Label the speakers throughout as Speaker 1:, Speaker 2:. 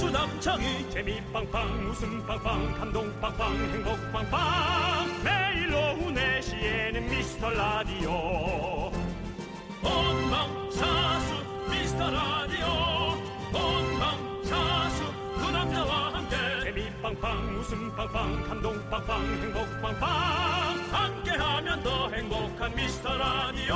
Speaker 1: 빵빵이 재미 빵빵 웃음 빵빵 감동 빵빵 행복 빵빵 매일 오후 네시에는 미스터 라디오 본방사수 미스터 라디오 본방사수 그 남자와 함께 재미 빵빵 웃음 빵빵 감동 빵빵 행복 빵빵 함께하면 더 행복한 미스터 라디오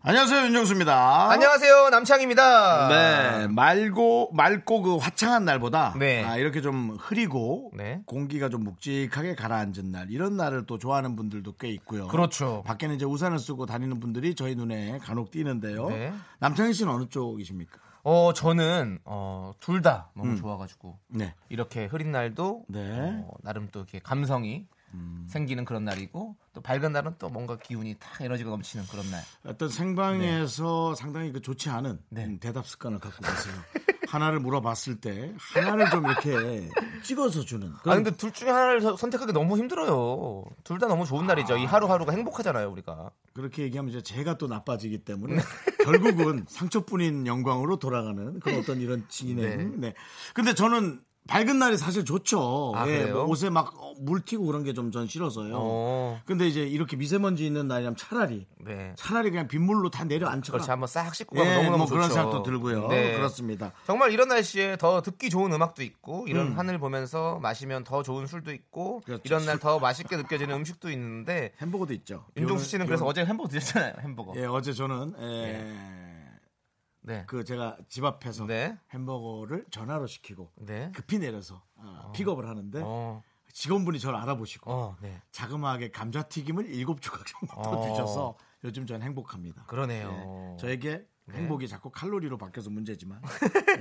Speaker 2: 안녕하세요 윤정수입니다.
Speaker 3: 안녕하세요 남창입니다.
Speaker 2: 어? 네, 말고 맑고 그 화창한 날보다
Speaker 3: 네.
Speaker 2: 아, 이렇게 좀 흐리고
Speaker 3: 네.
Speaker 2: 공기가 좀 묵직하게 가라앉은 날 이런 날을 또 좋아하는 분들도 꽤 있고요.
Speaker 3: 그렇죠.
Speaker 2: 밖에는 이제 우산을 쓰고 다니는 분들이 저희 눈에 간혹 띄는데요.
Speaker 3: 네.
Speaker 2: 남창희 씨는 어느 쪽이십니까?
Speaker 3: 어 저는 어둘 다 너무 좋아가지고
Speaker 2: 네.
Speaker 3: 이렇게 흐린 날도
Speaker 2: 음. 네. 음.
Speaker 3: 어, 나름 또 이렇게 감성이 생기는 그런 날이고 또 밝은 날은 또 뭔가 기운이 탁 에너지가 넘치는 그런 날.
Speaker 2: 어떤 생방에서 상당히 그 좋지 않은
Speaker 3: 네.
Speaker 2: 음, 대답 습관을 갖고 계세요. 하나를 물어봤을 때 하나를 좀 이렇게 찍어서 주는.
Speaker 3: 아 근데 둘 중에 하나를 서- 선택하기 너무 힘들어요. 둘 다 너무 좋은 날이죠. 이 하루하루가 행복하잖아요 우리가.
Speaker 2: 그렇게 얘기하면 이제 제가 또 나빠지기 때문에 결국은 상처뿐인 영광으로 돌아가는 그런 어떤 이런 진행. 네. 근데 저는 밝은 날이 사실 좋죠.
Speaker 3: 아,
Speaker 2: 예,
Speaker 3: 그래요?
Speaker 2: 뭐 옷에 막 물 튀고 그런 게 좀 전 싫어서요.
Speaker 3: 어.
Speaker 2: 근데 이제 이렇게 미세먼지 있는 날이면 차라리
Speaker 3: 네.
Speaker 2: 차라리 그냥 빗물로 다 내려앉혀라.
Speaker 3: 그렇지 한번 싹 씻고 가면
Speaker 2: 예,
Speaker 3: 너무너무
Speaker 2: 뭐
Speaker 3: 좋죠.
Speaker 2: 그런 생각도 들고요.
Speaker 3: 네.
Speaker 2: 그렇습니다.
Speaker 3: 정말 이런 날씨에 더 듣기 좋은 음악도 있고 이런 하늘 보면서 마시면 더 좋은 술도 있고
Speaker 2: 그렇죠.
Speaker 3: 이런 날 더 맛있게 느껴지는 음식도 있는데
Speaker 2: 햄버거도 있죠.
Speaker 3: 윤종수
Speaker 2: 요는-
Speaker 3: 씨는 그래서 어제 햄버거 드셨잖아요 햄버거
Speaker 2: 예, 어제 저는 에,
Speaker 3: 네.
Speaker 2: 그 제가 집 앞에서
Speaker 3: 네.
Speaker 2: 햄버거를 전화로 시키고
Speaker 3: 네.
Speaker 2: 급히 내려서 어, 픽업을 하는데
Speaker 3: 어.
Speaker 2: 직원분이 저를 알아보시고
Speaker 3: 어, 네.
Speaker 2: 자그마하게 감자튀김을 일곱 조각 정도 더
Speaker 3: 어.
Speaker 2: 드셔서 요즘 저는 행복합니다.
Speaker 3: 그러네요.
Speaker 2: 예, 저에게 행복이 자꾸 칼로리로 바뀌어서 문제지만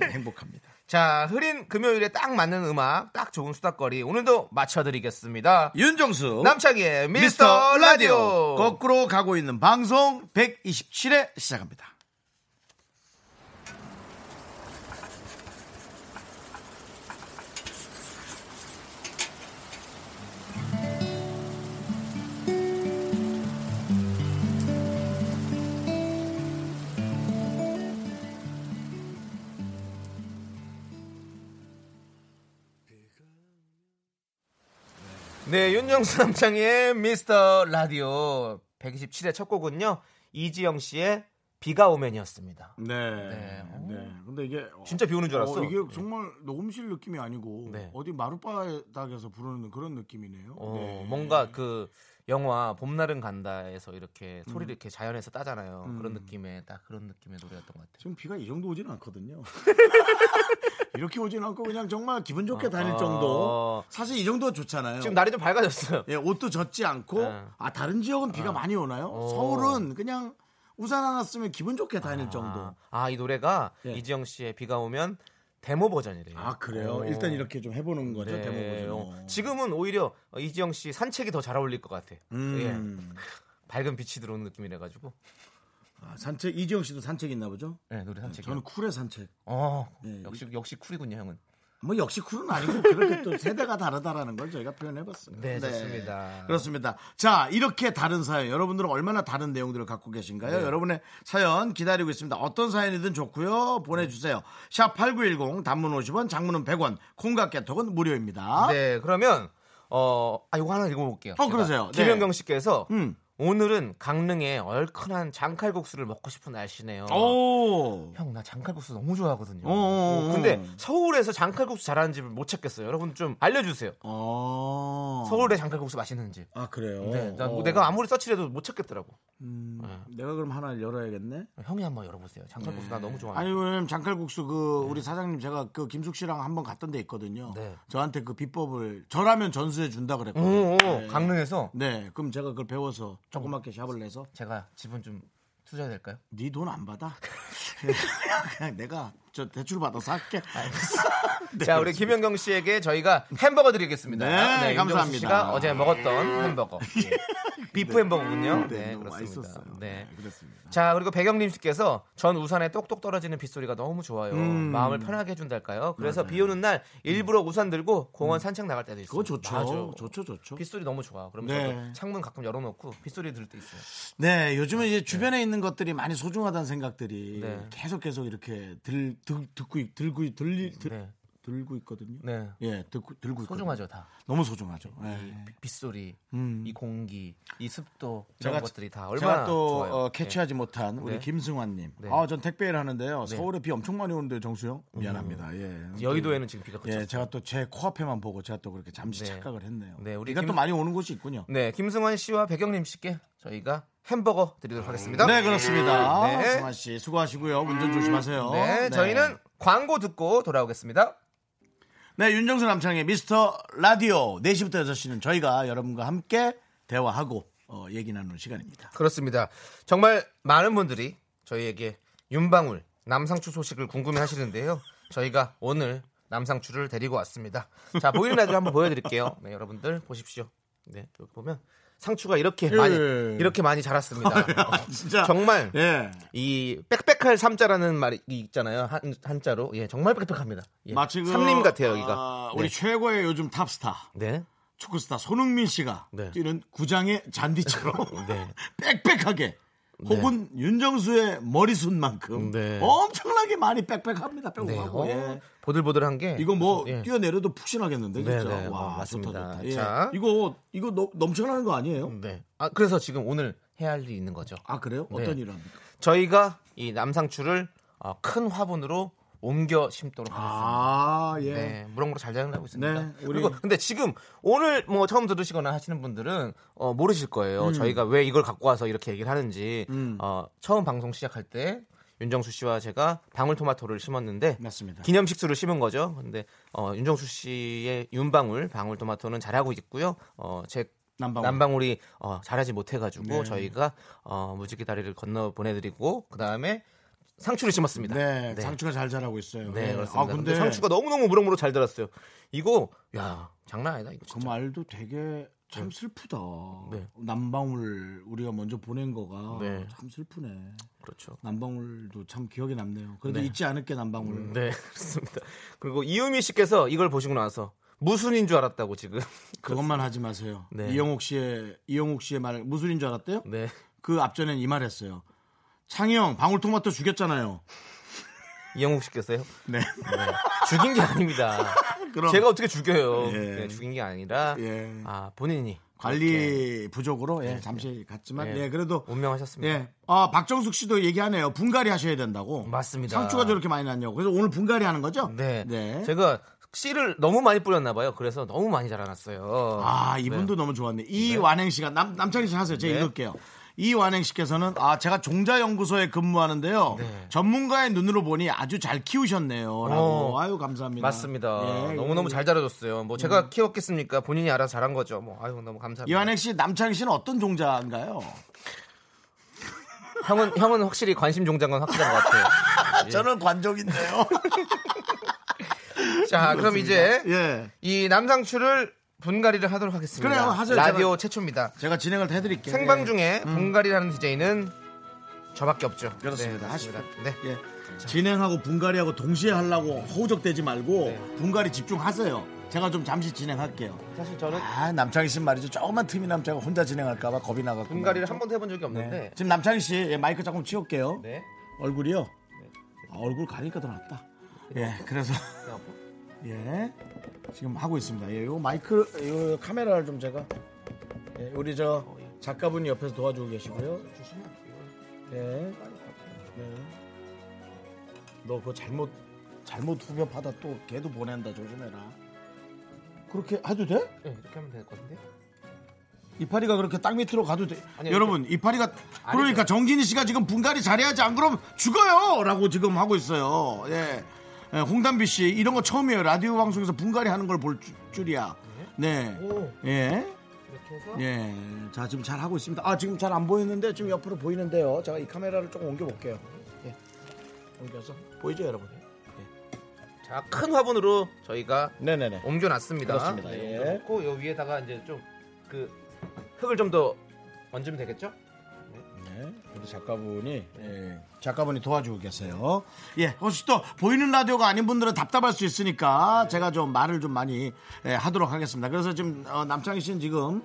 Speaker 2: 예, 행복합니다.
Speaker 3: 자, 흐린 금요일에 딱 맞는 음악, 딱 좋은 수다거리 오늘도 맞춰 드리겠습니다.
Speaker 2: 윤정수
Speaker 3: 남창희의
Speaker 2: 미스터
Speaker 3: 미스터
Speaker 2: 라디오
Speaker 3: 라디오.
Speaker 2: 거꾸로 가고 있는 방송 127회 시작합니다.
Speaker 3: 네, 윤정수 남창희의 미스터 라디오 127회 첫 곡은요. 이지영 씨의 비가 오면이었습니다.
Speaker 2: 네.
Speaker 3: 네.
Speaker 2: 네. 근데 이게
Speaker 3: 진짜 비 오는 줄 알았어.
Speaker 2: 어, 이게 정말 녹음실 느낌이 아니고
Speaker 3: 네.
Speaker 2: 어디 마룻바닥에서 부르는 그런 느낌이네요.
Speaker 3: 어,
Speaker 2: 네.
Speaker 3: 뭔가 그 영화 봄날은 간다에서 이렇게 소리를 이렇게 자연에서 따잖아요.
Speaker 2: 음.
Speaker 3: 그런 느낌의 딱 그런 느낌의 노래였던 것 같아요.
Speaker 2: 지금 비가 이 정도 오지는 않거든요. 이렇게 오지는 않고 그냥 정말 기분 좋게 다닐
Speaker 3: 어.
Speaker 2: 정도. 사실 이 정도 좋잖아요.
Speaker 3: 지금 날이 좀 밝아졌어요.
Speaker 2: 예, 옷도 젖지 않고
Speaker 3: 네.
Speaker 2: 아 다른 지역은 비가 많이 오나요?
Speaker 3: 어.
Speaker 2: 서울은 그냥 우산 하나 쓰면 기분 좋게 다닐 그 정도.
Speaker 3: 아, 이 노래가
Speaker 2: 예.
Speaker 3: 이지영 씨의 비가 오면 데모 버전이래요.
Speaker 2: 아 그래요?
Speaker 3: 어.
Speaker 2: 일단 이렇게 좀 해보는 거죠.
Speaker 3: 네.
Speaker 2: 대목으로.
Speaker 3: 어. 지금은 오히려 이지영 씨 산책이 더 잘 어울릴 것 같아. 예.
Speaker 2: 음.
Speaker 3: 밝은 빛이 들어오는 느낌이라 가지고.
Speaker 2: 아, 산책 이지영 씨도 산책 있나 보죠?
Speaker 3: 네, 노래 산책.
Speaker 2: 음, 저는 쿨의 산책.
Speaker 3: 어.
Speaker 2: 네.
Speaker 3: 역시 역시 쿨이군요, 형은.
Speaker 2: 뭐 역시 쿨은 아니고 그렇게 또 세대가 다르다라는 걸 저희가 표현해봤습니다.
Speaker 3: 네, 좋습니다.
Speaker 2: 그렇습니다. 자 이렇게 다른 사연 여러분들은 얼마나 다른 내용들을 갖고
Speaker 3: 네.
Speaker 2: 계신가요? 여러분의 사연 기다리고 있습니다. 어떤 사연이든 좋고요. 보내주세요. 샵 8910 단문 50원 장문은 100원 콩과 깨톡은 무료입니다.
Speaker 3: 네, 그러면 어, 아 이거 하나 읽어볼게요.
Speaker 2: 어, 아? 그러세요. 네.
Speaker 3: 김현경 씨께서
Speaker 2: 음.
Speaker 3: 오늘은 강릉에 얼큰한 장칼국수를 먹고 싶은 날씨네요.
Speaker 2: 오.
Speaker 3: 형 나 장칼국수 너무 좋아하거든요.
Speaker 2: 어, 어, 어.
Speaker 3: 근데 서울에서 장칼국수 잘하는 집을 못 찾겠어요. 여러분 좀 알려주세요.
Speaker 2: 어.
Speaker 3: 서울에 장칼국수 맛있는 집.
Speaker 2: 아 그래요.
Speaker 3: 네, 난
Speaker 2: 어.
Speaker 3: 내가 네. 아무리 서치해도 못 찾겠더라고.
Speaker 2: 음, 내가 그럼 하나 열어야겠네.
Speaker 3: 형이 한번 열어보세요. 장칼국수 나 너무 좋아해.
Speaker 2: 네. 아니 왜냐면 장칼국수 그 우리 사장님 제가 그 김숙 씨랑 한번 갔던 데 있거든요.
Speaker 3: 네.
Speaker 2: 저한테 그 비법을 저라면 전수해 준다
Speaker 3: 오,
Speaker 2: 그랬거든요.
Speaker 3: 오, 어, 강릉에서
Speaker 2: 네, 그럼 제가 그걸 배워서 조그맣게 샵을 내서
Speaker 3: 제가 집은 좀 투자해야 될까요?
Speaker 2: 네 돈 안 받아? 그냥 내가 저 대출 받아서 할게.
Speaker 3: 자, 우리 김현경 씨에게 저희가 햄버거 드리겠습니다.
Speaker 2: 네,
Speaker 3: 윤정수
Speaker 2: 감사합니다. 아, 네.
Speaker 3: 씨가 어제 먹었던 햄버거. 예. 비프 햄버거군요. 네,
Speaker 2: 너무
Speaker 3: 그렇습니다.
Speaker 2: 맛있었어요.
Speaker 3: 네.
Speaker 2: 네, 그렇습니다.
Speaker 3: 자, 그리고 백영림 씨께서 전 우산에 똑똑 떨어지는 빗소리가 너무 좋아요. 마음을 편하게 해준달까요? 그래서 비 오는 날 일부러 우산 들고 공원 산책 나갈 때도 있어요.
Speaker 2: 음. 그거 좋죠.
Speaker 3: 맞아.
Speaker 2: 좋죠, 좋죠.
Speaker 3: 빗소리 너무 좋아. 그러면
Speaker 2: 네.
Speaker 3: 저도 창문 가끔 열어놓고 빗소리 들을 때 있어요.
Speaker 2: 네, 요즘에 이제 주변에 있는 것들이 많이 소중하다는 생각들이
Speaker 3: 네.
Speaker 2: 계속 계속 이렇게 들, 들 듣고 있- 들고 있- 들리 들,
Speaker 3: 네.
Speaker 2: 들고 있거든요.
Speaker 3: 네.
Speaker 2: 예, 듣고 들고 있거든요.
Speaker 3: 소중하죠, 다.
Speaker 2: 너무 소중하죠. 예.
Speaker 3: 이 빗소리, 이 공기, 이 습도 이런 것들이 다 얼마나
Speaker 2: 음. 제가 또
Speaker 3: 좋아요.
Speaker 2: 어, 캐치하지 못한 우리
Speaker 3: 네.
Speaker 2: 김승환님.
Speaker 3: 네.
Speaker 2: 아, 전 택배일 하는데요. 서울에 비 엄청 많이 오는데 요 정수영. 미안합니다. 예.
Speaker 3: 예. 여의도에는 지금 비가 그쳤어요.
Speaker 2: 예, 제가 또 제 코앞에만 보고 제가 또 그렇게 잠시
Speaker 3: 네.
Speaker 2: 착각을 했네요.
Speaker 3: 네, 우리
Speaker 2: 그러니까
Speaker 3: 김-
Speaker 2: 또 많이 오는 곳이 있군요.
Speaker 3: 네, 김승환 씨와 백영림 씨께 저희가 햄버거 드리도록 하겠습니다.
Speaker 2: 네, 그렇습니다.
Speaker 3: 네.
Speaker 2: 승환 씨 수고하시고요. 운전 조심하세요.
Speaker 3: 네, 저희는 광고 듣고 돌아오겠습니다.
Speaker 2: 네, 윤정수 남창의 미스터 라디오 4시부터 6시는 저희가 여러분과 함께 대화하고 어, 얘기 나누는 시간입니다.
Speaker 3: 그렇습니다. 정말 많은 분들이 저희에게 윤방울, 남상추 소식을 궁금해 하시는데요. 저희가 오늘 남상추를 데리고 왔습니다. 자, 보이는 라디오 한번 보여드릴게요. 네, 여러분들 보십시오. 네, 여기 보면 상추가 이렇게 많이,
Speaker 2: 예.
Speaker 3: 이렇게 많이 자랐습니다. 어,
Speaker 2: 진짜
Speaker 3: 정말
Speaker 2: 예.
Speaker 3: 이 빽빽할 삼자라는 말이 있잖아요. 한, 한자로. 예, 정말 빽빽합니다. 예.
Speaker 2: 마치 그
Speaker 3: 삼림 같아요, 여기가.
Speaker 2: 아, 우리
Speaker 3: 네.
Speaker 2: 최고의 요즘 탑스타
Speaker 3: 네.
Speaker 2: 축구스타 손흥민 씨가
Speaker 3: 네.
Speaker 2: 뛰는 구장의 잔디처럼
Speaker 3: 네.
Speaker 2: 빽빽하게 혹은 윤정수의 머리숱만큼
Speaker 3: 네.
Speaker 2: 엄청나게 많이 빽빽합니다. 빽빽하고
Speaker 3: 네.
Speaker 2: 예.
Speaker 3: 어, 보들보들한 게
Speaker 2: 이거 뭐
Speaker 3: 예.
Speaker 2: 뛰어내려도 푹신하겠는데
Speaker 3: 네,
Speaker 2: 진짜
Speaker 3: 네,
Speaker 2: 와
Speaker 3: 맞습니다.
Speaker 2: 좋다 좋다. 예.
Speaker 3: 자.
Speaker 2: 이거 이거 넘- 넘쳐나는 거 아니에요?
Speaker 3: 네. 아, 그래서 지금 오늘 해야 할 일이 있는 거죠.
Speaker 2: 아 그래요?
Speaker 3: 네.
Speaker 2: 어떤 일 합니까?
Speaker 3: 저희가 이 남상추를 어, 큰 화분으로 옮겨 심도록 하겠습니다.
Speaker 2: 아 예.
Speaker 3: 네, 무럭무럭 잘 자라고 있습니다.
Speaker 2: 네, 우리-
Speaker 3: 그리고 근데 지금 오늘 뭐 처음 들으시거나 하시는 분들은 어, 모르실
Speaker 2: 음.
Speaker 3: 거예요. 저희가 왜 이걸 갖고 와서 이렇게 얘기를 하는지. 어, 처음 방송 시작할 때 윤정수 씨와 제가 방울토마토를 심었는데
Speaker 2: 맞습니다.
Speaker 3: 기념식수를 심은 거죠. 근데 어, 윤정수 씨의 윤방울, 방울토마토는 잘하고 있고요. 어, 제
Speaker 2: 남방울. 네.
Speaker 3: 남방울이 어, 잘하지 못해가지고 저희가 어, 무지개 다리를 건너 보내드리고 그 다음에 상추를 심었습니다.
Speaker 2: 네, 상추가 잘 자라고 있어요.
Speaker 3: 네,
Speaker 2: 예.
Speaker 3: 그렇습니다.
Speaker 2: 아 근데,
Speaker 3: 근데 상추가 너무너무 무럭무럭 잘 들었어요. 이거 야 장난 아니다 이거
Speaker 2: 그
Speaker 3: 진짜.
Speaker 2: 말도 되게 참 슬프다.
Speaker 3: 네.
Speaker 2: 남방울 우리가 먼저 보낸 거가
Speaker 3: 네.
Speaker 2: 참 슬프네.
Speaker 3: 그렇죠.
Speaker 2: 남방울도 참 기억에 남네요. 그래도
Speaker 3: 네.
Speaker 2: 잊지 않을게 남방울.
Speaker 3: 네 그렇습니다. 그리고 이유미 씨께서 이걸 보시고 나서 무순인 줄 알았다고 지금.
Speaker 2: 그것만 하지 마세요.
Speaker 3: 네.
Speaker 2: 이영옥 씨의 이영옥 씨의 말 무술인 줄 알았대요?
Speaker 3: 네
Speaker 2: 그 앞전엔 이 말했어요. 창이 형 방울토마토 죽였잖아요.
Speaker 3: 이영욱 씨께서요.
Speaker 2: 네.
Speaker 3: 네. 죽인 게 아닙니다.
Speaker 2: 그럼.
Speaker 3: 제가 어떻게 죽여요?
Speaker 2: 예.
Speaker 3: 네, 죽인 게 아니라
Speaker 2: 예.
Speaker 3: 아 본인이
Speaker 2: 관리
Speaker 3: 그렇게,
Speaker 2: 부족으로 예, 잠시 갔지만
Speaker 3: 예,
Speaker 2: 예, 그래도
Speaker 3: 운명하셨습니다.
Speaker 2: 예. 아, 박정숙 씨도 얘기하네요. 분갈이 하셔야 된다고.
Speaker 3: 맞습니다.
Speaker 2: 상추가 저렇게 많이 났냐고. 그래서 오늘 분갈이 하는 거죠?
Speaker 3: 네.
Speaker 2: 네.
Speaker 3: 제가 씨를 너무 많이 뿌렸나 봐요. 그래서 너무 많이 자라났어요.
Speaker 2: 아, 이분도 너무 좋았네. 이완행 씨가 남 남창희 씨 하세요. 제가
Speaker 3: 네.
Speaker 2: 읽을게요. 이완행 씨께서는 아, 제가 종자 연구소에 근무하는데요.
Speaker 3: 네.
Speaker 2: 전문가의 눈으로 보니 아주 잘 키우셨네요라고.
Speaker 3: 어,
Speaker 2: 아유, 감사합니다.
Speaker 3: 맞습니다.
Speaker 2: 예, 음.
Speaker 3: 너무너무 잘 자라줬어요. 뭐 제가 키웠겠습니까? 본인이 알아서 자란 거죠. 뭐 아유 너무 감사합니다.
Speaker 2: 이완행 씨, 남창희 씨는 어떤 종자인가요?
Speaker 3: 형은 형은 확실히 관심 종장은 확실한 것 같아요. 예.
Speaker 2: 저는 관종인데요.
Speaker 3: 자, 그럼 이제
Speaker 2: 예.
Speaker 3: 이 남상추를 분갈이를 하도록 하겠습니다.
Speaker 2: 그래요, 하세요.
Speaker 3: 라디오 최초입니다.
Speaker 2: 제가 진행을 해 드릴게요. 예.
Speaker 3: 생방 중에 분갈이라는 DJ는 저밖에 없죠.
Speaker 2: 음. 그렇습니다.
Speaker 3: 그렇습니다.
Speaker 2: 하십시오.
Speaker 3: 네.
Speaker 2: 예. 진행하고 분갈이하고 동시에 하려고 허우적대지 말고
Speaker 3: 네.
Speaker 2: 분갈이 집중하세요. 제가 좀 잠시 진행할게요.
Speaker 3: 사실 저는
Speaker 2: 아 남창희 씨 말이죠. 조금만 틈이 나면 제가 혼자 진행할까봐 겁이 나갖고.
Speaker 3: 분갈이를 한 번도 해본 적이
Speaker 2: 네.
Speaker 3: 없는데.
Speaker 2: 지금 남창희 씨 예, 마이크 조금 치울게요.
Speaker 3: 네.
Speaker 2: 얼굴이요. 아, 얼굴 가리니까 더 낫다. 예, 그래서 예 지금 하고 있습니다. 예, 요 마이크 요 카메라를 좀 제가 예, 우리 저 작가분이 옆에서 도와주고 계시고요. 예. 예. 너 그거 잘못 잘못 후벼파다 또 걔도 보낸다 조심해라. 그렇게 해도 돼?
Speaker 3: 네, 이렇게 하면 될 것 같은데.
Speaker 2: 이파리가 그렇게 땅 밑으로 가도 돼.
Speaker 3: 아니요,
Speaker 2: 여러분, 이파리가 그러니까 정진희 씨가 지금 분갈이 잘해야지 안 그러면 죽어요라고 지금 하고 있어요. 예. 예, 홍담비 씨 이런 거 처음이에요. 라디오 방송에서 분갈이 하는 걸 볼 줄이야. 네.
Speaker 3: 오.
Speaker 2: 예.
Speaker 3: 이렇게 해서
Speaker 2: 예. 자, 지금 잘 하고 있습니다. 아, 지금 잘 안 보이는데 지금 옆으로 보이는데요. 제가 이 카메라를 조금 옮겨 볼게요. 예. 옮겨서 보이죠 여러분?
Speaker 3: 자, 큰 화분으로 저희가
Speaker 2: 네네네.
Speaker 3: 옮겨놨습니다.
Speaker 2: 그렇습니다.
Speaker 3: 네,
Speaker 2: 예.
Speaker 3: 옮겨놓고 요 위에다가 이제 좀 그 흙을 좀 더 얹으면 되겠죠?
Speaker 2: 네, 우리 작가분이 예, 작가분이 도와주고 계세요. 예, 혹시 또 보이는 라디오가 아닌 분들은 답답할 수 있으니까 제가 좀 말을 좀 많이 예, 하도록 하겠습니다. 그래서 지금 어, 남창희 씨는 지금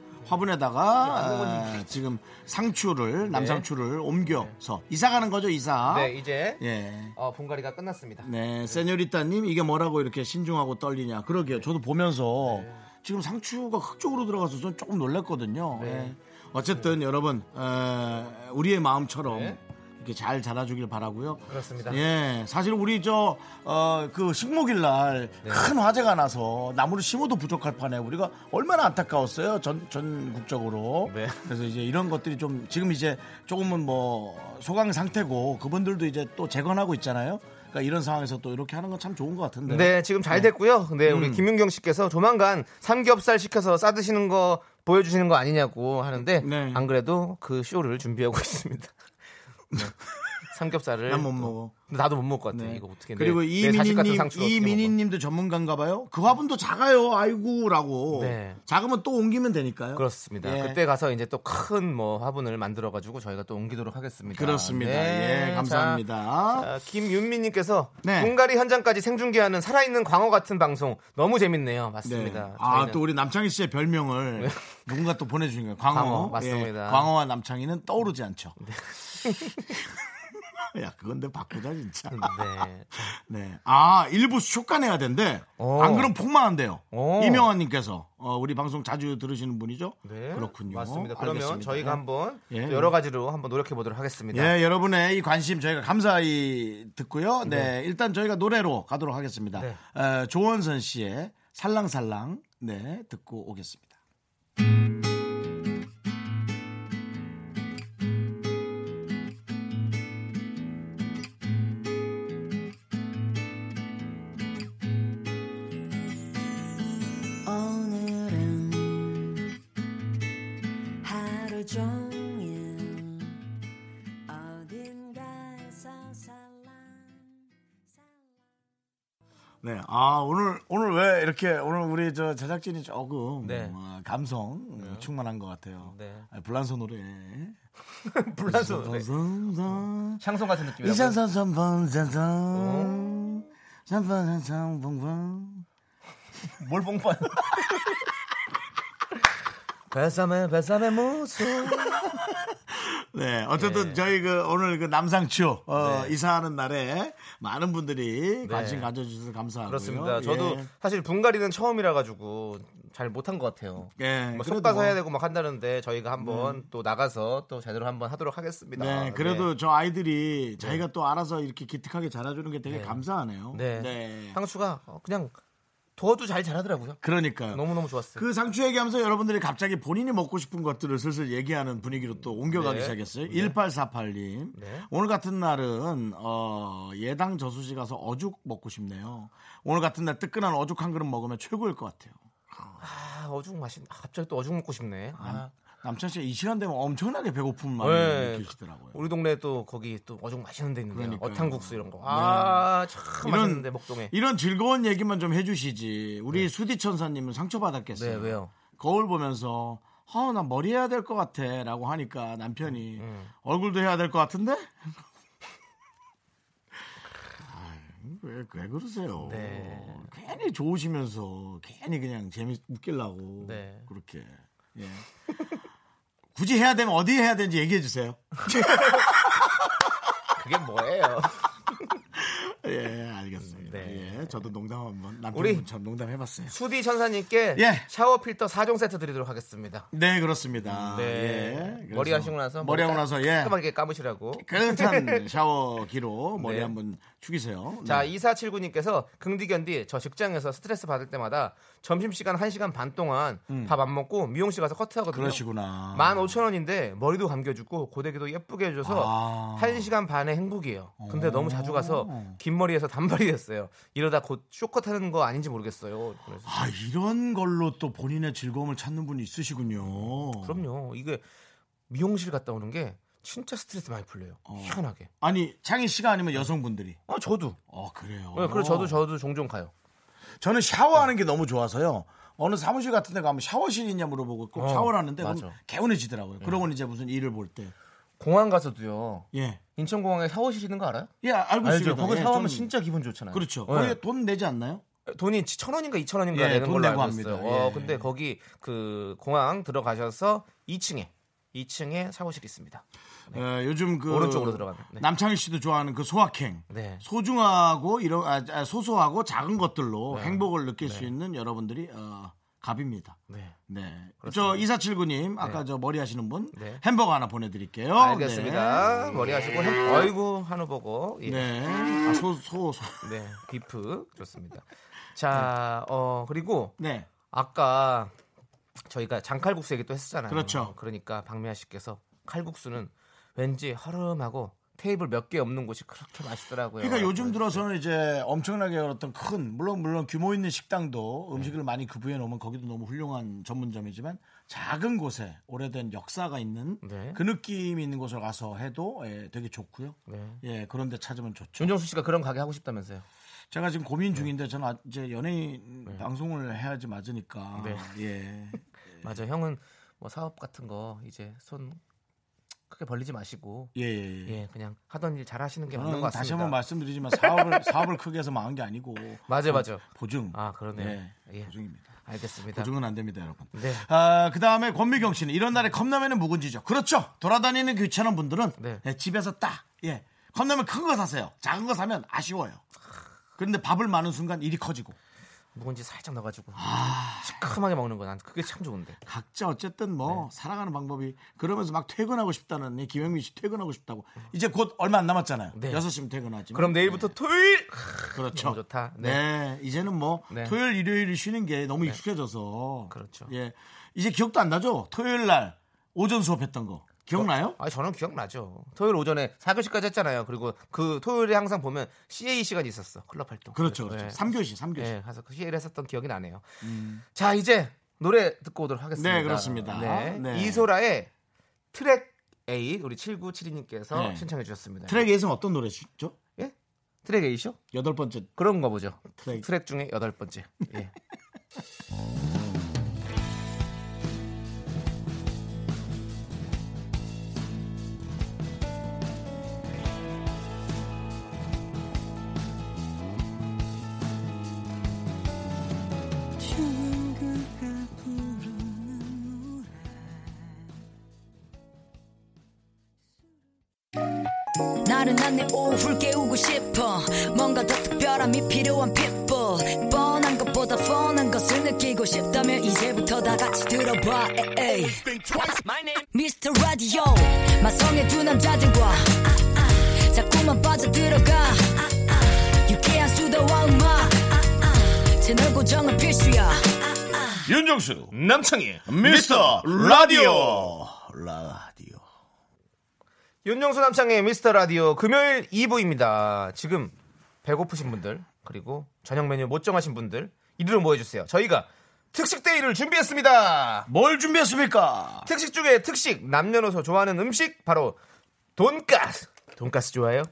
Speaker 2: 화분에다가 아, 지금 상추를 남상추를 옮겨서 이사가는 거죠 이사.
Speaker 3: 네, 이제
Speaker 2: 아. 예.
Speaker 3: 어, 분갈이가 끝났습니다.
Speaker 2: 네, 세뇨리따님 이게 뭐라고 이렇게 신중하고 떨리냐. 그러게요. 저도 보면서
Speaker 3: 네.
Speaker 2: 지금 상추가 흙 쪽으로 들어가서 저는 조금 놀랐거든요.
Speaker 3: 네.
Speaker 2: 예. 어쨌든 여러분 에, 우리의 마음처럼
Speaker 3: 네.
Speaker 2: 이렇게 잘 자라주길 바라고요.
Speaker 3: 그렇습니다.
Speaker 2: 예, 사실 우리 저 어, 그 식목일 날
Speaker 3: 네.
Speaker 2: 큰 화재가 나서 나무를 심어도 부족할 판에 우리가 얼마나 안타까웠어요 전 전국적으로.
Speaker 3: 네.
Speaker 2: 그래서 이제 이런 것들이 좀 지금 이제 조금은 뭐 소강 상태고 그분들도 이제 또 재건하고 있잖아요. 그러니까 이런 상황에서 또 이렇게 하는 건 참 좋은 것 같은데.
Speaker 3: 네, 지금 잘 됐고요. 네, 우리
Speaker 2: 음.
Speaker 3: 김윤경 씨께서 조만간 삼겹살 시켜서 싸 드시는 거 보여주시는 거 아니냐고 하는데
Speaker 2: 네.
Speaker 3: 안 그래도 그 쇼를 준비하고 있습니다. 네. 삼겹살을
Speaker 2: 난못 먹어.
Speaker 3: 근데 나도 못 먹을 것 같아.
Speaker 2: 네.
Speaker 3: 이거 어떻게
Speaker 2: 그리고
Speaker 3: 내, 내 사식 같은
Speaker 2: 이민희님,
Speaker 3: 상추를 어떻게 먹어.
Speaker 2: 이민희님도 전문가인가 봐요. 그 화분도 작아요. 아이고라고.
Speaker 3: 네.
Speaker 2: 작으면 또 옮기면 되니까요.
Speaker 3: 그렇습니다.
Speaker 2: 예.
Speaker 3: 그때 가서 이제 또 큰 뭐 화분을 만들어 가지고 저희가 또 옮기도록 하겠습니다.
Speaker 2: 그렇습니다.
Speaker 3: 네,
Speaker 2: 예, 감사합니다.
Speaker 3: 자, 자, 김윤미님께서
Speaker 2: 네.
Speaker 3: 분갈이 현장까지 생중계하는 살아있는 광어 같은 방송 너무 재밌네요. 맞습니다.
Speaker 2: 네. 아,
Speaker 3: 저희는- 네.
Speaker 2: 또 우리 남창희 씨의 별명을 누군가 또 보내주신 거예요. 광어.
Speaker 3: 광어, 맞습니다.
Speaker 2: 예, 광어와 남창희는 떠오르지 않죠. 야, 그건 내 바꾸자, 진짜.
Speaker 3: 네.
Speaker 2: 네. 아, 일부 쇼간해야 된대.
Speaker 3: 오.
Speaker 2: 안 그럼 폭망한대요.
Speaker 3: 오.
Speaker 2: 이명환님께서. 어, 우리 방송 자주 들으시는 분이죠?
Speaker 3: 어. 네.
Speaker 2: 그렇군요.
Speaker 3: 맞습니다. 그러면
Speaker 2: 알겠습니다.
Speaker 3: 저희가 한번
Speaker 2: 예.
Speaker 3: 또 여러 가지로 한번 노력해 보도록 하겠습니다.
Speaker 2: 예, 여러분의 이 관심 저희가 감사히 듣고요. 네, 일단 저희가 노래로 가도록 하겠습니다.
Speaker 3: 네.
Speaker 2: 어, 조원선 씨의 살랑살랑 네 듣고 오겠습니다.
Speaker 4: 오늘은 하루 종일 어딘가에서 살랑
Speaker 2: 네, 아 오늘 오늘 왜 이렇게 오늘 우리 저 제작진이 조금
Speaker 3: 네.
Speaker 2: 어, 감성 어, 충만한 것 같아요.
Speaker 3: 네.
Speaker 2: 아, 불란서 노래.
Speaker 3: 불란서 노래. 샹송 네. 같은 느낌이라고.
Speaker 2: 이산산 산번 산산 산번 산산 봉봉.
Speaker 3: 뭘 봉판? 배삼의 배삼의 모습.
Speaker 2: 네, 어쨌든
Speaker 3: 예.
Speaker 2: 저희 그 오늘 그 남상추 어,
Speaker 3: 네.
Speaker 2: 이사하는 날에 많은 분들이 관심 가져주셔서 감사하고요. 예.
Speaker 3: 그렇습니다. 저도 사실 분갈이는 처음이라 가지고 잘 못한 것 같아요.
Speaker 2: 예, 예
Speaker 3: 뭐
Speaker 2: 그래도
Speaker 3: 속가서
Speaker 2: 뭐, 음.
Speaker 3: 해야 되고 막 한다는데 저희가 한번 또 나가서 또 제대로 한번 하도록 하겠습니다.
Speaker 2: 네, 그래도 저 아이들이 자기가 또 알아서 이렇게 기특하게 자라주는 게 되게 감사하네요.
Speaker 3: 네. 향수가 어, 그냥 도어도 잘 자라더라고요.
Speaker 2: 그러니까요.
Speaker 3: 너무 너무 좋았어요.
Speaker 2: 그 상추 얘기하면서 여러분들이 갑자기 본인이 먹고 싶은 것들을 슬슬 얘기하는 분위기로 또 옮겨가기
Speaker 3: 네.
Speaker 2: 시작했어요. 1848님.
Speaker 3: 네.
Speaker 2: 오늘 같은 날은 어, 예당 저수지 가서 어죽 먹고 싶네요. 오늘 같은 날 뜨끈한 어죽 한 그릇 먹으면 최고일 것 같아요.
Speaker 3: 아, 어죽 맛있. 아, 갑자기 또 어죽 먹고 싶네. 아.
Speaker 2: 남찬 씨가 이 시간 되면 엄청나게 배고픈 마음을
Speaker 3: 네.
Speaker 2: 느끼시더라고요.
Speaker 3: 우리 동네 또 거기 또 어죽 맛있는 데 있는데 요
Speaker 2: 뭐 그러니까요. 네.
Speaker 3: 어탕국수 이런 거. 아, 참 맛있는데 목동에.
Speaker 2: 이런 즐거운 얘기만 좀 해주시지. 우리 수디 천사님은 상처받았겠어요.
Speaker 3: 네, 왜요?
Speaker 2: 거울 보면서 아 나 머리 해야 될 것 같아라고 하니까 남편이
Speaker 3: 음,
Speaker 2: 얼굴도 해야 될 것 같은데. 아이, 왜, 왜 그러세요?
Speaker 3: 네.
Speaker 2: 괜히 좋으시면서 괜히 그냥 재미 웃기려고
Speaker 3: 네.
Speaker 2: 그렇게 예. 굳이 해야 되면 어디 해야 되는지 얘기해 주세요.
Speaker 3: 그게 뭐예요?
Speaker 2: 예, 알겠습니다.
Speaker 3: 네.
Speaker 2: 예, 저도 농담 한번
Speaker 3: 우리-
Speaker 2: 남편분처럼 농담해봤어요.
Speaker 3: 수디 천사님께
Speaker 2: 예.
Speaker 3: 샤워 필터 4종 세트 드리도록 하겠습니다.
Speaker 2: 네, 그렇습니다.
Speaker 3: 네.
Speaker 2: 예, 그래서
Speaker 3: 머리 하시고 나서
Speaker 2: 머리 하고
Speaker 3: 머리
Speaker 2: 나서 예.
Speaker 3: 깔끔하게 감으시라고.
Speaker 2: 깨끗한 샤워기로 머리
Speaker 3: 네.
Speaker 2: 한번 축이세요. 네.
Speaker 3: 자, 2479님께서 긍디견디 저 직장에서 스트레스 받을 때마다 점심시간 1시간 반 동안 밥 안 먹고 미용실 가서 커트하거든요.
Speaker 2: 음.
Speaker 3: 아.
Speaker 2: 그러시구나.
Speaker 3: 15,000원인데 머리도 감겨주고 고데기도 예쁘게 해줘서
Speaker 2: 아.
Speaker 3: 한 1시간 반의 행복이에요. 근데 너무 자주 가서 긴 머리에서 단발이 됐어요. 이러다 곧 쇼컷 하는 거 아닌지 모르겠어요. 그래서
Speaker 2: 아 이런 걸로 또 본인의 즐거움을 찾는 분이 있으시군요.
Speaker 3: 그럼요. 이게 미용실 갔다 오는 게 진짜 스트레스 많이 풀려요. 희한하게.
Speaker 2: 아니 창희 씨가 아니면 여성분들이.
Speaker 3: 어, 저도.
Speaker 2: 어 그래요.
Speaker 3: 네, 그리고 저도 저도 종종 가요.
Speaker 2: 저는 샤워하는 게 너무 좋아서요. 어느 사무실 같은 데 가면 샤워실 있냐 물어보고 꼭
Speaker 3: 어,
Speaker 2: 샤워를 하는데 그럼
Speaker 3: 맞아. 네.
Speaker 2: 개운해지더라고요. 그러고는 이제 무슨 일을 볼 때.
Speaker 3: 공항 가서도요.
Speaker 2: 예.
Speaker 3: 인천공항에 샤워실 있는 거 알아요?
Speaker 2: 예, 알고
Speaker 3: 알죠.
Speaker 2: 있습니다.
Speaker 3: 거기
Speaker 2: 예,
Speaker 3: 샤워하면
Speaker 2: 저는-
Speaker 3: 진짜 기분 좋잖아요.
Speaker 2: 그렇죠.
Speaker 3: 네.
Speaker 2: 거기에 돈 내지 않나요?
Speaker 3: 돈이 천 원인가 이천 원인가
Speaker 2: 예,
Speaker 3: 내는
Speaker 2: 돈
Speaker 3: 걸로
Speaker 2: 내고
Speaker 3: 알고 있어요.
Speaker 2: 합니다.
Speaker 3: 어,
Speaker 2: 예.
Speaker 3: 근데 거기 그 공항 들어가셔서 2층에 2층에 샤워실 있습니다.
Speaker 2: 예, 요즘 그
Speaker 3: 네. 오른쪽으로 들어가면, 네.
Speaker 2: 남창희 씨도 좋아하는 그 소확행.
Speaker 3: 네.
Speaker 2: 소중하고 이런 아, 아, 소소하고 작은 것들로 행복을 느낄 수 있는 여러분들이 어, 갑입니다.
Speaker 3: 네.
Speaker 2: 네. 저 2479님 아까 저 머리 하시는 분
Speaker 3: 네.
Speaker 2: 햄버거 하나 보내드릴게요.
Speaker 3: 알겠습니다. 머리 하시고 햄- 어이구 한우 보고 예.
Speaker 2: 네.
Speaker 3: 네.
Speaker 2: 네. 아, 소, 소, 소.
Speaker 3: 비프 좋습니다. 자, 어 그리고
Speaker 2: 네.
Speaker 3: 아까 저희가 장칼국수 얘기 또 했었잖아요.
Speaker 2: 그렇죠.
Speaker 3: 그러니까 박미아 씨께서 칼국수는 왠지 허름하고 테이블 몇 개 없는 곳이 그렇게 맛있더라고요.
Speaker 2: 그러니까 요즘 들어서는 이제 엄청나게 어떤 큰 물론 물론 규모 있는 식당도 음식을 많이 급부해 놓으면 거기도 너무 훌륭한 전문점이지만 작은 곳에 오래된 역사가 있는
Speaker 3: 네.
Speaker 2: 그 느낌이 있는 곳을 가서 해도 예, 되게 좋고요.
Speaker 3: 네.
Speaker 2: 예, 그런 데 찾으면 좋죠.
Speaker 3: 윤정수 씨가 그런 가게 하고 싶다면서요.
Speaker 2: 제가 지금
Speaker 3: 네.
Speaker 2: 고민 중인데 저는 아- 이제 연예인 방송을 해야지 맞으니까
Speaker 3: 네.
Speaker 2: 예.
Speaker 3: 맞아. 형은 뭐 사업 같은 거 이제 손 크게 벌리지 마시고
Speaker 2: 예, 예, 예.
Speaker 3: 예, 그냥 하던 일 잘하시는 게 예, 맞는
Speaker 2: 저는
Speaker 3: 것 같습니다.
Speaker 2: 다시 한번 말씀드리지만 사업을 사업을 크게 해서 망한 게 아니고
Speaker 3: 맞아요, 맞아요.
Speaker 2: 보증.
Speaker 3: 아, 그러네.
Speaker 2: 예,
Speaker 3: 예.
Speaker 2: 보증입니다.
Speaker 3: 알겠습니다.
Speaker 2: 보증은 안 됩니다, 여러분.
Speaker 3: 네.
Speaker 2: 아, 그 다음에 권미경 씨는 이런 날에 컵라면은 묵은지죠. 그렇죠. 돌아다니는 귀찮은 분들은
Speaker 3: 네.
Speaker 2: 예, 집에서 딱 예, 컵라면 큰 거 사세요. 작은 거 사면 아쉬워요. 그런데 밥을 많은 순간 일이 커지고
Speaker 3: 묵은지 살짝 넣어가지고
Speaker 2: 아.
Speaker 3: 시큼하게 먹는 거 난 그게 참 좋은데.
Speaker 2: 각자 어쨌든 뭐
Speaker 3: 네.
Speaker 2: 살아가는 방법이 그러면서 막 퇴근하고 싶다는 이 김영민 씨 퇴근하고 싶다고 이제 곧 얼마 안 남았잖아요.
Speaker 3: 어. 네.
Speaker 2: 여섯 시면 퇴근하지.
Speaker 3: 그럼 내일부터 토요일.
Speaker 2: 그렇죠.
Speaker 3: 너무 음, 좋다. 네.
Speaker 2: 네, 이제는 뭐
Speaker 3: 네.
Speaker 2: 토요일 일요일이 쉬는 게 너무 익숙해져서
Speaker 3: 그렇죠.
Speaker 2: 예, 이제 기억도 안 나죠. 토요일 날 오전 수업했던 거 기억나요?
Speaker 3: 아, 저는 기억나죠. 토요일 오전에 4교시까지 했잖아요. 그리고 그 토요일에 항상 보면 CA 시간이 있었어. 클럽 활동.
Speaker 2: 그렇죠, 그렇죠.
Speaker 3: 예.
Speaker 2: 삼 3교시, 3교시.
Speaker 3: 예, 그래서 그 CA를 했었던 기억이 나네요. 자, 이제 노래 듣고 오도록 하겠습니다.
Speaker 2: 음. 네, 그렇습니다.
Speaker 3: 네.
Speaker 2: 네.
Speaker 3: 이소라의 트랙 A 우리 7972님께서
Speaker 2: 네.
Speaker 3: 신청해 주셨습니다.
Speaker 2: 트랙 에서는 어떤 노래죠?
Speaker 3: 예? 트랙 A죠?
Speaker 2: 여덟 번째.
Speaker 3: 그런 거 보죠.
Speaker 2: 트랙.
Speaker 3: 트랙, 중에 여덟 번째. 예.
Speaker 4: 친구가 부르는 노래 나른한 내 오후를 깨우고 싶어 뭔가 더 특별함이 필요한 people 뻔한 것보다 뻔한 것을 느끼고 싶다면 이제부터 다 같이 들어봐 에이. Mr. Radio 마성의 두 남자들과 자꾸만 빠져들어가 유쾌한 수다와 음악 채널 고정은 필수야
Speaker 2: 윤정수 남창희 미스터 라디오 라디오.
Speaker 3: 윤정수 남창의 미스터 라디오 금요일 2부입니다. 지금 배고프신 분들 그리고 저녁 메뉴 못 정하신 분들 이리로 모여주세요. 저희가 특식 데이를 준비했습니다.
Speaker 2: 뭘 준비했습니까?
Speaker 3: 특식 중에 특식 남녀노소 좋아하는 음식 바로 돈가스. 돈가스 좋아해요?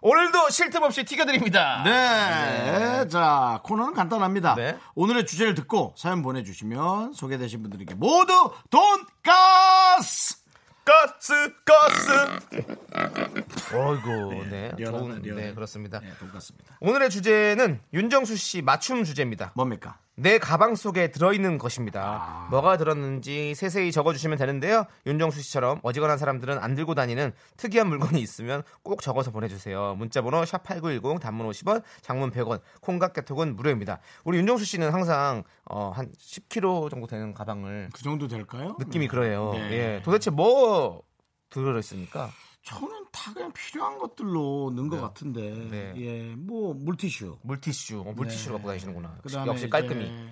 Speaker 3: 오늘도 쉴 틈 없이 튀겨드립니다.
Speaker 2: 네. 자, 코너는 간단합니다.
Speaker 3: 네.
Speaker 2: 오늘의 주제를 듣고 사연 보내주시면 소개되신 분들에게 모두 돈가스!
Speaker 3: 가스 가스. 어이구, 네,
Speaker 2: 리얼하다,
Speaker 3: 좋은,
Speaker 2: 리얼해.
Speaker 3: 네 그렇습니다.
Speaker 2: 네, 돈가스입니다.
Speaker 3: 오늘의 주제는 윤정수 씨 맞춤 주제입니다.
Speaker 2: 뭡니까?
Speaker 3: 내 가방 속에 들어있는
Speaker 2: 아.
Speaker 3: 것입니다. 뭐가 들었는지 세세히 적어주시면 되는데요. 윤정수 씨처럼 어지간한 사람들은 안 들고 다니는 특이한 물건이 있으면 꼭 적어서 보내주세요. 문자번호 샵8910 단문 50원, 장문 100원, 콩각개톡은 무료입니다. 우리 윤정수 씨는 항상 어, 한 10kg 정도 되는 가방을
Speaker 2: 그 정도 될까요?
Speaker 3: 느낌이 그래요.
Speaker 2: 네.
Speaker 3: 예, 도대체 뭐 들어있습니까?
Speaker 2: 저는 다 그냥 필요한 것들로 넣은 것 같은데.
Speaker 3: 네.
Speaker 2: 예, 뭐, 물티슈.
Speaker 3: 물티슈, 어, 물티슈로 갖고 다니시는구나.
Speaker 2: 네. 그다음에
Speaker 3: 역시 깔끔히.
Speaker 2: 이제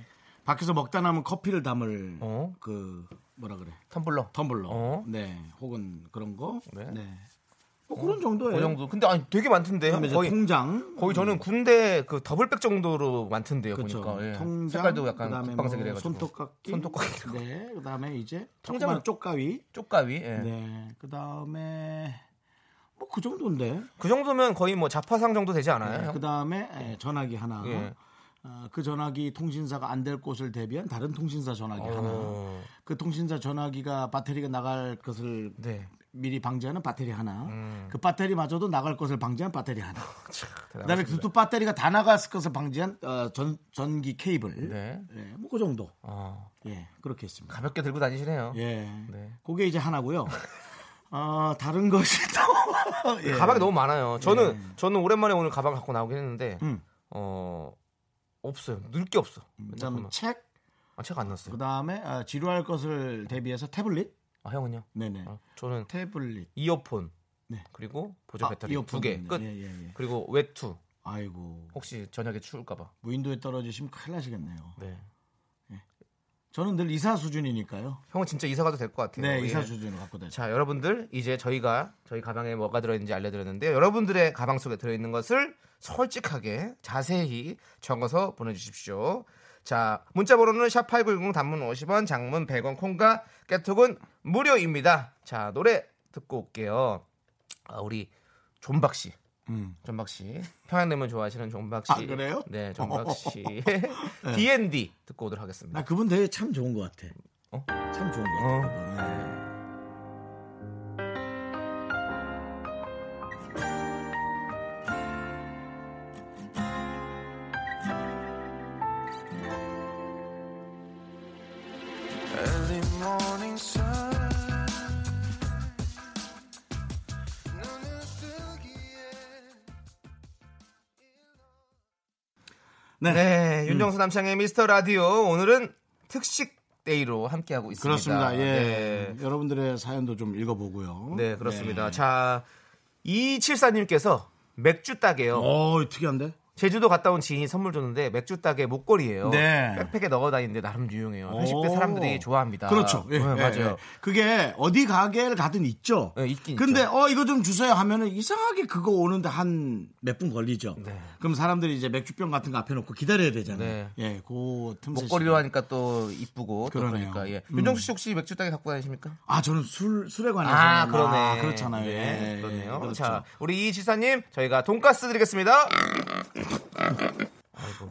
Speaker 2: 밖에서 먹다 남은 커피를 담을
Speaker 3: 어?
Speaker 2: 그 뭐라 그래
Speaker 3: 텀블러.
Speaker 2: 텀블러
Speaker 3: 어?
Speaker 2: 네 혹은 그런 거 네.
Speaker 3: 네.
Speaker 2: 뭐 그런 정도예요.
Speaker 3: 그 정도. 근데 아니 되게 많던데요.
Speaker 2: 그다음에 이제
Speaker 3: 거의
Speaker 2: 통장.
Speaker 3: 거의 저는 군대 그 더블백 정도로 많던데요.
Speaker 2: 그쵸.
Speaker 3: 보니까 예.
Speaker 2: 통장.
Speaker 3: 색깔도 약간
Speaker 2: 그다음에
Speaker 3: 국방색이라
Speaker 2: 뭐
Speaker 3: 해가지고
Speaker 2: 손톱깎이.
Speaker 3: 손톱깎이.
Speaker 2: 네. 그다음에 이제
Speaker 3: 통장은-
Speaker 2: 통장 쪽가위.
Speaker 3: 쪽가위. 예.
Speaker 2: 네. 그다음에 뭐 그 정도인데.
Speaker 3: 그 정도면 거의 뭐 자파상 정도 되지 않아요? 형?
Speaker 2: 그다음에 예, 전화기 하나.
Speaker 3: 네. 예.
Speaker 2: 어, 그 전화기 통신사가 안 될 곳을 대비한 다른 통신사 전화기 하나.
Speaker 3: 어,
Speaker 2: 그 통신사 전화기가 배터리가 나갈 것을
Speaker 3: 네. 음.
Speaker 2: 미리 방지하는 배터리 하나. 그 배터리마저도 나갈 것을 방지한 배터리 하나. 그다음에
Speaker 3: 대단하십니다.
Speaker 2: 두 배터리가 다 나갔을 것을 방지한 어, 전 전기 케이블.
Speaker 3: 네.
Speaker 2: 예, 뭐그 정도.
Speaker 3: 어,
Speaker 2: 예, 그렇게 했습니다.
Speaker 3: 가볍게 들고 다니시네요.
Speaker 2: 예,
Speaker 3: 네.
Speaker 2: 그게 이제 하나고요. 어, 다른 것이 또 예.
Speaker 3: 네, 가방이 너무 많아요. 저는 저는 오랜만에 오늘 가방 갖고 나오긴 했는데
Speaker 2: 음.
Speaker 3: 어 없어요. 넣을 게 없어.
Speaker 2: 그다음에
Speaker 3: 잠깐만.
Speaker 2: 책,
Speaker 3: 아, 책안 넣었어요.
Speaker 2: 그다음에 어, 지루할 것을 대비해서 태블릿.
Speaker 3: 아 형은요?
Speaker 2: 네네.
Speaker 3: 아, 저는
Speaker 2: 태블릿.
Speaker 3: 이어폰.
Speaker 2: 네.
Speaker 3: 그리고 보조
Speaker 2: 아,
Speaker 3: 배터리
Speaker 2: 이어폰
Speaker 3: 두 개.
Speaker 2: 있네.
Speaker 3: 끝. 어.
Speaker 2: 예, 예, 예.
Speaker 3: 그리고 외투.
Speaker 2: 아이고
Speaker 3: 혹시 저녁에 추울까 봐.
Speaker 2: 무인도에 떨어지시면 큰일 나시겠네요.
Speaker 3: 네.
Speaker 2: 저는 늘 이사 수준이니까요.
Speaker 3: 형은 진짜 이사 가도 될 것 같아요.
Speaker 2: 네,
Speaker 3: 예.
Speaker 2: 이사 수준을 갖고 다니.
Speaker 3: 자, 여러분들 이제 저희가 저희 가방에 뭐가 들어있는지 알려드렸는데요. 여러분들의 가방 속에 들어있는 것을 솔직하게 자세히 적어서 보내주십시오. 자, 문자번호는 샵8910 단문 50원, 장문 100원, 콩과 깨톡은 무료입니다. 자, 노래 듣고 올게요. 아, 우리 존박 씨.
Speaker 2: 음.
Speaker 3: 존박 씨. 평양냉면 좋아하시는 존박 씨.
Speaker 2: 아, 그래요? 네.
Speaker 3: 네, 존박 씨. D&D 듣고 오도록 하겠습니다.
Speaker 2: 나 그분 되게 참 좋은 것 같아.
Speaker 3: 어?
Speaker 2: 참 좋은 것
Speaker 3: 어.
Speaker 2: 같아. 그분. 예. 네. 네.
Speaker 3: 네, 윤정수 남창의 미스터 라디오 오늘은 특식 데이로 함께하고 있습니다.
Speaker 2: 그렇습니다. 예.
Speaker 3: 네.
Speaker 2: 여러분들의 사연도 좀 읽어보고요.
Speaker 3: 네, 그렇습니다.
Speaker 2: 네.
Speaker 3: 자, 274님께서 맥주 따개요.
Speaker 2: 어, 특이한데?
Speaker 3: 제주도 갔다 온 지인이 선물 줬는데 맥주 따개 목걸이에요.
Speaker 2: 네.
Speaker 3: 백팩에 넣어 다니는데 나름 유용해요. 아, 회식 때
Speaker 2: 오.
Speaker 3: 사람들이 좋아합니다.
Speaker 2: 어. 그렇죠. 예,
Speaker 3: 네,
Speaker 2: 예,
Speaker 3: 맞아요.
Speaker 2: 예. 그게 어디 가게를 가든 있죠.
Speaker 3: 예, 있긴
Speaker 2: 근데
Speaker 3: 있죠.
Speaker 2: 어 이거 좀 주세요 하면은 이상하게 그거 오는데 한 몇 분 걸리죠.
Speaker 3: 네.
Speaker 2: 그럼 사람들이 이제 맥주병 같은 거 앞에 놓고 기다려야 되잖아요. 예, 그 틈새.
Speaker 3: 목걸이로 하니까 또 이쁘고 또
Speaker 2: 그러네요. 음.
Speaker 3: 그러니까 예. 윤정수 씨 혹시 맥주 따개 갖고 다니십니까?
Speaker 2: 아, 저는 술 술에 관해서
Speaker 3: 아, 그러네.
Speaker 2: 그렇잖아요.
Speaker 3: 네,
Speaker 2: 예,
Speaker 3: 그러네요.
Speaker 2: 예, 그렇죠.
Speaker 3: 자, 우리 이 지사님, 저희가 돈가스 드리겠습니다. 아이고,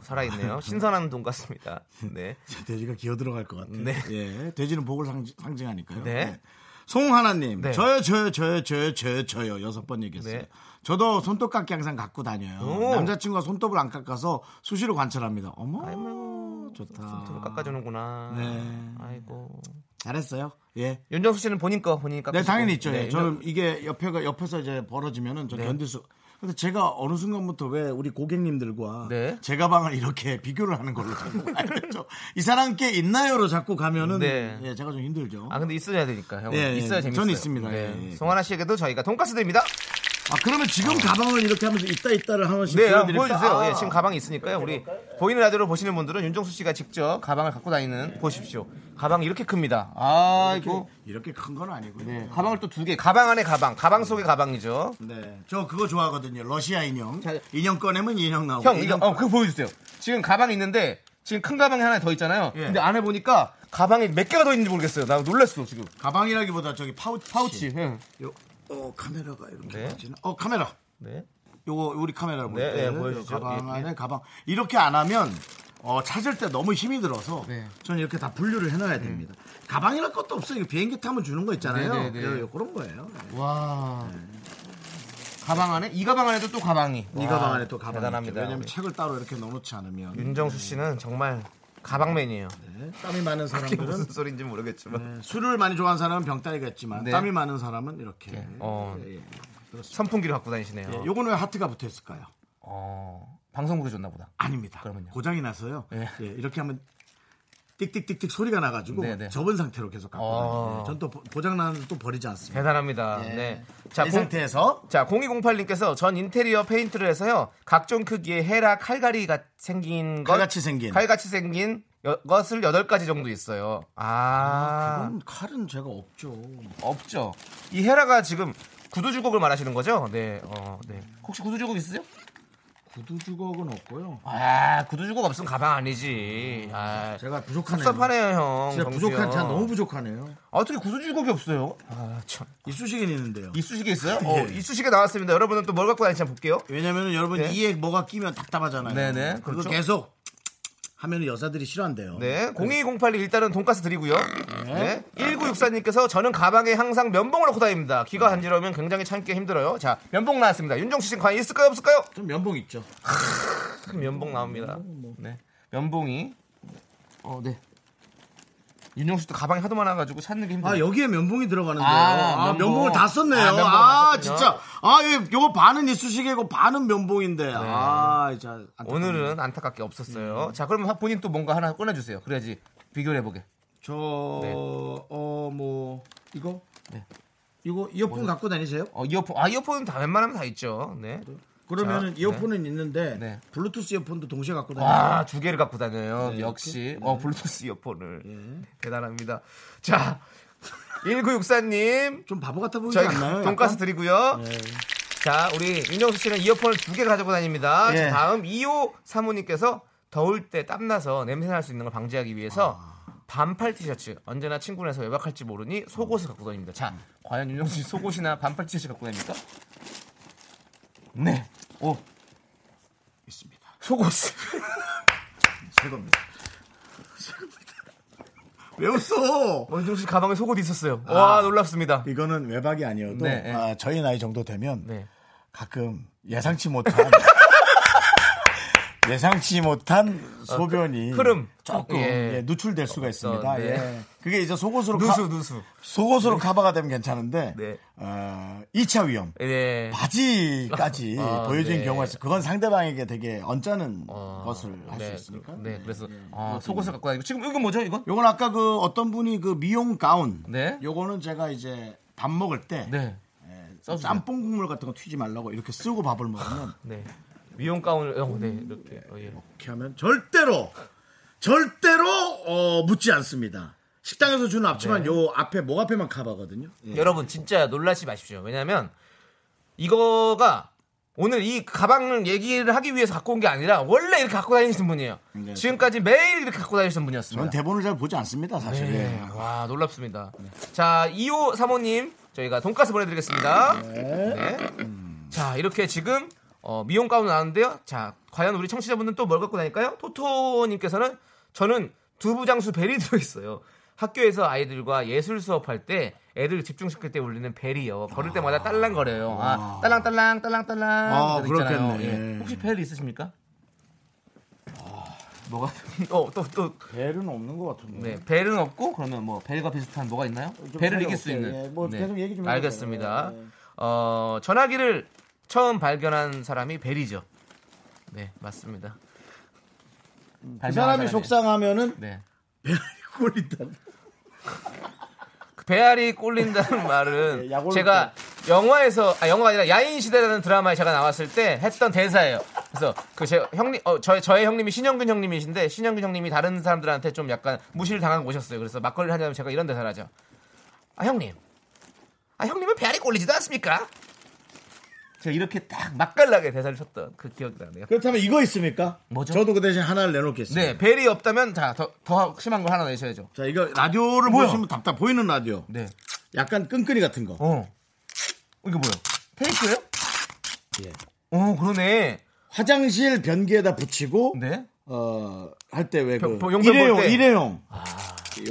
Speaker 3: 살아있네요. 신선한 돈가스입니다. 네.
Speaker 2: 돼지가 기어 들어갈 것 같아요.
Speaker 3: 네.
Speaker 2: 예, 돼지는 복을 상징, 하니까요
Speaker 3: 네.
Speaker 2: 송하나님,
Speaker 3: 네.
Speaker 2: 저요, 저요, 저요, 저요, 저요, 저요. 여섯 번 얘기했어요.
Speaker 3: 네.
Speaker 2: 저도 손톱깎이 항상 갖고 다녀요.
Speaker 3: 오.
Speaker 2: 남자친구가 손톱을 안 깎아서 수시로 관찰합니다. 어머,
Speaker 3: 아이고,
Speaker 2: 좋다.
Speaker 3: 손톱을 깎아주는구나.
Speaker 2: 네.
Speaker 3: 아이고.
Speaker 2: 잘했어요. 예.
Speaker 3: 윤정수 씨는 본인 거, 본인 깎아
Speaker 2: 네, 당연히 있죠. 예.
Speaker 3: 윤정-
Speaker 2: 저는 이게 옆에가, 옆에서 이제 벌어지면은 저
Speaker 3: 네.
Speaker 2: 견딜 수. 근데 제가 어느 순간부터 왜 우리 고객님들과
Speaker 3: 네.
Speaker 2: 제 가방을 이렇게 비교를 하는 걸로 자꾸 가야 되죠. 이 사람 께 있나요로 자꾸 가면은
Speaker 3: 네.
Speaker 2: 예, 제가 좀 힘들죠.
Speaker 3: 아, 근데 있어야 되니까, 형.
Speaker 2: 예, 예.
Speaker 3: 있어야 재밌어요. 네.
Speaker 2: 저는 있습니다. 예, 예.
Speaker 3: 송하나 씨에게도 저희가 돈가스 드립니다.
Speaker 2: 아 그러면 지금 가방을 이렇게 하면서 있다 있다를 한 번씩
Speaker 3: 어. 네, 한번
Speaker 2: 보여드릴까요?
Speaker 3: 보여주세요.
Speaker 2: 아. 네,
Speaker 3: 예, 지금 가방이 있으니까요. 우리 보이는 라디오로 보시는 분들은 윤정수 씨가 직접 가방을 갖고 다니는 보십시오. 가방이 이렇게 큽니다. 어, 아이고.
Speaker 2: 이렇게 큰 건 아니고요. 네.
Speaker 3: 예, 가방을 또 두 개. 가방 안에 가방. 가방 속에 가방이죠.
Speaker 2: 네. 저 그거 좋아하거든요. 러시아 인형. 인형 꺼내면 인형 나오고.
Speaker 3: 형, 이거,
Speaker 2: 인형
Speaker 3: 어, 그거 보여주세요. 지금 가방이 있는데, 지금 큰 가방이 하나 더 있잖아요.
Speaker 2: 예.
Speaker 3: 근데 안에 보니까 가방이 몇 개가 더 있는지 모르겠어요. 나 놀랐어, 지금.
Speaker 2: 가방이라기보다 저기 파우치.
Speaker 3: 파우치. 예.
Speaker 2: 요, 어 카메라가 이렇게
Speaker 3: 네.
Speaker 2: 보이지나? 어 카메라.
Speaker 3: 네.
Speaker 2: 요거 우리 카메라 볼
Speaker 3: 네,
Speaker 2: 때. 그
Speaker 3: 네, 보여주죠.
Speaker 2: 가방
Speaker 3: 예,
Speaker 2: 안에 가방. 이렇게 안 하면 어, 찾을 때 너무 힘이 들어서
Speaker 3: 네.
Speaker 2: 저는 이렇게 다 분류를 해놔야 됩니다. 가방이랄 것도 없어요. 이거 비행기 타면 주는 거 있잖아요.
Speaker 3: 네, 네, 네.
Speaker 2: 요- 그런 거예요.
Speaker 3: 와. 가방 안에? 이 가방 안에도 또 가방이.
Speaker 2: 이
Speaker 3: 와,
Speaker 2: 가방 안에 또 가방.
Speaker 3: 대단합니다.
Speaker 2: 왜냐면
Speaker 3: 우리
Speaker 2: 책을 따로 이렇게 넣어놓지 않으면
Speaker 3: 윤정수 씨는 정말 가방맨이에요.
Speaker 2: 네. 음, 땀이 많은
Speaker 3: 이게
Speaker 2: 사람들은
Speaker 3: 무슨 소리인지 모르겠지만.
Speaker 2: 네, 술을 많이 좋아하는 사람은 병따리가 있지만
Speaker 3: 네.
Speaker 2: 땀이 많은 사람은 이렇게.
Speaker 3: 어.
Speaker 2: 예, 예. 그렇습니다.
Speaker 3: 선풍기를 갖고 다니시네요.
Speaker 2: 예, 요건 왜 하트가 붙어 있을까요?
Speaker 3: 어, 방송국에 줬나 보다.
Speaker 2: 아닙니다.
Speaker 3: 그러면요.
Speaker 2: 고장이 나서요.
Speaker 3: 예.
Speaker 2: 예, 이렇게 하면 띡띡띡띡 소리가 나가지고
Speaker 3: 네, 네.
Speaker 2: 접은 상태로 계속 갖고
Speaker 3: 어.
Speaker 2: 다니요 예, 전또 고장 나는 또 버리지 않습니다.
Speaker 3: 대단합니다.
Speaker 2: 예.
Speaker 3: 네.
Speaker 2: 자, 이
Speaker 3: 공-
Speaker 2: 상태에서
Speaker 3: 자, 0208님께서 전 인테리어 페인트를 해서요. 각종 크기의 헤라 칼갈이 같 생긴 것
Speaker 2: 칼같이 생긴.
Speaker 3: 칼같이 생긴 여- 것을 8가지 정도 있어요. 아,
Speaker 2: 그건 칼은 제가 없죠.
Speaker 3: 없죠. 이 헤라가 지금 구두 주걱을 말하시는 거죠? 네. 어, 네. 혹시 구두 주걱 있으세요?
Speaker 2: 구두 주걱은 없고요.
Speaker 3: 아, 구두 주걱 없으면 가방 아니지. 아,
Speaker 2: 제가 부족하네요.
Speaker 3: 섭섭하네요, 형.
Speaker 2: 진짜
Speaker 3: 정수영.
Speaker 2: 부족한 제가 너무 부족하네요.
Speaker 3: 아, 어떻게 구두 주걱이 없어요? 아, 참.
Speaker 2: 이쑤시개는 있는데요.
Speaker 3: 이쑤시개 있어요?
Speaker 2: 예.
Speaker 3: 어, 이쑤시개 나왔습니다. 여러분은 또 뭘 갖고 다니지 한번 볼게요.
Speaker 2: 왜냐면은 여러분
Speaker 3: 네.
Speaker 2: 이에 뭐가 끼면 답답하잖아요.
Speaker 3: 네네,
Speaker 2: 그거
Speaker 3: 그렇죠.
Speaker 2: 계속 하면은 여자들이 싫어한대요.
Speaker 3: 네, 02081 일단은 돈가스 드리고요. 네, 1964님께서 저는 가방에 항상 면봉을 넣고 다닙니다. 귀가 간지러우면 굉장히 참기 힘들어요. 자, 면봉 나왔습니다. 윤종신 씨는 과연 있을까요, 없을까요?
Speaker 2: 좀 면봉 있죠.
Speaker 3: 큰 면봉 나옵니다. 네, 면봉이. 어, 네. 윤종신 씨도 가방이 하도 많아가지고 찾는 게 힘들어요.
Speaker 2: 아 여기에 면봉이 들어가는데요.
Speaker 3: 네. 아,
Speaker 2: 아,
Speaker 3: 면봉.
Speaker 2: 면봉을 다 썼네요.
Speaker 3: 아,
Speaker 2: 아,
Speaker 3: 면봉을 다 썼군요.
Speaker 2: 진짜. 아 이- 요거 반은 이쑤시개고 반은 면봉인데. 아 진짜. 안타깝네요.
Speaker 3: 네. 오늘은 안타깝게 없었어요. 자, 그러면 본인 또 뭔가 하나 꺼내주세요. 그래야지 비교를 해보게. 네.
Speaker 2: 어, 저어뭐 이거 이거 이어폰 갖고 다니세요?
Speaker 3: 어, 이어폰, 아, 이어폰은 다 웬만하면 다 있죠. 네.
Speaker 2: 그러면은
Speaker 3: 자,
Speaker 2: 이어폰은 있는데
Speaker 3: 네.
Speaker 2: 블루투스 이어폰도 동시에 갖고 다니세요?
Speaker 3: 와, 두 개를 갖고
Speaker 2: 네,
Speaker 3: 다녀요. 역시. 어, 블루투스 이어폰을.
Speaker 2: 예.
Speaker 3: 대단합니다. 자, 1964님.
Speaker 2: 좀 바보 같아 보이지
Speaker 3: 저희
Speaker 2: 않나요?
Speaker 3: 돈가스
Speaker 2: 약간? 네.
Speaker 3: 드리고요. 자, 우리 윤정수 씨는 이어폰을 두 개 가지고 다닙니다. 자,
Speaker 2: 예.
Speaker 3: 다음 2호 사모님께서 더울 때 땀나서 냄새날 수 있는 걸 방지하기 위해서
Speaker 2: 아.
Speaker 3: 반팔 티셔츠 언제나 친구네서 외박할지 모르니 속옷을 갖고 다닙니다. 자, 과연 윤정수 씨 속옷이나 반팔 티셔츠 갖고 다닙니까? 네. 오.
Speaker 2: 있습니다.
Speaker 3: 속옷.
Speaker 2: 새 겁니다. 왜 웃어?
Speaker 3: 원종씨 가방에 속옷 있었어요.
Speaker 2: 아.
Speaker 3: 와 놀랍습니다.
Speaker 2: 이거는 외박이 아니어도
Speaker 3: 네, 네.
Speaker 2: 아, 저희 나이 정도 되면
Speaker 3: 네.
Speaker 2: 가끔 예상치 못한 예상치 못한 소변이
Speaker 3: 어, 흐름.
Speaker 2: 조금
Speaker 3: 예.
Speaker 2: 예, 누출될 수가 있습니다.
Speaker 3: 네.
Speaker 2: 예. 그게 이제 속옷으로
Speaker 3: 누수
Speaker 2: 가-
Speaker 3: 누수.
Speaker 2: 속옷으로 커버가 되면 괜찮은데
Speaker 3: 네.
Speaker 2: 어, 2차 위험
Speaker 3: 네.
Speaker 2: 예. 바지까지
Speaker 3: 아,
Speaker 2: 보여진
Speaker 3: 네.
Speaker 2: 경우가 있어. 그건 상대방에게 되게 언짢은
Speaker 3: 어,
Speaker 2: 것을 할 수
Speaker 3: 네,
Speaker 2: 있으니까.
Speaker 3: 그- 네, 그래서 아, 속옷을 갖고 다니고 지금 이거 뭐죠? 이건?
Speaker 2: 요건 아까 그 어떤 분이 그 미용 가운.
Speaker 3: 네.
Speaker 2: 요거는 제가 이제 밥 먹을 때
Speaker 3: 네. 써주세요.
Speaker 2: 짬뽕 국물 같은 거 튀지 말라고 이렇게 쓰고 밥을 먹으면
Speaker 3: 네. 미용 가운을 어, 네 이렇게 어, 예.
Speaker 2: 이렇게 하면 절대로 절대로 어, 묻지 않습니다. 식당에서 주는
Speaker 3: 네.
Speaker 2: 앞치마는 요 앞에 목 앞에만 커버거든요. 예.
Speaker 3: 여러분 진짜 놀라지 마십시오. 왜냐하면 이거가 오늘 이 가방을 얘기를 하기 위해서 갖고 온 게 아니라 원래 이렇게 갖고 다니시는 분이에요.
Speaker 2: 네.
Speaker 3: 지금까지 매일 이렇게 갖고 다니시는 분이었습니다.
Speaker 2: 저는 대본을 잘 보지 않습니다, 사실.
Speaker 3: 네.
Speaker 2: 예.
Speaker 3: 와 놀랍습니다. 자 2호 사모님 저희가 돈가스 보내드리겠습니다. 네. 자 이렇게 지금 어, 미용 가운 나왔는데요. 자 과연 우리 청취자분들 또 뭘 갖고 다닐까요? 토토님께서는 저는 두부장수 벨이 들어있어요. 학교에서 아이들과 예술 수업할 때 애들 집중시킬 때 울리는 벨이요. 걸을 때마다 딸랑거려요. 아, 딸랑딸랑 딸랑딸랑.
Speaker 2: 아,
Speaker 3: 그거 있잖아요.
Speaker 2: 그렇겠네.
Speaker 3: 예. 혹시 벨 있으십니까? 아, 뭐가? 어또또 또,
Speaker 2: 벨은 없는 것 같은데.
Speaker 3: 네, 벨은 없고 그러면 뭐 벨과 비슷한 뭐가 있나요?
Speaker 2: 좀
Speaker 3: 벨을
Speaker 2: 생각이
Speaker 3: 이길 수
Speaker 2: 없어요.
Speaker 3: 있는. 네.
Speaker 2: 예, 뭐 계속 얘기 좀 해주세요.
Speaker 3: 알겠습니다.
Speaker 2: 예, 예.
Speaker 3: 어, 전화기를 처음 발견한 사람이 벨이죠. 네, 맞습니다.
Speaker 2: 그 사람이 속상하면은
Speaker 3: 네.
Speaker 2: 벨이 꼴린다.
Speaker 3: 그 배알이 꼴린다는 말은
Speaker 2: 예, 약올로
Speaker 3: 제가 영화에서 아 영화가 아니라 야인 시대라는 드라마에 제가 나왔을 때 했던 대사예요. 그래서 그 제 형님 어 저의 저의 형님이 신영균 형님이신데 신영균 형님이 다른 사람들한테 좀 약간 무시를 당하고 오셨어요. 그래서 막걸리를 하자면 제가 이런 대사를 하죠. 아 형님. 아 형님은 배알이 꼴리지도 않습니까? 제가 이렇게 딱 맛깔나게 대사를 쳤던 그 기억이 나네요.
Speaker 2: 그렇다면 이거 있습니까?
Speaker 3: 뭐죠?
Speaker 2: 저도 그 대신 하나를 내놓겠습니다.
Speaker 3: 네, 벨이 없다면 자더더 심한 걸 하나 내셔야죠.
Speaker 2: 자, 이거 라디오를 보시면 답답 보이는 라디오.
Speaker 3: 네.
Speaker 2: 약간 끈끈이 같은 거.
Speaker 3: 어. 이게 뭐야? 테이프예요?
Speaker 2: 예.
Speaker 3: 어, 그러네.
Speaker 2: 화장실 변기에다 붙이고
Speaker 3: 네.
Speaker 2: 어할 때
Speaker 3: 병-
Speaker 2: 왜그
Speaker 3: 병- 용병
Speaker 2: 일회용
Speaker 3: 볼 때. 아.
Speaker 2: 일회용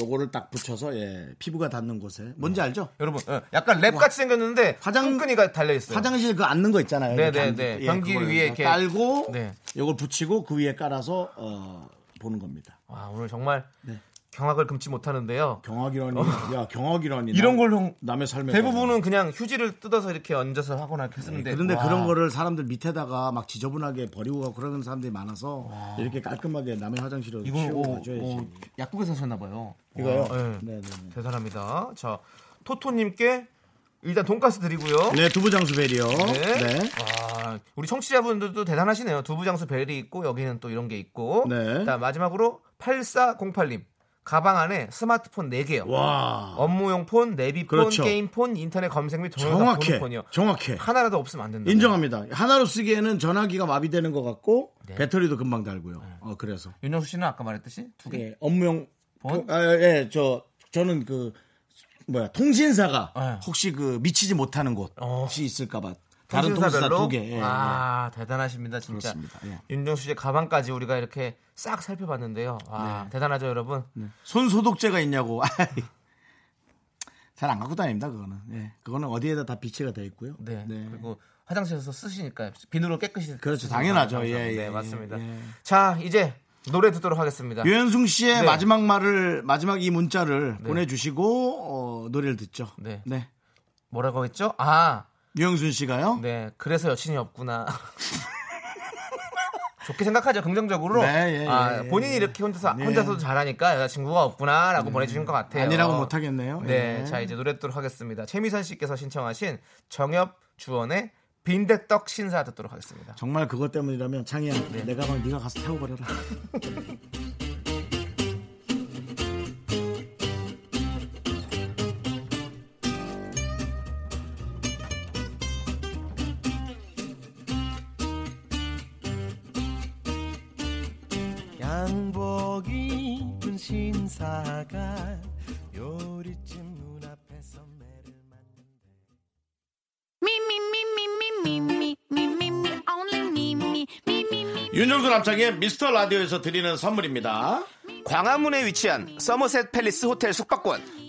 Speaker 2: 요거를 딱 붙여서 예 피부가 닿는 곳에 뭔지 알죠?
Speaker 3: 여러분, 어, 약간 랩 같이 생겼는데
Speaker 2: 화장-
Speaker 3: 화장 끈이가 달려 있어요.
Speaker 2: 화장실 그 앉는 거 있잖아요.
Speaker 3: 네,
Speaker 2: 이렇게
Speaker 3: 네,
Speaker 2: 앉-
Speaker 3: 네. 변기
Speaker 2: 그걸
Speaker 3: 위에 이렇게.
Speaker 2: 깔고
Speaker 3: 네.
Speaker 2: 요걸 붙이고 그 위에 깔아서 어 보는 겁니다.
Speaker 3: 와, 오늘 정말
Speaker 2: 네.
Speaker 3: 경악을 금치 못하는데요.
Speaker 2: 경악이라니 야 경악이라니
Speaker 3: 어. 이런
Speaker 2: 남-
Speaker 3: 걸 형-
Speaker 2: 남의 삶에
Speaker 3: 대부분은 그냥 휴지를 뜯어서 이렇게 얹어서 하거나 했었는데.
Speaker 2: 네, 그런데
Speaker 3: 와.
Speaker 2: 그런 거를 사람들 밑에다가 막 지저분하게 버리고 가고 그러는 사람들이 많아서 이렇게 깔끔하게 남의 화장실을
Speaker 3: 이거
Speaker 2: 치우고
Speaker 3: 오,
Speaker 2: 가줘야지.
Speaker 3: 오, 약국에서 사셨나 봐요.
Speaker 2: 이거요?
Speaker 3: 와, 뭐, 네.
Speaker 2: 네, 네, 네.
Speaker 3: 대단합니다. 자, 토토님께 일단 돈가스 드리고요.
Speaker 2: 네, 두부 장수벨이요.
Speaker 3: 네.
Speaker 2: 네.
Speaker 3: 와, 우리 청취자분들도 대단하시네요. 두부장수 벨이 있고 여기는 또 이런 게 있고.
Speaker 2: 네.
Speaker 3: 자, 마지막으로 8408님. 가방 안에 스마트폰 4개요.
Speaker 2: 와.
Speaker 3: 업무용 폰, 내비폰,
Speaker 2: 그렇죠.
Speaker 3: 게임폰, 인터넷 검색 및 동영상 보는
Speaker 2: 정확해.
Speaker 3: 폰이요.
Speaker 2: 정확해.
Speaker 3: 하나라도 없으면 안 된다.
Speaker 2: 인정합니다. 하나로 쓰기에는 전화기가 마비되는 것 같고
Speaker 3: 네.
Speaker 2: 배터리도 금방 달고요. 어, 그래서
Speaker 3: 윤정수 씨는 아까 말했듯이 두 개.
Speaker 2: 예, 업무용
Speaker 3: 본?
Speaker 2: 그, 아, 예, 저 저는 그 뭐야 통신사가
Speaker 3: 예.
Speaker 2: 혹시 그 미치지 못하는 곳이
Speaker 3: 어.
Speaker 2: 있을까봐 다른 통신사
Speaker 3: 통신사별로?
Speaker 2: 두 개. 예, 예.
Speaker 3: 아 대단하십니다 진짜.
Speaker 2: 그렇습니다. 예.
Speaker 3: 윤정수 씨의 가방까지 우리가 이렇게 싹 살펴봤는데요. 아 대단하죠 여러분.
Speaker 2: 네. 손 소독제가 있냐고. 잘 안 갖고 다닙니다 그거는. 예. 그거는 어디에다 다 비치가 돼 있고요.
Speaker 3: 네.
Speaker 2: 네.
Speaker 3: 그리고 화장실에서 쓰시니까 비누로 깨끗이.
Speaker 2: 그렇죠.
Speaker 3: 쓰시니까
Speaker 2: 당연하죠.
Speaker 3: 항상.
Speaker 2: 예, 예,
Speaker 3: 네,
Speaker 2: 예,
Speaker 3: 맞습니다.
Speaker 2: 예.
Speaker 3: 자 이제 노래 듣도록 하겠습니다.
Speaker 2: 유현승 씨의
Speaker 3: 네.
Speaker 2: 마지막 말을 마지막 이 문자를 보내주시고 어, 노래를 듣죠.
Speaker 3: 네.
Speaker 2: 네.
Speaker 3: 뭐라고 했죠? 아
Speaker 2: 유영순 씨가요.
Speaker 3: 네, 그래서 여친이 없구나. 좋게 생각하죠, 긍정적으로.
Speaker 2: 네, 예, 예,
Speaker 3: 아,
Speaker 2: 예,
Speaker 3: 본인이
Speaker 2: 예.
Speaker 3: 이렇게 혼자서,
Speaker 2: 네.
Speaker 3: 혼자서도 잘하니까 여자친구가 없구나라고 보내주신 것 같아요.
Speaker 2: 아니라고 못하겠네요.
Speaker 3: 네,
Speaker 2: 예.
Speaker 3: 자, 이제 노래 듣도록 하겠습니다. 최미선 씨께서 신청하신 정엽 주원의 빈대떡 신사 듣도록 하겠습니다.
Speaker 2: 정말 그것 때문이라면 창희야 내가 막 네가 가서 태워버려라.
Speaker 5: 양복 입은 신사가 요리집 눈앞에서 매를 맞는
Speaker 6: Me, me, me, me, me, me, me, me, me, me, only me, me, me, me, me.
Speaker 2: 윤정수 남창의 미스터 라디오에서 드리는 선물입니다.
Speaker 3: 광화문에 위치한 서머셋 팰리스 호텔 숙박권,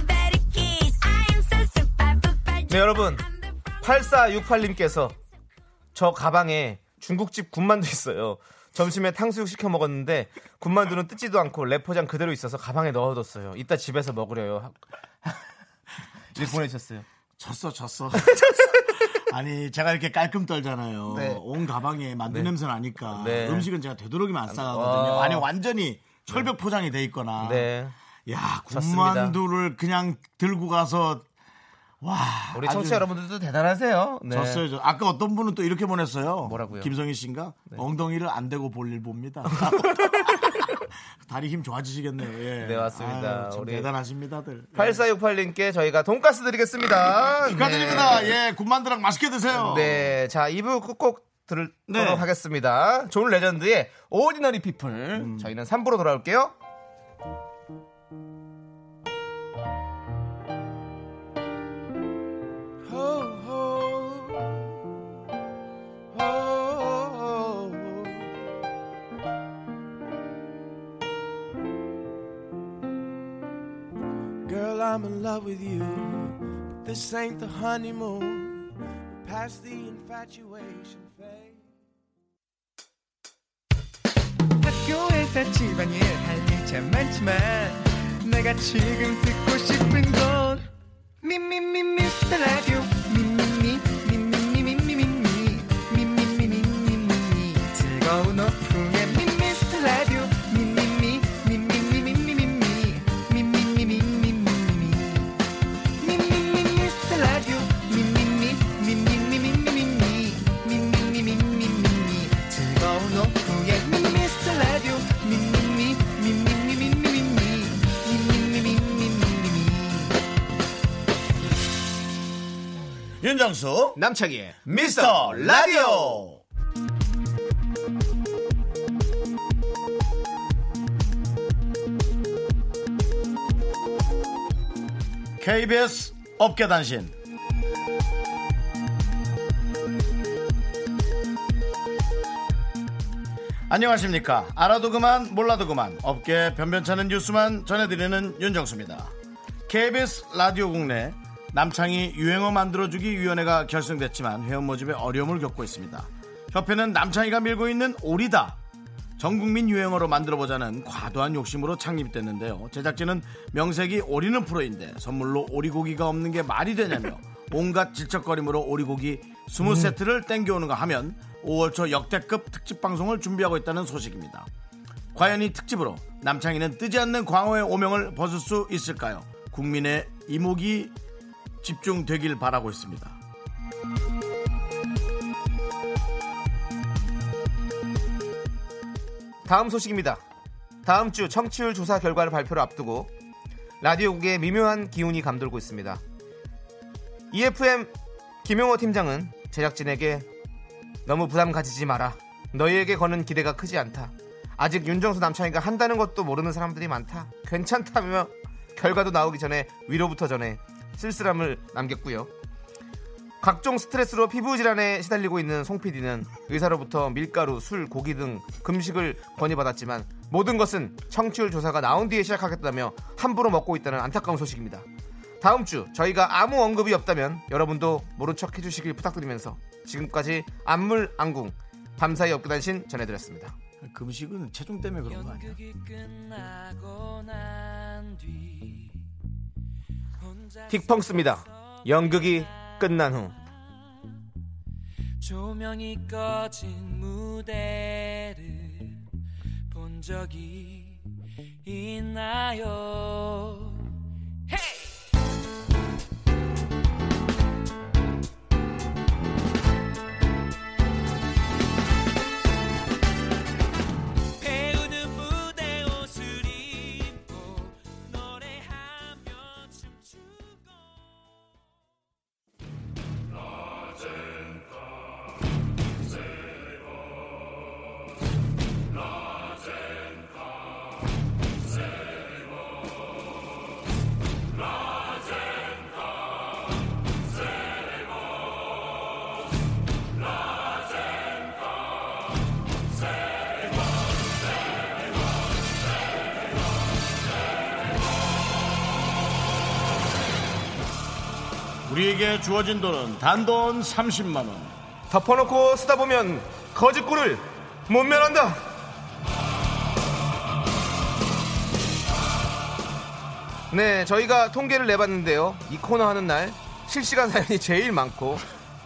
Speaker 6: that a kiss. I am so super, super.
Speaker 3: 네 여러분
Speaker 6: I'm the problem.
Speaker 3: 8468님께서 저 가방에 중국집 군만두 있어요 점심에 탕수육 시켜 먹었는데 군만두는 뜯지도 않고 래포장 그대로 있어서 가방에 넣어뒀어요 이따 집에서 먹으려요 이렇게 보내주셨어요
Speaker 2: 졌어, 졌어. 아니, 제가 이렇게 깔끔 떨잖아요.
Speaker 3: 네.
Speaker 2: 온 가방에 만두 냄새 나니까
Speaker 3: 네.
Speaker 2: 음식은 제가 되도록이면 안 싸가거든요.
Speaker 3: 와.
Speaker 2: 아니, 완전히 철벽 포장이 돼 있거나.
Speaker 3: 네
Speaker 2: 야,
Speaker 3: 졌습니다.
Speaker 2: 군만두를 그냥 들고 가서 와.
Speaker 3: 우리
Speaker 2: 아주
Speaker 3: 청취자 여러분들도 대단하세요 네.
Speaker 2: 졌어요. 졌- 아까 어떤 분은 또 이렇게 보냈어요.
Speaker 3: 뭐라고요? 네.
Speaker 2: 김성희 씨인가? 엉덩이를 안 대고 볼 일 봅니다. 다리 힘 좋아지시겠네요. 예.
Speaker 3: 네, 맞습니다.
Speaker 2: 아유, 참
Speaker 3: 우리
Speaker 2: 대단하십니다들.
Speaker 3: 8468님께 저희가 돈가스 드리겠습니다
Speaker 2: 축하드립니다.
Speaker 3: 네.
Speaker 2: 예, 군만두랑 맛있게 드세요.
Speaker 3: 네, 자 2부 꾹꾹 들도록
Speaker 2: 네.
Speaker 3: 하겠습니다. 존 레전드의 오디너리 피플.
Speaker 2: 음.
Speaker 3: 저희는 3부로 돌아올게요.
Speaker 5: Girl, I'm in love with you. But this ain't the honeymoon. We're past the infatuation phase.
Speaker 7: 학교에서 집안일 할 일 참 많지만 내가 지금 듣고 싶은 건 미미미 미스터 라디오 미미미 미미미 미미미 미미미 미미미 미미미 즐거운 오후에 미미스터 라디오 미미미 미미미 미미미 미미미 미미미 미미미
Speaker 8: 예,
Speaker 2: 윤정수
Speaker 3: 남창희의
Speaker 2: 미스터 라디오 KBS 업계 단신 안녕하십니까 알아도 그만 몰라도 그만 업계 변변찮은 뉴스만 전해드리는 윤정수입니다 KBS 라디오 국내 남창희 유행어 만들어주기 위원회가 결성됐지만 회원 모집에 어려움을 겪고 있습니다 협회는 남창희가 밀고 있는 오리다 전국민 유행어로 만들어보자는 과도한 욕심으로 창립됐는데요. 제작진은 명색이 오리는 프로인데 선물로 오리고기가 없는 게 말이 되냐며 온갖 질척거림으로 오리고기 20세트를 땡겨오는가 하면 5월 초 역대급 특집 방송을 준비하고 있다는 소식입니다. 과연 이 특집으로 남창희는 뜨지 않는 광어의 오명을 벗을 수 있을까요? 국민의 이목이 집중되길 바라고 있습니다.
Speaker 3: 다음 소식입니다. 다음 주 청취율 조사 결과를 발표를 앞두고 라디오국에 미묘한 기운이 감돌고 있습니다. EFM 김용호 팀장은 제작진에게 너무 부담 가지지 마라. 너희에게 거는 기대가 크지 않다. 아직 윤정수 남창이가 한다는 것도 모르는 사람들이 많다. 괜찮다며 결과도 나오기 전에 위로부터 전에 쓸쓸함을 남겼고요. 각종 스트레스로 피부 질환에 시달리고 있는 송 PD는 의사로부터 밀가루, 술, 고기 등 금식을 권유받았지만 모든 것은 청취율 조사가 나온 뒤에 시작하겠다며 함부로 먹고 있다는 안타까운 소식입니다. 다음 주 저희가 아무 언급이 없다면 여러분도 모른 척 해주시길 부탁드리면서 지금까지 안물 안궁 밤사이 업계단신 전해드렸습니다.
Speaker 2: 금식은 체중 때문에 그런 거 아니야?
Speaker 3: 딕펑스입니다. 연극이 끝난 후
Speaker 8: 조명이 꺼진 무대를 본 적이 있나요? 헤이! 배우는 무대 옷을 입고 노래하며 춤추고
Speaker 2: 우리에게 주어진 돈은 단돈 30만 원.
Speaker 3: 덮어놓고 쓰다 보면 거짓 꿀을 못 면한다. 네, 저희가 통계를 내봤는데요. 이 코너 하는 날 실시간 사연이 제일 많고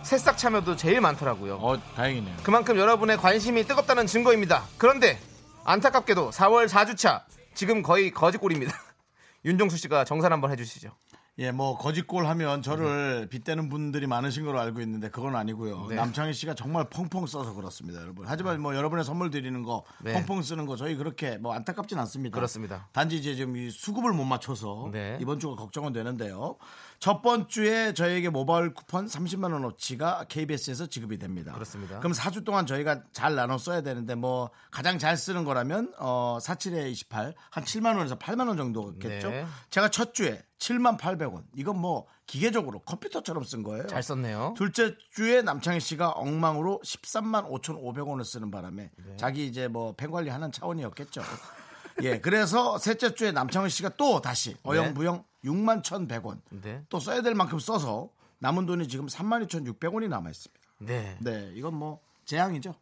Speaker 3: 새싹 참여도 제일 많더라고요.
Speaker 2: 어, 다행이네요.
Speaker 3: 그만큼 여러분의 관심이 뜨겁다는 증거입니다. 그런데 안타깝게도 4월 4주차 지금 거의 거짓 꿀입니다. 윤종수 씨가 정산 한번 해주시죠.
Speaker 2: 예, 뭐 거짓골 하면 저를 빗대는 분들이 많으신 걸로 알고 있는데 그건 아니고요.
Speaker 3: 네.
Speaker 2: 남창희 씨가 정말 펑펑 써서 그렇습니다, 여러분. 하지만 뭐 여러분의 선물 드리는 거
Speaker 3: 네.
Speaker 2: 펑펑 쓰는 거 저희 그렇게 뭐 안타깝진 않습니다.
Speaker 3: 그렇습니다.
Speaker 2: 단지 이제 지금 이 수급을 못 맞춰서
Speaker 3: 네.
Speaker 2: 이번 주가 걱정은 되는데요. 첫번 주에 저희에게 모바일 쿠폰 30만 원어치가 KBS에서 지급이 됩니다.
Speaker 3: 그렇습니다.
Speaker 2: 그럼 4주 동안 저희가 잘 나눠 써야 되는데 뭐 가장 잘 쓰는 거라면 어 47에 28, 한 7만 원에서 8만 원 정도겠죠.
Speaker 3: 네.
Speaker 2: 제가 첫 주에 7만 800원. 이건 뭐 기계적으로 컴퓨터처럼 쓴 거예요.
Speaker 3: 잘 썼네요.
Speaker 2: 둘째 주에 남창희 씨가 엉망으로 13만 5,500원을 쓰는 바람에
Speaker 3: 네.
Speaker 2: 자기 이제 뭐 팬 관리하는 차원이었겠죠. 예, 그래서 셋째 주에 남창희 씨가 또 다시 어영부영 6만 1,100원
Speaker 3: 네.
Speaker 2: 또 써야 될 만큼 써서 남은 돈이 지금 3만 2,600원이 남아 있습니다.
Speaker 3: 네.
Speaker 2: 네, 이건 뭐 재앙이죠.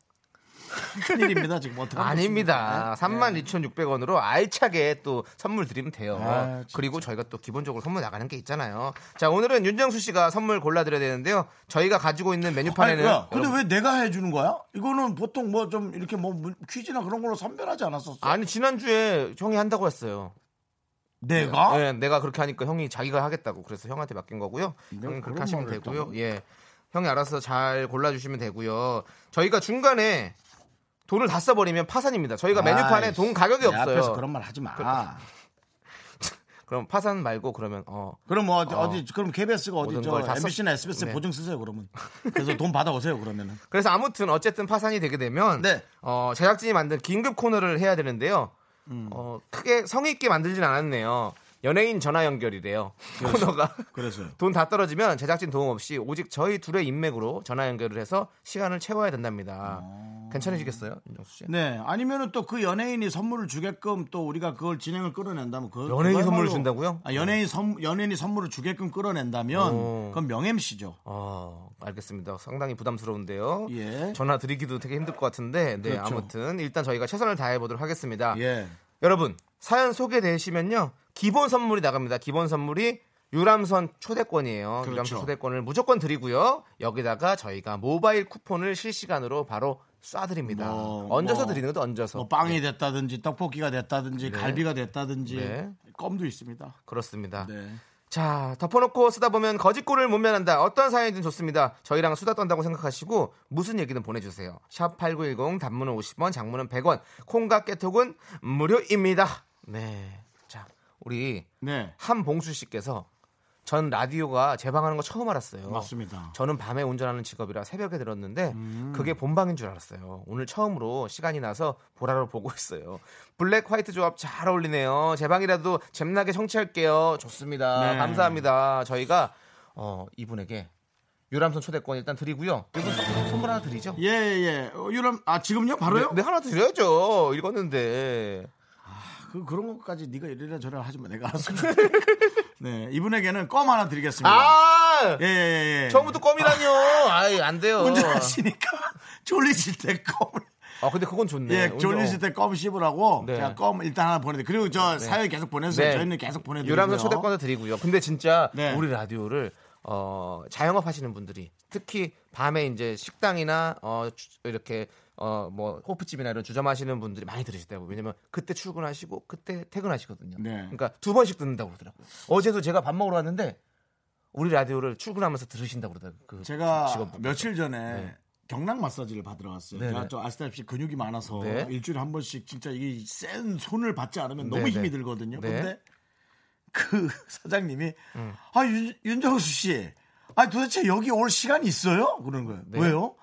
Speaker 2: 큰일입니다 지금 어떻게
Speaker 3: 아닙니다.
Speaker 2: 네.
Speaker 3: 32,600원으로 알차게 또 선물 드리면 돼요.
Speaker 2: 아, 진짜.
Speaker 3: 그리고 저희가 또 기본적으로 선물 나가는 게 있잖아요. 자, 오늘은 윤정수 씨가 선물 골라드려야 되는데요. 저희가 가지고 있는
Speaker 2: 아니,
Speaker 3: 메뉴판에는
Speaker 2: 야, 근데
Speaker 3: 여러분-
Speaker 2: 왜 내가 해주는 거야? 이거는 보통 뭐 좀 이렇게 뭐 문- 퀴즈나 그런 걸로 선별하지 않았었어?
Speaker 3: 아니 지난주에 형이 한다고 했어요.
Speaker 2: 내가?
Speaker 3: 네, 내가 그렇게 하니까 형이 자기가 하겠다고 그래서 형한테 맡긴 거고요. 형은
Speaker 2: 그런
Speaker 3: 그렇게 하시면
Speaker 2: 말을
Speaker 3: 되고요.
Speaker 2: 했다고?
Speaker 3: 예, 형이 알아서 잘 골라주시면 되고요. 저희가 중간에 돈을 다 써버리면 파산입니다. 저희가 메뉴판에
Speaker 2: 아이씨,
Speaker 3: 돈 가격이
Speaker 2: 내
Speaker 3: 없어요.
Speaker 2: 앞에서 그런 말 하지 마.
Speaker 3: 그럼 파산 말고 그러면 어
Speaker 2: 그럼 뭐 어디,
Speaker 3: 어.
Speaker 2: 어디 그럼 KBS가 어디
Speaker 3: 모든
Speaker 2: 저
Speaker 3: 걸다 썼-
Speaker 2: MBC나 SBS 에
Speaker 3: 네.
Speaker 2: 보증 쓰세요 그러면. 그래서 돈 받아 오세요 그러면은.
Speaker 3: 그래서 아무튼 어쨌든 파산이 되게 되면
Speaker 2: 네.
Speaker 3: 어,
Speaker 2: 음.
Speaker 3: 제작진이 만든 긴급 코너를 해야 되는데요. 어, 크게 성의 있게 만들진 않았네요. 연예인 전화 연결이래요.
Speaker 2: 그렇죠.
Speaker 3: 코너가.
Speaker 2: 그래서요.
Speaker 3: 돈 다 떨어지면 제작진 도움 없이 오직 저희 둘의 인맥으로 전화 연결을 해서 시간을 채워야 된답니다. 괜찮으시겠어요, 윤정수 씨?
Speaker 2: 네, 아니면은 또 그 연예인이 선물을 주게끔 또 우리가 그걸 진행을 끌어낸다면 그
Speaker 3: 연예인이
Speaker 2: 그거야말로-
Speaker 3: 선물을 준다고요?
Speaker 2: 아, 연예인 선 연예인이 선물을 주게끔 끌어낸다면
Speaker 3: 어.
Speaker 2: 그건 명예씨죠.
Speaker 3: 어, 알겠습니다. 상당히 부담스러운데요.
Speaker 2: 예.
Speaker 3: 전화 드리기도 되게 힘들 것 같은데, 네,
Speaker 2: 그렇죠.
Speaker 3: 아무튼 일단 저희가 최선을 다해 보도록 하겠습니다.
Speaker 2: 예.
Speaker 3: 여러분 사연 소개되시면요 기본 선물이 나갑니다. 기본 선물이 유람선 초대권이에요.
Speaker 2: 그렇죠.
Speaker 3: 유람선 초대권을 무조건 드리고요. 여기다가 저희가 모바일 쿠폰을 실시간으로 바로 쏴드립니다.
Speaker 2: 뭐,
Speaker 3: 얹어서
Speaker 2: 뭐,
Speaker 3: 드리는 것도 얹어서.
Speaker 2: 뭐 빵이 됐다든지 떡볶이가 됐다든지
Speaker 3: 네.
Speaker 2: 갈비가 됐다든지
Speaker 3: 네.
Speaker 2: 껌도 있습니다.
Speaker 3: 그렇습니다.
Speaker 2: 네.
Speaker 3: 자, 덮어놓고 쓰다 보면 거짓골을 못 면한다. 어떤 사연이든 좋습니다. 저희랑 수다 떤다고 생각하시고 무슨 얘기든 보내주세요. 샵 8910 단문은 50원, 장문은 100원, 콩과 깨톡은 무료입니다. 네. 자, 우리
Speaker 2: 네.
Speaker 3: 한봉수 씨께서 전 라디오가 재방하는 거 처음 알았어요.
Speaker 2: 맞습니다. 음.
Speaker 3: 저는 밤에 운전하는 직업이라 새벽에 들었는데 그게 본방인 줄 알았어요. 오늘 처음으로 시간이 나서 보라로 보고 있어요. 블랙 화이트 조합 잘 어울리네요. 재방이라도 잼나게 청취할게요. 좋습니다.
Speaker 2: 네.
Speaker 3: 감사합니다. 저희가 어, 이분에게 유람선 초대권 일단 드리고요. 이분 선- 선물 하나 드리죠.
Speaker 2: 예, 예. 어, 유람 아 지금요? 바로요?
Speaker 3: 네, 네, 하나 드려야죠. 읽었는데.
Speaker 2: 그 그런 것까지 네가 이래라 저래라 하지 마. 내가 알아서. 줄게. 네. 이분에게는 껌 하나 드리겠습니다.
Speaker 3: 아!
Speaker 2: 예, 예, 예.
Speaker 3: 처음부터 껌이라뇨. 아이, 안 돼요.
Speaker 2: 운전하시니까 졸리실 때 껌을
Speaker 3: 아 근데 그건 좋네.
Speaker 2: 예,
Speaker 3: 오늘-
Speaker 2: 졸리실 때 껌 씹으라고
Speaker 3: 네.
Speaker 2: 제가 껌 일단 하나 보내드 그리고 저 사연 계속 보내주세요.
Speaker 3: 네.
Speaker 2: 저희는 계속 보내드리고요.
Speaker 3: 유람선 초대권을 드리고요. 근데 진짜
Speaker 2: 네.
Speaker 3: 우리 라디오를 어, 자영업 하시는 분들이 특히 밤에 이제 식당이나 어, 주- 이렇게 어, 뭐 호프집이나 이런 주점 하시는 분들이 많이 들으시더라고요. 왜냐면 그때 출근하시고 그때 퇴근하시거든요.
Speaker 2: 네.
Speaker 3: 그러니까 두 번씩 듣는다고 그러더라고요. 어제도 제가 밥 먹으러 왔는데 우리 라디오를 출근하면서 들으신다고 그러더라고요. 그
Speaker 2: 제가
Speaker 3: 직원분.
Speaker 2: 며칠 전에 경락 마사지를 받으러 갔어요.
Speaker 3: 네. 네네.
Speaker 2: 제가 좀 아시다시피 근육이 많아서
Speaker 3: 네.
Speaker 2: 일주일에 한 번씩 진짜 이게 센 손을 받지 않으면 너무
Speaker 3: 네네.
Speaker 2: 힘이 들거든요.
Speaker 3: 네. 음.
Speaker 2: 근데 그 사장님이 아 윤, 윤정수 씨, 아 도대체 여기 올 시간이 있어요? 그러는 거예요.
Speaker 3: 네.
Speaker 2: 왜요?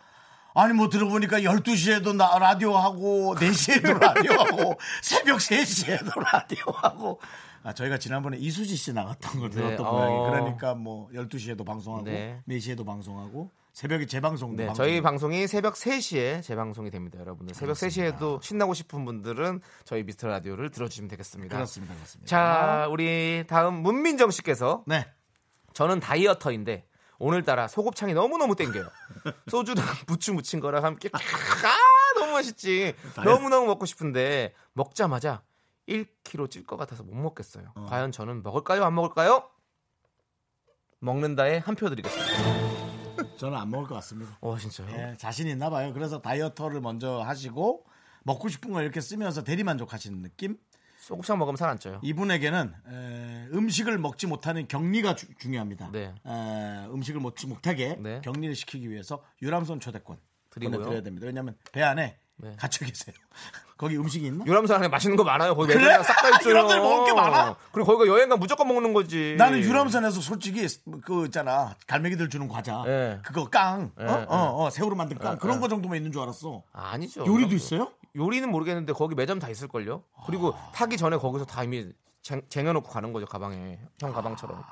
Speaker 2: 아니 뭐 들어보니까 12시에도 나 라디오 하고 4시에도 라디오 하고 새벽 3시에도 라디오 하고 아 저희가 지난번에 이수지 씨 나갔던 걸 들었던
Speaker 3: 어.
Speaker 2: 모양이 그러니까 뭐 12시에도 방송하고
Speaker 3: 네.
Speaker 2: 4시에도 방송하고 새벽에 재방송도
Speaker 3: 네,
Speaker 2: 방송.
Speaker 3: 저희 방송이 새벽 3시에 재방송이 됩니다, 여러분들. 새벽 3시에도 신나고 싶은 분들은 저희 미스터 라디오를 들어주시면 되겠습니다.
Speaker 2: 그렇습니다. 그렇습니다.
Speaker 3: 자, 우리 다음 문민정 씨께서
Speaker 2: 네.
Speaker 3: 저는 다이어터인데 오늘따라 소곱창이 너무너무 땡겨요. 소주랑 부추 무친 거랑 함께 아, 너무 맛있지. 너무너무 먹고 싶은데 먹자마자 1kg 찔 것 같아서 못 먹겠어요. 과연 저는 먹을까요? 안 먹을까요? 먹는다에 한 표 드리겠습니다.
Speaker 2: 저는 안 먹을 것 같습니다.
Speaker 3: 어, 진짜요?
Speaker 2: 예, 자신 있나 봐요. 그래서 다이어터를 먼저 하시고 먹고 싶은 걸 이렇게 쓰면서 대리 만족하시는 느낌?
Speaker 3: 소곱창 먹으면 살 안 쪄요.
Speaker 2: 이분에게는 에, 음식을 먹지 못하는 격리가 주- 중요합니다.
Speaker 3: 네.
Speaker 2: 에, 음식을 먹지 못하게
Speaker 3: 네.
Speaker 2: 격리를 시키기 위해서 유람선 초대권
Speaker 3: 드리고요.
Speaker 2: 보내드려야 됩니다. 왜냐하면 배 안에
Speaker 3: 네.
Speaker 2: 갇혀 계세요. 거기 음식이 있나?
Speaker 3: 어? 유람선 안에 맛있는 거 많아요. 거기
Speaker 2: 그래?
Speaker 3: 매장이랑 싹다 있죠.
Speaker 2: 유람선에 먹을 게 많아?
Speaker 3: 그리고 거기가 여행 가 무조건 먹는 거지.
Speaker 2: 나는 유람선에서 솔직히 그 있잖아 갈매기들 주는 과자
Speaker 3: 예.
Speaker 2: 그거 깡,
Speaker 3: 예,
Speaker 2: 어?
Speaker 3: 예.
Speaker 2: 어, 어, 새우로 만든 깡 그런 거 정도만 있는 줄 알았어.
Speaker 3: 아니죠.
Speaker 2: 요리도
Speaker 3: 유람선.
Speaker 2: 있어요?
Speaker 3: 요리는 모르겠는데 거기 매점 다 있을 걸요. 그리고
Speaker 2: 아.
Speaker 3: 타기 전에 거기서 다 이미 쟁, 쟁여놓고 가는 거죠 가방에
Speaker 2: 아.
Speaker 3: 형 가방처럼.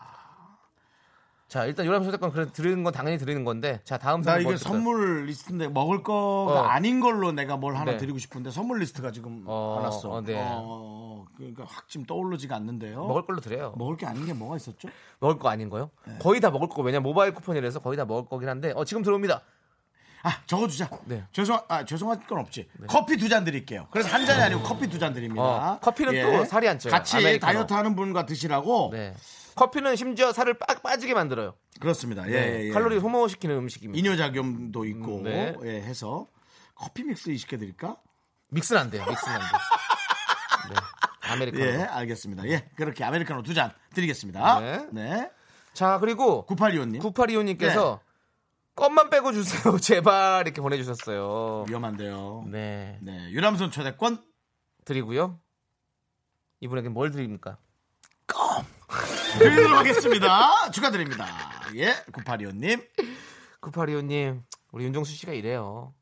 Speaker 3: 자 일단 유람선 사건 그래 드리는 건 당연히 드리는 건데 자 다음
Speaker 2: 나
Speaker 3: 사연 뭐
Speaker 2: 이게
Speaker 3: 어떨까요?
Speaker 2: 선물 리스트인데 먹을 거가
Speaker 3: 어.
Speaker 2: 아닌 걸로 내가 뭘 하나
Speaker 3: 네.
Speaker 2: 드리고 싶은데 선물 리스트가 지금
Speaker 3: 어,
Speaker 2: 알았어.
Speaker 3: 어, 네.
Speaker 2: 어, 그러니까 확 지금 떠오르지가 않는데요.
Speaker 3: 먹을 걸로 드려요.
Speaker 2: 먹을 게 아닌 게 뭐가 네. 있었죠?
Speaker 3: 먹을 거 아닌 거요? 거의 다 먹을 거고 왜냐 모바일 쿠폰이라서 거의 다 먹을 거긴 한데 어 지금 들어옵니다.
Speaker 2: 아 적어주자.
Speaker 3: 네.
Speaker 2: 죄송 아 죄송할 건 없지. 커피 두 잔 드릴게요. 그래서 한 잔이 아니고 커피 두 잔 드립니다.
Speaker 3: 어, 커피는 또 살이 안 쪄요.
Speaker 2: 같이
Speaker 3: 아메리카노.
Speaker 2: 다이어트 하는 분과 드시라고.
Speaker 3: 네 커피는 심지어 살을 빠, 빠지게 만들어요.
Speaker 2: 그렇습니다. 예,
Speaker 3: 네,
Speaker 2: 예, 예.
Speaker 3: 칼로리 소모시키는 음식입니다.
Speaker 2: 이뇨작용도 있고
Speaker 3: 음, 네.
Speaker 2: 예, 해서 커피 믹스 시켜드릴까?
Speaker 3: 믹스는 안 돼요. 믹스는 안 돼. 네. 아메리카노.
Speaker 2: 예, 알겠습니다. 예, 그렇게 아메리카노 두 잔 드리겠습니다.
Speaker 3: 네.
Speaker 2: 네.
Speaker 3: 자 그리고
Speaker 2: 9825님.
Speaker 3: 9825님께서 껌만 빼고 주세요. 제발 이렇게 보내주셨어요.
Speaker 2: 위험한데요. 네.
Speaker 3: 네
Speaker 2: 유람선 초대권.
Speaker 3: 드리고요. 이분에게 뭘 드립니까?
Speaker 2: 드리도록 하겠습니다. 축하드립니다. 예, 9825님.
Speaker 3: 9825님 우리 윤종수 씨가 이래요.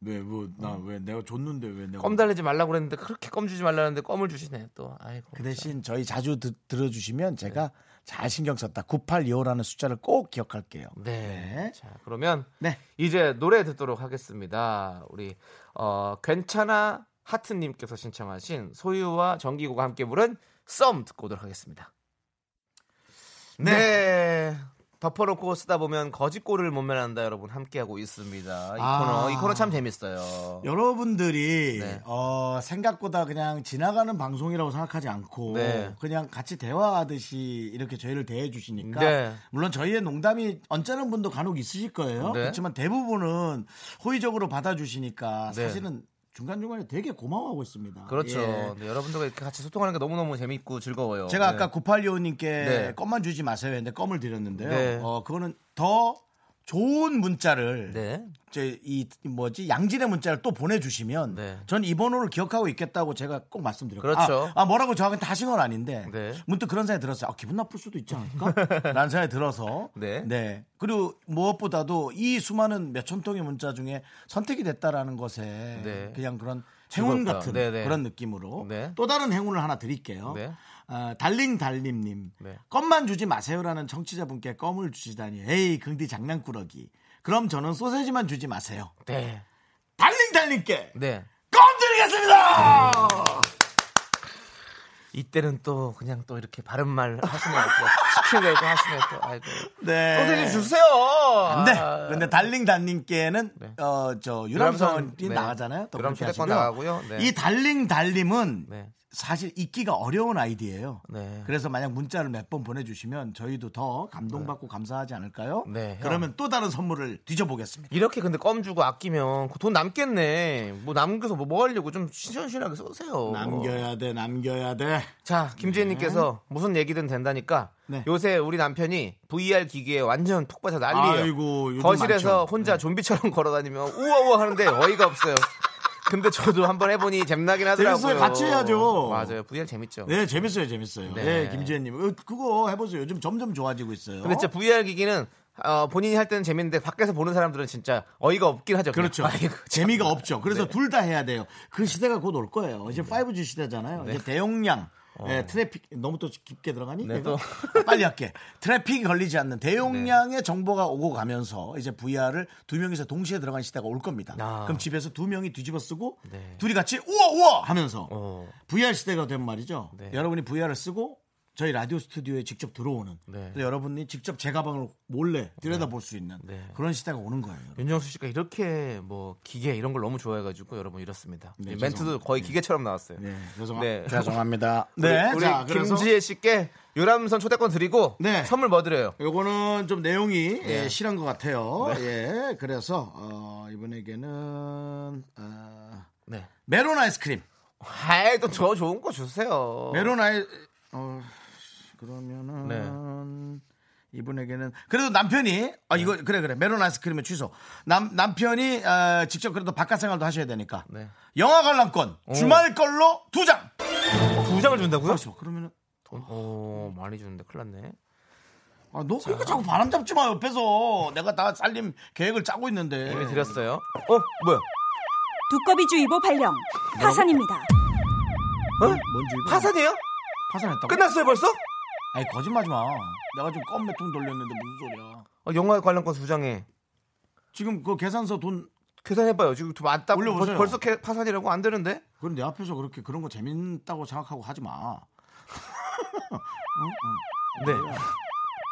Speaker 2: 왜 뭐 나 왜 내가 줬는데 왜 내가
Speaker 3: 껌 달리지 말라고 그랬는데 그렇게 껌 주지 말라는데 껌을 주시네 또. 아이고.
Speaker 2: 그 대신 저희 자주 드- 들어주시면 제가 잘 신경 썼다 9825라는 숫자를 꼭 기억할게요.
Speaker 3: 네.
Speaker 2: 네.
Speaker 3: 자, 그러면
Speaker 2: 네.
Speaker 3: 이제 노래 듣도록 하겠습니다. 우리 어, 괜찮아 하트 님께서 신청하신 소유와 정기구가 함께 부른 썸 듣고 오도록 하겠습니다. 네. 덮어놓고 쓰다 보면 거짓골을 못 면한다 여러분 함께하고 있습니다. 이
Speaker 2: 아.
Speaker 3: 코너 이 코너 참 재밌어요.
Speaker 2: 여러분들이
Speaker 3: 네.
Speaker 2: 어, 생각보다 그냥 지나가는 방송이라고 생각하지 않고
Speaker 3: 네.
Speaker 2: 그냥 같이 대화하듯이 이렇게 저희를 대해 주시니까
Speaker 3: 네.
Speaker 2: 물론 저희의 농담이 언짢은 분도 간혹 있으실 거예요.
Speaker 3: 네.
Speaker 2: 그렇지만 대부분은 호의적으로 받아주시니까
Speaker 3: 네.
Speaker 2: 사실은 중간중간에 되게 고마워하고 있습니다.
Speaker 3: 그렇죠.
Speaker 2: 예.
Speaker 3: 네, 여러분들과 이렇게 같이 소통하는 게 너무너무 재밌고 즐거워요.
Speaker 2: 제가
Speaker 3: 네.
Speaker 2: 아까 9825님께
Speaker 3: 네.
Speaker 2: 껌만 주지 마세요 했는데 껌을 드렸는데요.
Speaker 3: 네.
Speaker 2: 어, 그거는 더 좋은 문자를
Speaker 3: 네.
Speaker 2: 제 이 뭐지 양질의 문자를 또 보내주시면
Speaker 3: 네.
Speaker 2: 전 이 번호를 기억하고 있겠다고 제가 꼭 말씀드렸고
Speaker 3: 그렇죠.
Speaker 2: 아, 아, 뭐라고 저한테 하신 건 아닌데
Speaker 3: 네.
Speaker 2: 문득 그런 생각이 들었어요 아, 기분 나쁠 수도 있지 않을까 라는 생각이 들어서
Speaker 3: 네.
Speaker 2: 그리고 무엇보다도 이 수많은 몇천 통의 문자 중에 선택이 됐다라는 것에
Speaker 3: 네.
Speaker 2: 그냥 그런 행운
Speaker 3: 즐겁다.
Speaker 2: 같은
Speaker 3: 네, 네.
Speaker 2: 그런 느낌으로
Speaker 3: 네.
Speaker 2: 또 다른 행운을 하나 드릴게요
Speaker 3: 네.
Speaker 2: 아, 달링 달림님
Speaker 3: 네.
Speaker 2: 껌만 주지 마세요라는 청취자분께 껌을 주시다니 에이 긍디 장난꾸러기 그럼 저는 소세지만 주지 마세요
Speaker 3: 네.
Speaker 2: 달링 달링께
Speaker 3: 네.
Speaker 2: 껌 드리겠습니다
Speaker 3: 이때는 또 그냥 또 이렇게 바른 말 하시네요. 시키고 하시네요. 또 아이고.
Speaker 2: 네.
Speaker 3: 소세지 주세요.
Speaker 2: 네.
Speaker 3: 아,
Speaker 2: 그런데 달링 달님께는
Speaker 3: 네.
Speaker 2: 어 저
Speaker 3: 유람선,
Speaker 2: 유람선이
Speaker 3: 네.
Speaker 2: 나가잖아요. 또
Speaker 3: 유람선
Speaker 2: 그렇게
Speaker 3: 태권
Speaker 2: 하시고요.
Speaker 3: 나가고요. 네.
Speaker 2: 이 달링 달님은
Speaker 3: 네.
Speaker 2: 사실 읽기가 어려운 아이디예요.
Speaker 3: 네.
Speaker 2: 그래서 만약 문자를 몇 번 보내주시면 저희도 더 감동받고 감사하지 않을까요?
Speaker 3: 네, 형.
Speaker 2: 그러면 또 다른 선물을 뒤져보겠습니다.
Speaker 3: 이렇게 근데 껌 주고 아끼면 그돈 남겠네. 뭐 남겨서 뭐, 뭐 하려고 좀 신선신하게 쏘세요.
Speaker 2: 남겨야 돼, 남겨야 돼.
Speaker 3: 자, 김지혜님께서 무슨 얘기든 된다니까.
Speaker 2: 네.
Speaker 3: 요새 우리 남편이 VR 기기에 완전 톡 빠져 난리예요.
Speaker 2: 아이고, 요즘
Speaker 3: 거실에서
Speaker 2: 많죠. 네.
Speaker 3: 혼자 좀비처럼 걸어다니면 우와우와 하는데 어이가 없어요. 근데 저도 한번 해보니 잼나긴 하더라고요.
Speaker 2: 재밌어요. 같이 해야죠.
Speaker 3: 맞아요. VR 재밌죠.
Speaker 2: 네, 재밌어요, 재밌어요.
Speaker 3: 네.
Speaker 2: 네, 김지혜님. 어, 그거 해보세요. 요즘 점점 좋아지고 있어요.
Speaker 3: 근데 진짜 VR 기기는 어, 본인이 할 때는 재밌는데 밖에서 보는 사람들은 진짜 어이가 없긴 하죠. 그냥.
Speaker 2: 그렇죠.
Speaker 3: 아이고, 참. 네.
Speaker 2: 재미가 없죠. 그래서 둘 다 해야 돼요. 그 시대가 곧 올 거예요. 이제 5G 시대잖아요. 이제 대용량. 예, 트래픽 너무 또 깊게 들어가니?
Speaker 3: 어. 네,
Speaker 2: 내가?
Speaker 3: 또. 네.
Speaker 2: 빨리 할게. 트래픽이 걸리지 않는 대용량의 정보가 오고 가면서 이제 VR을 두 명이서 동시에 들어간 시대가 올 겁니다.
Speaker 3: 아.
Speaker 2: 그럼 집에서 두 명이 뒤집어 쓰고
Speaker 3: 네.
Speaker 2: 둘이 같이 우와 우와 하면서
Speaker 3: 어,
Speaker 2: VR 시대가 된 말이죠.
Speaker 3: 네.
Speaker 2: 여러분이 VR을 쓰고 저희 라디오 스튜디오에 직접 들어오는
Speaker 3: 네.
Speaker 2: 또 여러분이 직접 제 가방을 몰래 들여다볼 수 있는
Speaker 3: 네.
Speaker 2: 그런 시대가 오는 거예요.
Speaker 3: 윤정수 씨가 이렇게 뭐 기계 이런 걸 너무 좋아해가지고 여러분 이렇습니다.
Speaker 2: 네,
Speaker 3: 이 멘트도
Speaker 2: 죄송합니다.
Speaker 3: 거의
Speaker 2: 네.
Speaker 3: 기계처럼 나왔어요.
Speaker 2: 네, 죄송,
Speaker 3: 네.
Speaker 2: 죄송합니다.
Speaker 3: 우리-
Speaker 2: 네,
Speaker 3: 우리
Speaker 2: 자, 그래서
Speaker 3: 김지혜 씨께 유람선 초대권 드리고
Speaker 2: 네.
Speaker 3: 선물 뭐 드려요?
Speaker 2: 요거는 좀 내용이
Speaker 3: 네.
Speaker 2: 예, 실한 것 같아요. 예, 그래서 어, 이번에게는 아,
Speaker 3: 네.
Speaker 2: 메론 아이스크림.
Speaker 3: 아이 또저 좋은 거 주세요.
Speaker 2: 메론 아이 어, 그러면은
Speaker 3: 네.
Speaker 2: 이분에게는 그래도 남편이 아 이거 그래 그래 메론 아이스크림의 취소. 남 남편이 아, 직접 그래도 바깥 생활도 하셔야 되니까
Speaker 3: 네.
Speaker 2: 영화 관람권 주말 걸로 두 장.
Speaker 3: 두 장을 뭐 준다고요?
Speaker 2: 잠시만, 그러면은
Speaker 3: 오 어, 많이 주는데 큰일 났네.
Speaker 2: 아, 너 그러니까 자꾸 바람 잡지 마 옆에서 내가 다 살림 계획을 짜고 있는데
Speaker 3: 이미 드렸어요. 어 뭐야?
Speaker 9: 두꺼비주의보 발령. 파산입니다.
Speaker 3: 어?
Speaker 2: 뭔지 이거
Speaker 3: 파산이에요?
Speaker 2: 파산했다고?
Speaker 3: 끝났어요 벌써?
Speaker 2: 아니 거짓말하지 마. 내가 지금 껌 몇 통 돌렸는데 무슨 소리야?
Speaker 3: 어, 영화 관련권 두 장에
Speaker 2: 지금 그 계산서 돈
Speaker 3: 계산해봐요. 지금 좀 안다.
Speaker 2: 올려보세요.
Speaker 3: 벌써 개- 파산이라고 안 되는데?
Speaker 2: 그럼 내 앞에서 그렇게 그런 거 재밌다고 생각하고 하지 마.
Speaker 3: 네.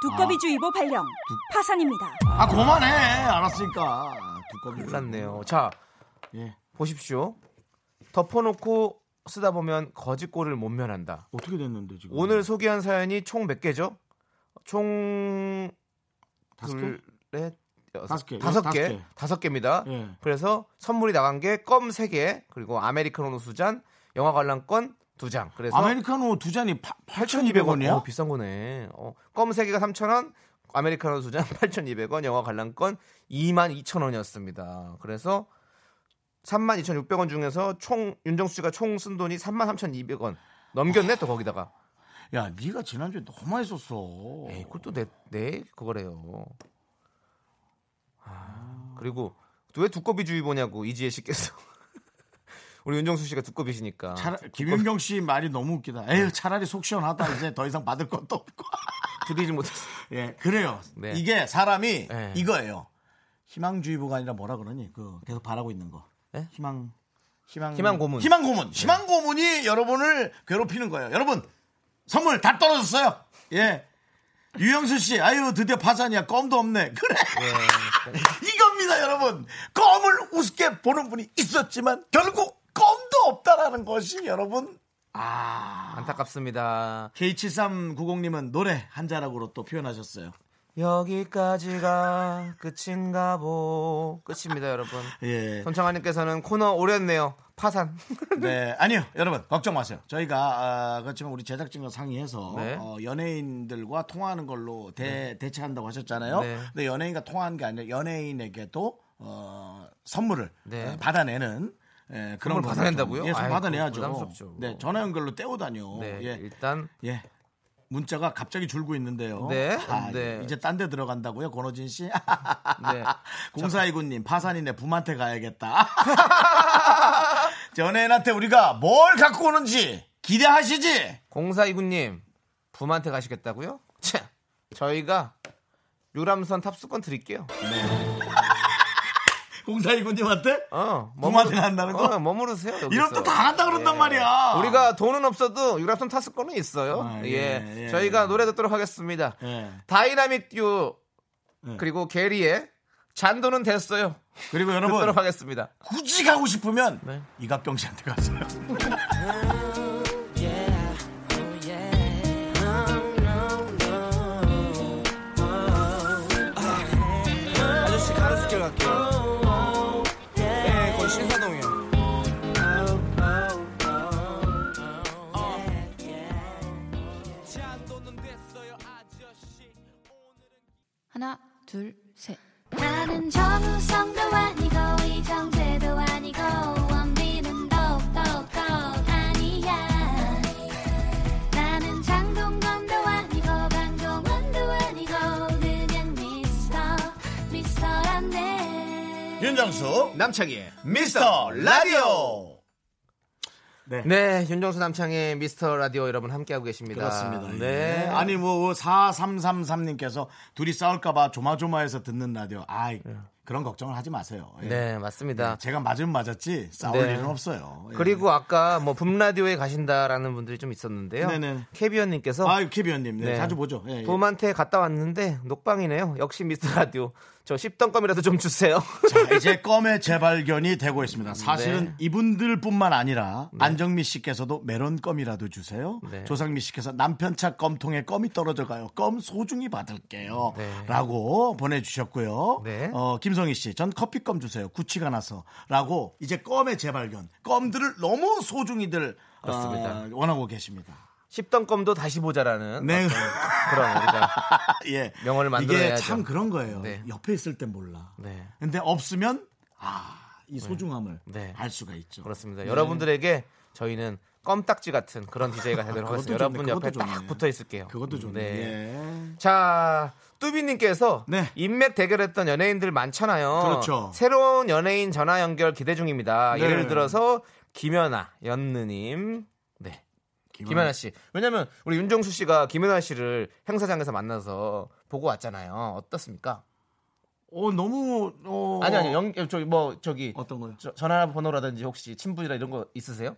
Speaker 9: 두꺼비주의보 발령. 파산입니다.
Speaker 2: 아 그만해. 알았으니까 두꺼비.
Speaker 3: 큰일 났네요. 자
Speaker 2: 예.
Speaker 3: 보십시오. 덮어놓고 쓰다 보면 거짓골을 못 면한다.
Speaker 2: 어떻게 됐는데 지금?
Speaker 3: 오늘 소개한 사연이 총 몇 개죠? 총
Speaker 2: 다섯 개?
Speaker 3: 둘, 넷, 여섯,
Speaker 2: 다섯 개.
Speaker 3: 다섯
Speaker 2: 다섯
Speaker 3: 개,
Speaker 2: 개.
Speaker 3: 다섯 개입니다.
Speaker 2: 예.
Speaker 3: 그래서 선물이 나간 게 껌 세 개, 그리고 아메리카노 두 잔, 영화 관람권 두 장. 그래서
Speaker 2: 아메리카노 두 잔이 8,200원이야?
Speaker 3: 어, 비싼 거네. 어, 껌세 개가 3,000원, 아메리카노 두 잔 8,200원, 영화 관람권 22,000원이었습니다. 그래서 32,600원 중에서 총 윤정수 씨가 총 쓴 돈이 33,200원 넘겼네 또 거기다가.
Speaker 2: 야, 네가 지난주에 너무 많이 썼어.
Speaker 3: 에이, 그걸 또내내 그거래요. 아, 그리고 왜 두꺼비주의보냐고 이지혜 씨께서 우리 윤정수 씨가 아, 두꺼비시니까
Speaker 2: 차라, 김윤경 씨 말이 너무 웃기다. 에휴, 차라리 속 시원하다. 이제 더 이상 받을 것도 없고.
Speaker 3: 드리지 못했어.
Speaker 2: 예, 그래요.
Speaker 3: 네.
Speaker 2: 이게 사람이
Speaker 3: 네.
Speaker 2: 이거예요. 희망주의보가 아니라 뭐라 그러니? 그 계속 바라고 있는 거.
Speaker 3: 네?
Speaker 2: 희망 예? 희망
Speaker 3: 희망 고문.
Speaker 2: 희망 고문. 네. 희망 고문이 여러분을 괴롭히는 거예요. 여러분 선물 다 떨어졌어요. 예. 유영수 씨, 아유 드디어 파산이야. 껌도 없네. 그래. 이겁니다, 여러분. 껌을 우습게 보는 분이 있었지만 결국 껌도 없다라는 것이 여러분
Speaker 3: 안타깝습니다.
Speaker 2: K7390님은 노래 한 자락으로 또 표현하셨어요.
Speaker 3: 여기까지가 끝인가 보. 끝입니다, 여러분.
Speaker 2: 예.
Speaker 3: 손창아님께서는 코너 오렸네요. 파산.
Speaker 2: 네, 아니요, 여러분 걱정 마세요. 저희가 아, 그렇지만 우리 제작진과 상의해서
Speaker 3: 네.
Speaker 2: 어, 연예인들과 통화하는 걸로 대, 대체한다고 하셨잖아요.
Speaker 3: 네.
Speaker 2: 근데 연예인과 통화한 게 아니라 연예인에게도 어, 선물을
Speaker 3: 네.
Speaker 2: 어, 받아내는 예, 그런
Speaker 3: 선물
Speaker 2: 거
Speaker 3: 받아낸다고요?
Speaker 2: 예, 선물
Speaker 3: 아이고,
Speaker 2: 받아내야죠.
Speaker 3: 부담스럽죠.
Speaker 2: 네, 전화 연결로 떼오다뇨.
Speaker 3: 네,
Speaker 2: 예,
Speaker 3: 일단
Speaker 2: 예. 문자가 갑자기 줄고 있는데요.
Speaker 3: 네,
Speaker 2: 아,
Speaker 3: 네.
Speaker 2: 이제 딴 데 들어간다고요, 권호진 씨?
Speaker 3: 네.
Speaker 2: 공사이구님 파산이네 붐한테 가야겠다. 전애인한테 우리가 뭘 갖고 오는지 기대하시지.
Speaker 3: 공사 이구님 붐한테 가시겠다고요? 참, 저희가 유람선 탑승권 드릴게요.
Speaker 2: 공사이구님한테
Speaker 3: 어,
Speaker 2: 붐한테 간다는 거?
Speaker 3: 어, 머무르세요. 여기서.
Speaker 2: 이런 또 다 간다 그런단
Speaker 3: 예.
Speaker 2: 말이야.
Speaker 3: 우리가 돈은 없어도 유람선 탑승권은 있어요.
Speaker 2: 아,
Speaker 3: 예,
Speaker 2: 예, 예.
Speaker 3: 저희가 노래 듣도록 하겠습니다.
Speaker 2: 예.
Speaker 3: 다이나믹 듀오
Speaker 2: 예.
Speaker 3: 그리고 게리의 잔돈은 됐어요.
Speaker 2: 그리고 여러분
Speaker 3: 듣도록 하겠습니다.
Speaker 2: 굳이 가고 싶으면
Speaker 3: 네.
Speaker 2: 이각경 씨한테 가세요.
Speaker 3: 아저씨 가로수길 갈게요. 예, 거기 신사동이요.
Speaker 6: 하나, 둘, 셋.
Speaker 10: 나는 정우성도 아니고 이정재도 아니고 원빈은 더욱더 아니야 나는 장동건도 아니고 방종원도 아니고 그냥 미스터 미스터란데
Speaker 2: 윤정수
Speaker 3: 남창희의
Speaker 2: 미스터 라디오. 네.
Speaker 3: 네, 윤정수 남창의 미스터 라디오 여러분 함께하고 계십니다.
Speaker 2: 그렇습니다.
Speaker 3: 네.
Speaker 2: 예. 아니 뭐 4333님께서 둘이 싸울까봐 조마조마해서 듣는 라디오. 아 그런 걱정을 하지 마세요. 예.
Speaker 3: 네, 맞습니다.
Speaker 2: 제가 맞으면 맞았지 싸울
Speaker 3: 네.
Speaker 2: 일은 없어요. 예.
Speaker 3: 그리고 아까 뭐 붐라디오에 가신다라는 분들이 좀 있었는데요.
Speaker 2: 네네.
Speaker 3: 캐비언님께서
Speaker 2: 아, 캐비언님, 네,
Speaker 3: 네.
Speaker 2: 자주 보죠. 예, 예.
Speaker 3: 붐한테 갔다 왔는데 녹방이네요. 역시 미스터 라디오. 저 10던 껌이라도 좀 주세요.
Speaker 2: 자, 이제 껌의 재발견이 되고 있습니다. 사실은
Speaker 3: 네.
Speaker 2: 이분들뿐만 아니라 안정미 씨께서도 메론 껌이라도 주세요.
Speaker 3: 네.
Speaker 2: 조상미 씨께서 남편 차 껌통에 껌이 떨어져 가요. 껌 소중히 받을게요.
Speaker 3: 네.
Speaker 2: 라고 보내주셨고요.
Speaker 3: 네.
Speaker 2: 어, 김성희 씨, 전 커피 껌 주세요. 구취가 나서. 라고 이제 껌의 재발견, 껌들을 너무 소중히들 어,
Speaker 3: 그렇습니다.
Speaker 2: 원하고 계십니다.
Speaker 3: 10던 껌도 다시 보자라는
Speaker 2: 네.
Speaker 3: 어떤 그런 우리가
Speaker 2: 예.
Speaker 3: 명언을
Speaker 2: 이게
Speaker 3: 만들어내야죠.
Speaker 2: 참 그런 거예요.
Speaker 3: 네.
Speaker 2: 옆에 있을 땐 몰라.
Speaker 3: 네.
Speaker 2: 근데 없으면 아 이 소중함을
Speaker 3: 네.
Speaker 2: 알 수가 있죠.
Speaker 3: 그렇습니다.
Speaker 2: 네.
Speaker 3: 여러분들에게 저희는 껌딱지 같은 그런 DJ가 되도록
Speaker 2: 그것도
Speaker 3: 하겠습니다.
Speaker 2: 좋네,
Speaker 3: 여러분
Speaker 2: 그것도
Speaker 3: 옆에
Speaker 2: 좋네.
Speaker 3: 딱 붙어 있을게요.
Speaker 2: 그것도 좋네. 예.
Speaker 3: 자, 뚜비님께서
Speaker 2: 네.
Speaker 3: 인맥 대결했던 연예인들 많잖아요.
Speaker 2: 그렇죠.
Speaker 3: 새로운 연예인 전화 연결 기대 중입니다.
Speaker 2: 네.
Speaker 3: 예를 들어서 김연아, 연느님, 네. 김연아 씨. 왜냐면 우리 윤정수 씨가 김연아 씨를 행사장에서 만나서 보고 왔잖아요. 어떻습니까?
Speaker 2: 어 너무 어
Speaker 3: 아니 아니 연 저기 뭐 저기
Speaker 2: 어떤 거요?
Speaker 3: 저- 전화번호라든지 혹시 친분이나 이런 거 있으세요?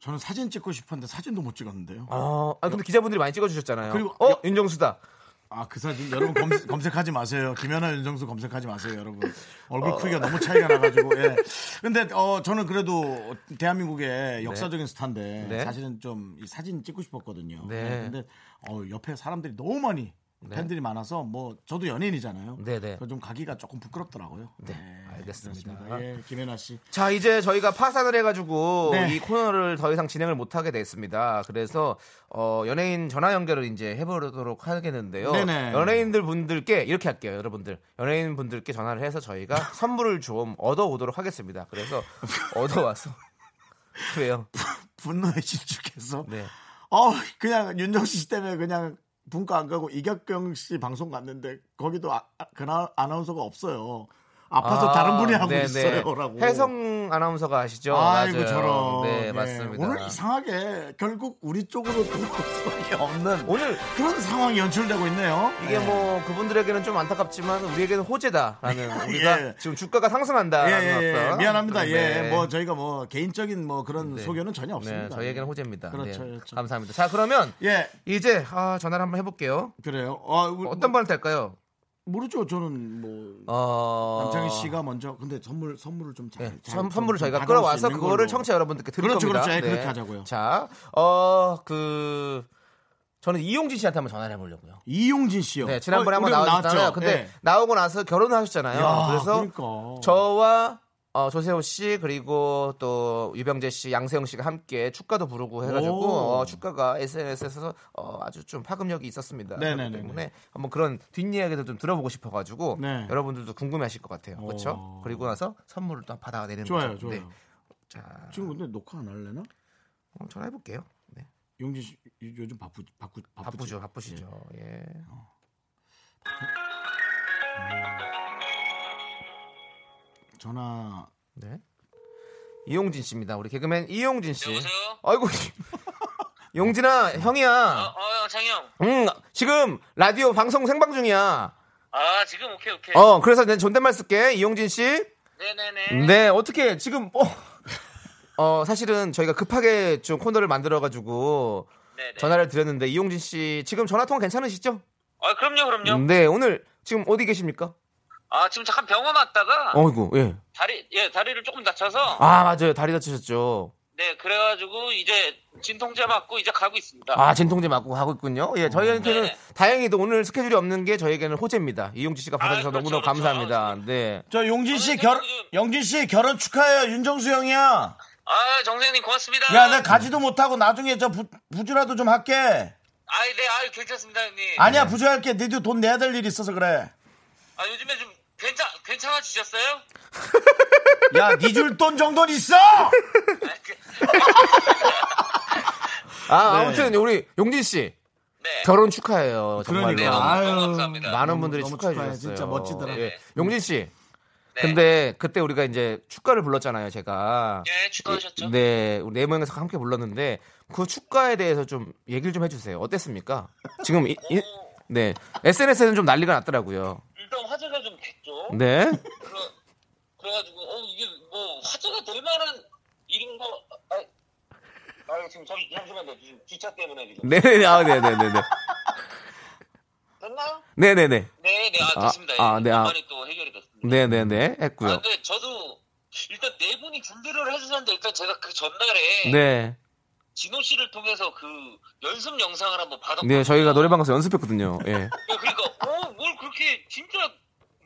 Speaker 2: 저는 사진 찍고 싶었는데 사진도 못 찍었는데요.
Speaker 3: 아, 아, 근데 기자분들이 많이 찍어주셨잖아요.
Speaker 2: 어. 그리고-
Speaker 3: 어 윤정수다.
Speaker 2: 아 그 사진 여러분 검, 검색하지 마세요. 김연아 윤정수 검색하지 마세요, 여러분. 얼굴
Speaker 3: 어.
Speaker 2: 크기가 너무 차이가 나가지고. 예. 근데 어 저는 그래도 대한민국의 역사적인 스타인데
Speaker 3: 네.
Speaker 2: 사실은 좀이 사진 찍고 싶었거든요.
Speaker 3: 네.
Speaker 2: 예, 근데 어 옆에 사람들이 너무 많이 팬들이 많아서 뭐 저도 연예인이잖아요.
Speaker 3: 네, 네.
Speaker 2: 그래서 좀 가기가 조금 부끄럽더라고요. 네,
Speaker 3: 알겠습니다.
Speaker 2: 그렇습니다. 예, 김연아 씨.
Speaker 3: 자 이제 저희가 파산을 해가지고
Speaker 2: 네.
Speaker 3: 이 코너를 더 이상 진행을 못하게 됐습니다. 그래서 어, 연예인 전화 연결을 이제 해보도록 하겠는데요.
Speaker 2: 네네.
Speaker 3: 연예인들 분들께 이렇게 할게요, 여러분들. 연예인 분들께 전화를 해서 저희가 선물을 좀 얻어오도록 하겠습니다. 그래서 얻어와서 그래요.
Speaker 2: 분노에 진축해서
Speaker 3: 네.
Speaker 2: 어 그냥 윤정수 씨 때문에 그냥 분과 안 가고 이격경 씨 방송 갔는데 거기도 아, 아, 그나 아나운서가 없어요. 아파서 다른 분이 하고
Speaker 3: 네네.
Speaker 2: 있어요라고.
Speaker 3: 혜성 아나운서가 아시죠?
Speaker 2: 아이고
Speaker 3: 맞아요.
Speaker 2: 저런.
Speaker 3: 네,
Speaker 2: 예.
Speaker 3: 맞습니다.
Speaker 2: 오늘 이상하게 결국 우리 쪽으로 들어올 수밖에 없는 오늘 그런 상황이 연출되고 있네요.
Speaker 3: 이게
Speaker 2: 예.
Speaker 3: 뭐 그분들에게는 좀 안타깝지만 우리에게는 호재다라는
Speaker 2: 예.
Speaker 3: 우리가 지금 주가가 상승한다.
Speaker 2: 예, 예, 예.
Speaker 3: 그렇죠.
Speaker 2: 미안합니다. 예, 뭐 저희가 뭐 개인적인 뭐 그런 소견은 전혀 없습니다.
Speaker 3: 네. 저희에게는 호재입니다.
Speaker 2: 그렇죠,
Speaker 3: 네.
Speaker 2: 그렇죠.
Speaker 3: 감사합니다. 자 그러면
Speaker 2: 예,
Speaker 3: 이제 아, 전화를 한번 해볼게요.
Speaker 2: 그래요. 아,
Speaker 3: 어떤 분한테 할까요?
Speaker 2: 모르죠. 저는 뭐
Speaker 3: 어... 네,
Speaker 2: 남창희 씨가 먼저 근데 선물 선물을 좀 잘. 잘
Speaker 3: 선-
Speaker 2: 좀
Speaker 3: 선물을 저희가
Speaker 2: 받아올 수
Speaker 3: 끌어와서
Speaker 2: 있는
Speaker 3: 그거를
Speaker 2: 걸로.
Speaker 3: 청취자 여러분들께 드릴
Speaker 2: 그렇죠,
Speaker 3: 겁니다. 네.
Speaker 2: 그렇죠. 예, 그렇게 하자고요.
Speaker 3: 자, 어, 그 저는 이용진 씨한테 한번 전화를 해보려고요.
Speaker 2: 이용진 씨요.
Speaker 3: 네,
Speaker 2: 어,
Speaker 3: 지난번에 한번
Speaker 2: 우리가
Speaker 3: 나왔잖아요.
Speaker 2: 나왔죠.
Speaker 3: 근데
Speaker 2: 예.
Speaker 3: 나오고 나서 결혼을 하셨잖아요.
Speaker 2: 야,
Speaker 3: 그래서
Speaker 2: 그러니까.
Speaker 3: 저와 어, 조세호 씨 그리고 또 유병재 씨, 양세형 씨가 함께 축가도 부르고 해가지고
Speaker 2: 오.
Speaker 3: 어, 축가가 SNS에서 어, 아주 좀 파급력이 있었습니다.
Speaker 2: 네네네네.
Speaker 3: 그렇기 때문에 한번 그런 뒷이야기도 좀 들어보고 싶어가지고
Speaker 2: 네.
Speaker 3: 여러분들도 궁금해하실 것 같아요. 그렇죠?
Speaker 2: 오.
Speaker 3: 그리고 나서 선물을 또 받아가 내리는
Speaker 2: 좋아요,
Speaker 3: 거죠.
Speaker 2: 좋아요.
Speaker 3: 네. 자,
Speaker 2: 지금 근데 녹화 안 할래나?
Speaker 3: 한번 전화해볼게요. 네.
Speaker 2: 용진 씨 요즘 바쁘 바쁘 바쁘지?
Speaker 3: 바쁘죠, 바쁘시죠. 예.
Speaker 2: 예, 전화
Speaker 3: 네. 이용진 씨입니다. 우리 개그맨 이용진 씨. 아이고. 용진아, 형이야.
Speaker 11: 어, 창이 형.
Speaker 3: 응, 지금 라디오 방송 생방 중이야.
Speaker 11: 아, 지금 오케이, 오케이.
Speaker 3: 어, 그래서 내 존댓말 쓸게. 이용진 씨.
Speaker 11: 네네네.
Speaker 3: 네, 어떻게 지금 어, 어, 사실은 저희가 급하게 좀 코너를 만들어 가지고 전화를 드렸는데 이용진 씨 지금 전화 통화 괜찮으시죠?
Speaker 11: 아, 그럼요, 그럼요.
Speaker 3: 네, 오늘 지금 어디 계십니까?
Speaker 11: 아, 지금 잠깐 병원 왔다가
Speaker 3: 어이구, 예.
Speaker 11: 다리, 예, 다리를 조금 다쳐서
Speaker 3: 아, 맞아요. 다리 다치셨죠.
Speaker 11: 네, 그래가지고 이제 진통제 맞고 이제 가고 있습니다.
Speaker 3: 아 진통제 맞고 하고 있군요.
Speaker 2: 음,
Speaker 3: 예, 저희한테는
Speaker 11: 네.
Speaker 3: 다행히도 오늘 스케줄이 없는 게 저에게는 호재입니다. 이용지 씨가 받아주셔서
Speaker 2: 그렇죠,
Speaker 3: 너무너무 감사합니다. 네.
Speaker 2: 저 용진 씨 결, 용진 씨 결혼 축하해요. 윤정수 형이야.
Speaker 11: 아, 정선생님 고맙습니다.
Speaker 2: 야, 나 가지도 못하고 나중에 저 부, 부주라도 좀 할게.
Speaker 11: 아, 네, 아, 괜찮습니다, 형님.
Speaker 2: 아니야, 부주 할게. 니도 돈 내야 될 일 있어서 그래.
Speaker 11: 아, 요즘에 좀 괜찮, 괜찮아지셨어요?
Speaker 2: 야, 니 줄 돈 정도는 있어!
Speaker 3: 아
Speaker 2: 네.
Speaker 3: 아무튼 우리 용진 씨 결혼 축하해요. 정말로. 네.
Speaker 2: 그러니까. 아유, 감사합니다.
Speaker 3: 많은
Speaker 2: 너무,
Speaker 3: 분들이
Speaker 2: 너무
Speaker 3: 축하해
Speaker 2: 축하해요.
Speaker 3: 주셨어요.
Speaker 2: 진짜 멋지더라고요. 네.
Speaker 3: 예. 용진 씨. 근데 그때 우리가 이제 축가를 불렀잖아요, 제가.
Speaker 2: 예,
Speaker 11: 예,
Speaker 3: 네, 축가하셨죠? 네, 우리 네 명에서 함께 불렀는데 그 축가에 대해서 좀 얘기를 좀 해주세요. 어땠습니까? 지금 이- 이- 네 SNS에는 좀 난리가 났더라고요.
Speaker 11: 일단 화제가 좀 됐죠.
Speaker 3: 네.
Speaker 11: 그래, 그래가지고, 어, 이게 뭐, 화제가 될 만한 일인 거, 아, 아 지금 잠, 잠시만요. 지금 기차 때문에 지금.
Speaker 3: 네네네. 아, 네네네네.
Speaker 11: 됐나요?
Speaker 3: 네네네.
Speaker 11: 네네 아 좋습니다.
Speaker 3: 아,
Speaker 11: 예.
Speaker 3: 네, 아.
Speaker 11: 반이 또 해결이 됐습니다.
Speaker 3: 네네네.
Speaker 11: 아,
Speaker 3: 했고요.
Speaker 11: 근데 저도 일단 네 분이 준비를 해주셨는데 일단 제가 그 전날에
Speaker 3: 네.
Speaker 11: 진호 씨를 통해서 그 연습 영상을 한번 받았거든요.
Speaker 3: 네, 저희가 노래방 가서 연습했거든요. 예.
Speaker 11: 네, 그러니까 어, 뭘 그렇게 진짜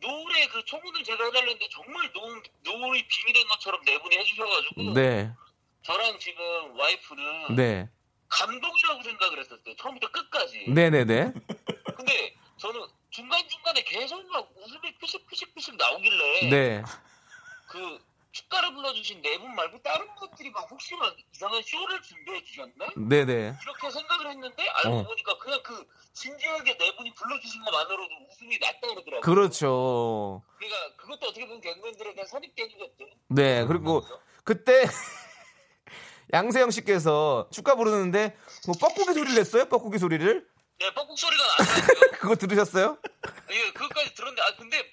Speaker 11: 노래 그 청혼을 제가 해달랬는데 정말 노, 노을이 빙이 된 것처럼 네 분이 해주셔가지고
Speaker 3: 네.
Speaker 11: 저랑 지금 와이프는
Speaker 3: 네.
Speaker 11: 감동이라고 생각을 했었어요. 처음부터 끝까지.
Speaker 3: 네네네.
Speaker 11: 근데 저는 중간중간에 계속 막 웃음이 피식피식피식 나오길래
Speaker 3: 네.
Speaker 11: 그 축가를 불러주신 네 분 말고 다른 분들이 막 혹시 막 이상한 쇼를 준비해 주셨나?
Speaker 3: 네네.
Speaker 11: 이렇게 생각을 했는데 알고
Speaker 3: 어.
Speaker 11: 보니까 그냥 그 진지하게 네 분이 불러주신 것만으로도 웃음이 났다 그러더라고요.
Speaker 3: 그렇죠.
Speaker 11: 그러니까 그것도 어떻게 보면 갱년들에 대한 선입견이거든.
Speaker 3: 네. 그리고 그때 양세형 씨께서 축가 부르는데 뭐 뻐꾸기 소리를 냈어요? 뻐꾸기 소리를?
Speaker 11: 네, 뻐꾹 소리가 나요.
Speaker 3: 그거 들으셨어요?
Speaker 11: 예, 그것까지 들었는데 아 근데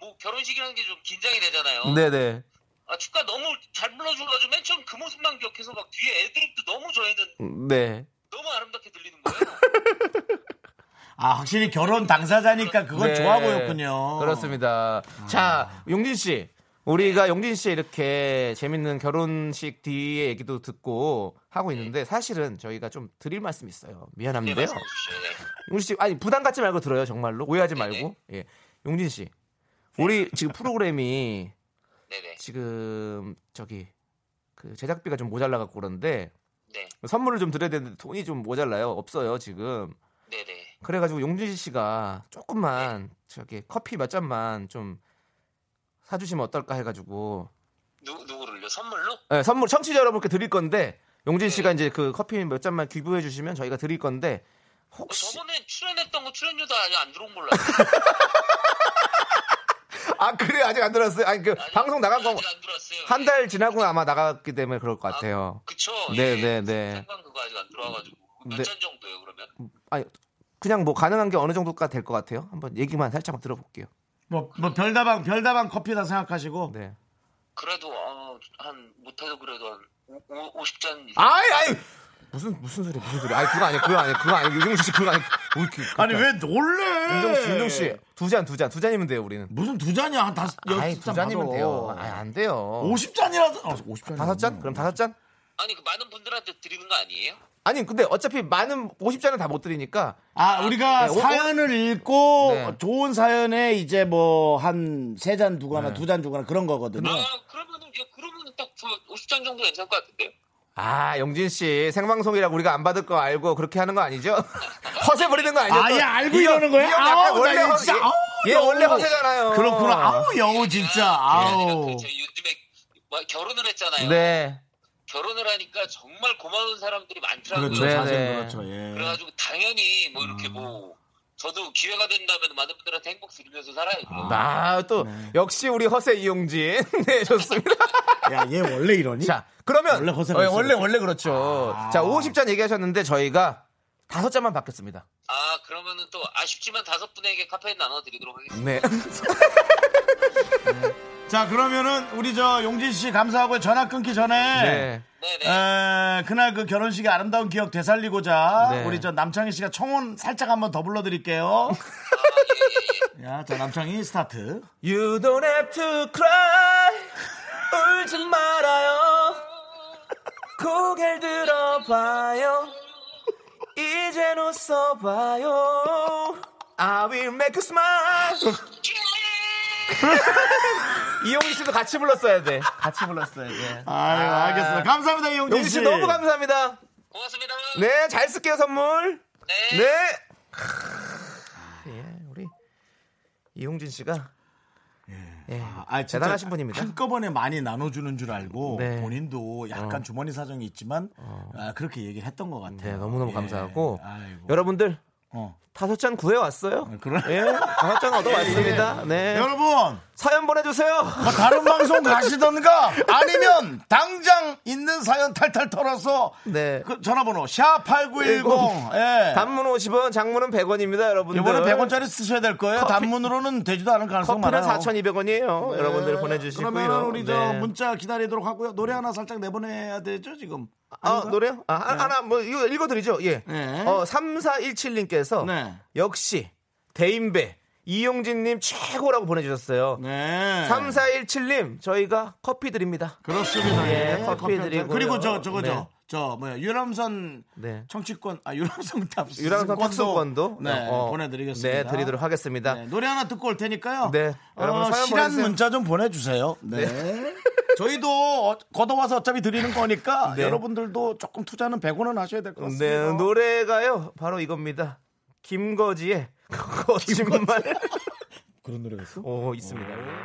Speaker 11: 뭐 결혼식이라는 게 좀 긴장이 되잖아요.
Speaker 3: 어. 음. 네네.
Speaker 11: 아 축가 너무 잘 불러줘가지고 맨 처음 그 모습만 기억해서 막 뒤에 애드립도 너무 저희는
Speaker 3: 네.
Speaker 11: 너무 아름답게 들리는
Speaker 2: 아, 확실히 결혼 당사자니까 그건
Speaker 3: 네.
Speaker 2: 좋아 보였군요. 아.
Speaker 3: 그렇습니다. 자, 용진 씨. 우리가 용진 씨의 이렇게 재밌는 결혼식 뒤에 얘기도 듣고 하고 있는데 사실은 저희가 좀 드릴 말씀이 있어요.
Speaker 11: 네,
Speaker 3: 미안한데요. 용진 씨, 아니 부담 갖지 말고 들어요. 정말로 오해하지 말고. 예. 용진 씨. 우리 지금 프로그램이
Speaker 11: 네,
Speaker 3: 지금 저기 그 제작비가 좀 모자라 갖고 그런데 선물을 좀 드려야 되는데 돈이 좀 모자라요. 없어요, 지금.
Speaker 11: 네,
Speaker 3: 그래가지고 용진 씨가 조금만 저기 커피 몇 잔만 좀 사주시면 어떨까 해가지고
Speaker 11: 누, 누구를요? 선물로?
Speaker 3: 예, 선물 청취자 여러분께 드릴 건데 용진 씨가 이제 그 커피 몇 잔만 기부해 주시면 저희가 드릴 건데
Speaker 11: 저번에 출연했던 거 출연료도 아직 안 들어온 걸로 알고
Speaker 3: 아 그래 아직 안 들었어요. 아니 그 방송 나간 거한 달 지나고 아마 나갔기 때문에 그럴 것 같아요.
Speaker 11: 그쵸. 예.
Speaker 3: 네네네.
Speaker 11: 상관 그거 아직 안 들어와가지고 뭐
Speaker 3: 네.
Speaker 11: 몇 잔 정도예요 그러면?
Speaker 3: 아니 그냥 뭐 가능한 게 어느 정도가 될 것 같아요. 한번 얘기만 살짝만 들어볼게요.
Speaker 2: 뭐, 뭐 별다방 별다방 커피다 생각하시고.
Speaker 3: 네.
Speaker 11: 그래도 어, 한 못해도 그래도 한 오- 오- 50잔
Speaker 3: 아이 아이 무슨 무슨 소리 무슨 소리? 아니 그거 아니 그거 아니 그거 아니 유정수 씨 그거 아니.
Speaker 2: 아니 왜 놀래?
Speaker 3: 윤정 씨 윤정 씨두 잔 두 잔 두 잔이면 돼요 우리는.
Speaker 2: 무슨 두 잔이야 한 다섯
Speaker 3: 아이
Speaker 2: 여섯
Speaker 3: 두
Speaker 2: 잔
Speaker 3: 잔이면
Speaker 2: 받아.
Speaker 3: 돼요. 아니 안 돼요.
Speaker 2: 50잔이라도 아, 50잔
Speaker 3: 다섯 잔? 그럼 다섯 잔?
Speaker 11: 아니 그 많은 분들한테 드리는 거 아니에요?
Speaker 3: 아니 근데 어차피 많은 50잔은 다 못 드리니까
Speaker 2: 아, 우리가
Speaker 3: 네, 오-
Speaker 2: 사연을 읽고
Speaker 3: 네.
Speaker 2: 좋은 사연에 이제 뭐 한 세 잔
Speaker 3: 네.
Speaker 2: 두거나 두 잔 주거나 그런 거거든요.
Speaker 11: 아 그러면은 예, 그러면은 딱저 50잔 정도 괜찮을 것 같은데요?
Speaker 3: 아 영진 씨 생방송이라 우리가 안 받을 거 알고 그렇게 하는 거 아니죠? 허세 부리는 거 아니죠?
Speaker 2: 아, 얘 알고 이러는 거야?
Speaker 3: 이 형 약간
Speaker 2: 아우,
Speaker 3: 원래
Speaker 2: 나 이거
Speaker 3: 허,
Speaker 2: 진짜, 아우,
Speaker 3: 얘, 얘
Speaker 2: 너무-
Speaker 3: 원래 허세잖아요. 예.
Speaker 2: 그렇구나. 아우, 영우
Speaker 11: 예,
Speaker 2: 진짜. 아우.
Speaker 11: 그렇죠. 와, 뭐 결혼을 했잖아요.
Speaker 3: 네.
Speaker 11: 결혼을 하니까 정말 고마운 사람들이 많더라고요.
Speaker 3: 네,
Speaker 2: 그렇죠. 음. 사실 그렇죠. 예.
Speaker 11: 그래가지고 당연히 뭐 이렇게 뭐 저도 기회가 된다면 많은 분들한테 행복 드리면서 살아야죠.
Speaker 3: 나또
Speaker 2: 네.
Speaker 3: 역시 우리 허세 이용진. 네 좋습니다.
Speaker 2: 야, 얘 원래 이러니?
Speaker 3: 자, 그러면 원래
Speaker 2: 허세가 있어요. 아.
Speaker 3: 원래 원래 그렇죠. 자, 50잔 얘기하셨는데 저희가 다섯 잔만 받겠습니다.
Speaker 11: 아 그러면은 또 아쉽지만 다섯 분에게 카페인 나눠드리도록 하겠습니다.
Speaker 3: 네.
Speaker 2: 자, 그러면은 우리 저 용진 씨 감사하고 전화 끊기 전에
Speaker 3: 네.
Speaker 2: 아. 에, 그날 그 결혼식의 아름다운 기억 되살리고자
Speaker 3: 네.
Speaker 2: 우리 저 남창희 씨가 청혼 살짝 한번 더 불러드릴게요. 야, 자 남창희 스타트.
Speaker 3: You don't have to cry. 울지 말아요. 고개를 들어봐요. 이젠 웃어봐요. I will make you smile. 이용희 씨도 같이 불렀어야 돼. 같이 불렀어야 돼.
Speaker 2: 아유, 알겠습니다. 감사합니다, 이용진
Speaker 3: 용진 씨
Speaker 2: 씨.
Speaker 3: 너무 감사합니다.
Speaker 11: 고맙습니다.
Speaker 3: 네, 잘 쓸게요, 선물. 네. 예, 우리 이용진 씨가 예,
Speaker 2: 아, 진짜
Speaker 3: 대단하신 분입니다.
Speaker 2: 한꺼번에 많이 나눠주는 줄 알고
Speaker 3: 네. 어.
Speaker 2: 본인도 약간 주머니 사정이 있지만 아, 그렇게 얘기를 했던 것 같아요.
Speaker 3: 네, 너무너무
Speaker 2: 예.
Speaker 3: 감사하고
Speaker 2: 아이고.
Speaker 3: 여러분들
Speaker 2: 어.
Speaker 3: 다섯 잔 구해 왔어요.
Speaker 2: 그래?
Speaker 3: 예, 다섯 잔 얻어 왔습니다. 네.
Speaker 2: 예. 여러분
Speaker 3: 사연 보내주세요.
Speaker 2: 뭐 다른 방송 가시던가 아니면 당장 있는 사연 탈탈 털어서
Speaker 3: 네.
Speaker 2: 그 전화번호 샵8910 예.
Speaker 3: 단문 50원, 장문은 100원입니다, 여러분들.
Speaker 2: 이번에 100원짜리 쓰셔야 될 거예요.
Speaker 3: 커피-
Speaker 2: 단문으로는 되지도 않을 가능성
Speaker 3: 커피는
Speaker 2: 많아요. 예. 네.
Speaker 3: 4,200원이에요. 여러분들 보내주시고요.
Speaker 2: 그러면 우리 저
Speaker 3: 네.
Speaker 2: 문자 기다리도록 하고요. 노래 하나 살짝 내보내야 되죠 지금.
Speaker 3: 아, 노래요? 아, 하- 하나, 뭐, 이거 읽어드리죠. 예.
Speaker 2: 네.
Speaker 3: 어, 3417님께서
Speaker 2: 네.
Speaker 3: 역시 대인배 이용진님 최고라고 보내주셨어요.
Speaker 2: 네.
Speaker 3: 3417님, 저희가 커피 드립니다.
Speaker 2: 그렇습니다.
Speaker 3: 예,
Speaker 2: 예,
Speaker 3: 커피
Speaker 2: 한 잔.
Speaker 3: 드리고요.
Speaker 2: 그리고 저 저거죠.
Speaker 3: 네.
Speaker 2: 저 뭐야 유람선
Speaker 3: 네.
Speaker 2: 청취권 아 유람선 탑승권도
Speaker 3: 유랑선 탁수권도
Speaker 2: 네
Speaker 3: 어,
Speaker 2: 보내드리겠습니다.
Speaker 3: 네, 드리도록 하겠습니다.
Speaker 2: 네, 노래 하나 듣고 올 테니까요.
Speaker 3: 네, 여러분
Speaker 2: 어,
Speaker 3: 사연
Speaker 2: 실한
Speaker 3: 보내주세요.
Speaker 2: 문자 좀 보내주세요. 네. 저희도 어- 걷어와서 어차피 드리는 거니까
Speaker 3: 네.
Speaker 2: 여러분들도 조금 투자는 100원은 하셔야 될 것 같습니다.
Speaker 3: 네, 노래가요. 바로 이겁니다. 김거지의 거짓말.
Speaker 2: 그런 노래가 있어?
Speaker 3: 오, 있습니다.
Speaker 6: 그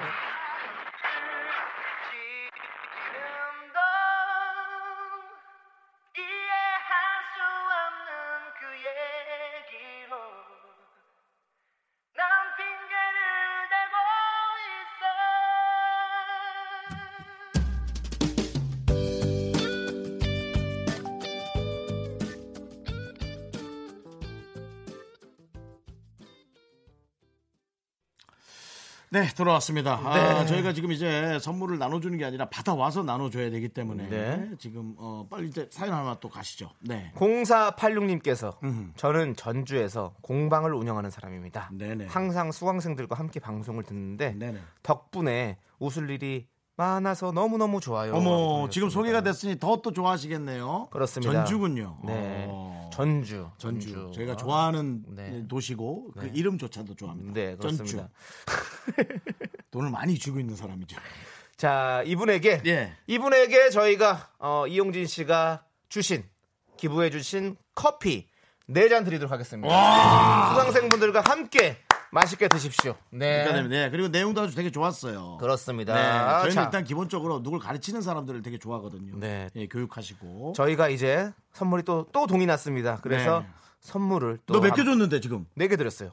Speaker 2: 네, 돌아왔습니다. 아,
Speaker 3: 네.
Speaker 2: 저희가 지금 이제 선물을 나눠주는 게 아니라 받아와서 나눠줘야 되기 때문에
Speaker 3: 네.
Speaker 2: 지금 어, 빨리 이제 사연 하나 또 가시죠. 네.
Speaker 3: 0486님께서
Speaker 2: 음.
Speaker 3: 저는 전주에서 공방을 운영하는 사람입니다.
Speaker 2: 네네.
Speaker 3: 항상 수강생들과 함께 방송을 듣는데
Speaker 2: 네네.
Speaker 3: 덕분에 웃을 일이 많아서 너무너무 좋아요.
Speaker 2: 어머, 지금 소개가 됐으니 더 또 좋아하시겠네요.
Speaker 3: 네, 그렇습니다.
Speaker 2: 전주군요.
Speaker 3: 네.
Speaker 2: 어,
Speaker 3: 전주.
Speaker 2: 전주. 저희가 좋아하는
Speaker 3: 네.
Speaker 2: 도시고 그 이름조차도 좋아합니다.
Speaker 3: 네,
Speaker 2: 전주.
Speaker 3: 그렇습니다.
Speaker 2: 돈을 많이 주고 있는 사람이죠.
Speaker 3: 자, 이분에게
Speaker 2: 예.
Speaker 3: 이분에게 저희가 어, 이용진 씨가 주신 기부해 주신 커피 네 잔 드리도록 하겠습니다. 수강생분들과 함께 맛있게 드십시오. 네.
Speaker 2: 그러니까 네, 그리고 내용도 아주 되게 좋았어요.
Speaker 3: 그렇습니다.
Speaker 2: 네, 저희는
Speaker 3: 자,
Speaker 2: 일단 기본적으로 누굴 가르치는 사람들을 되게 좋아하거든요.
Speaker 3: 네.
Speaker 2: 예, 교육하시고.
Speaker 3: 저희가 이제 선물이 또 또 동이 났습니다. 그래서
Speaker 2: 네.
Speaker 3: 선물을
Speaker 2: 너 몇 개
Speaker 3: 한-
Speaker 2: 줬는데 지금?
Speaker 3: 네개 드렸어요.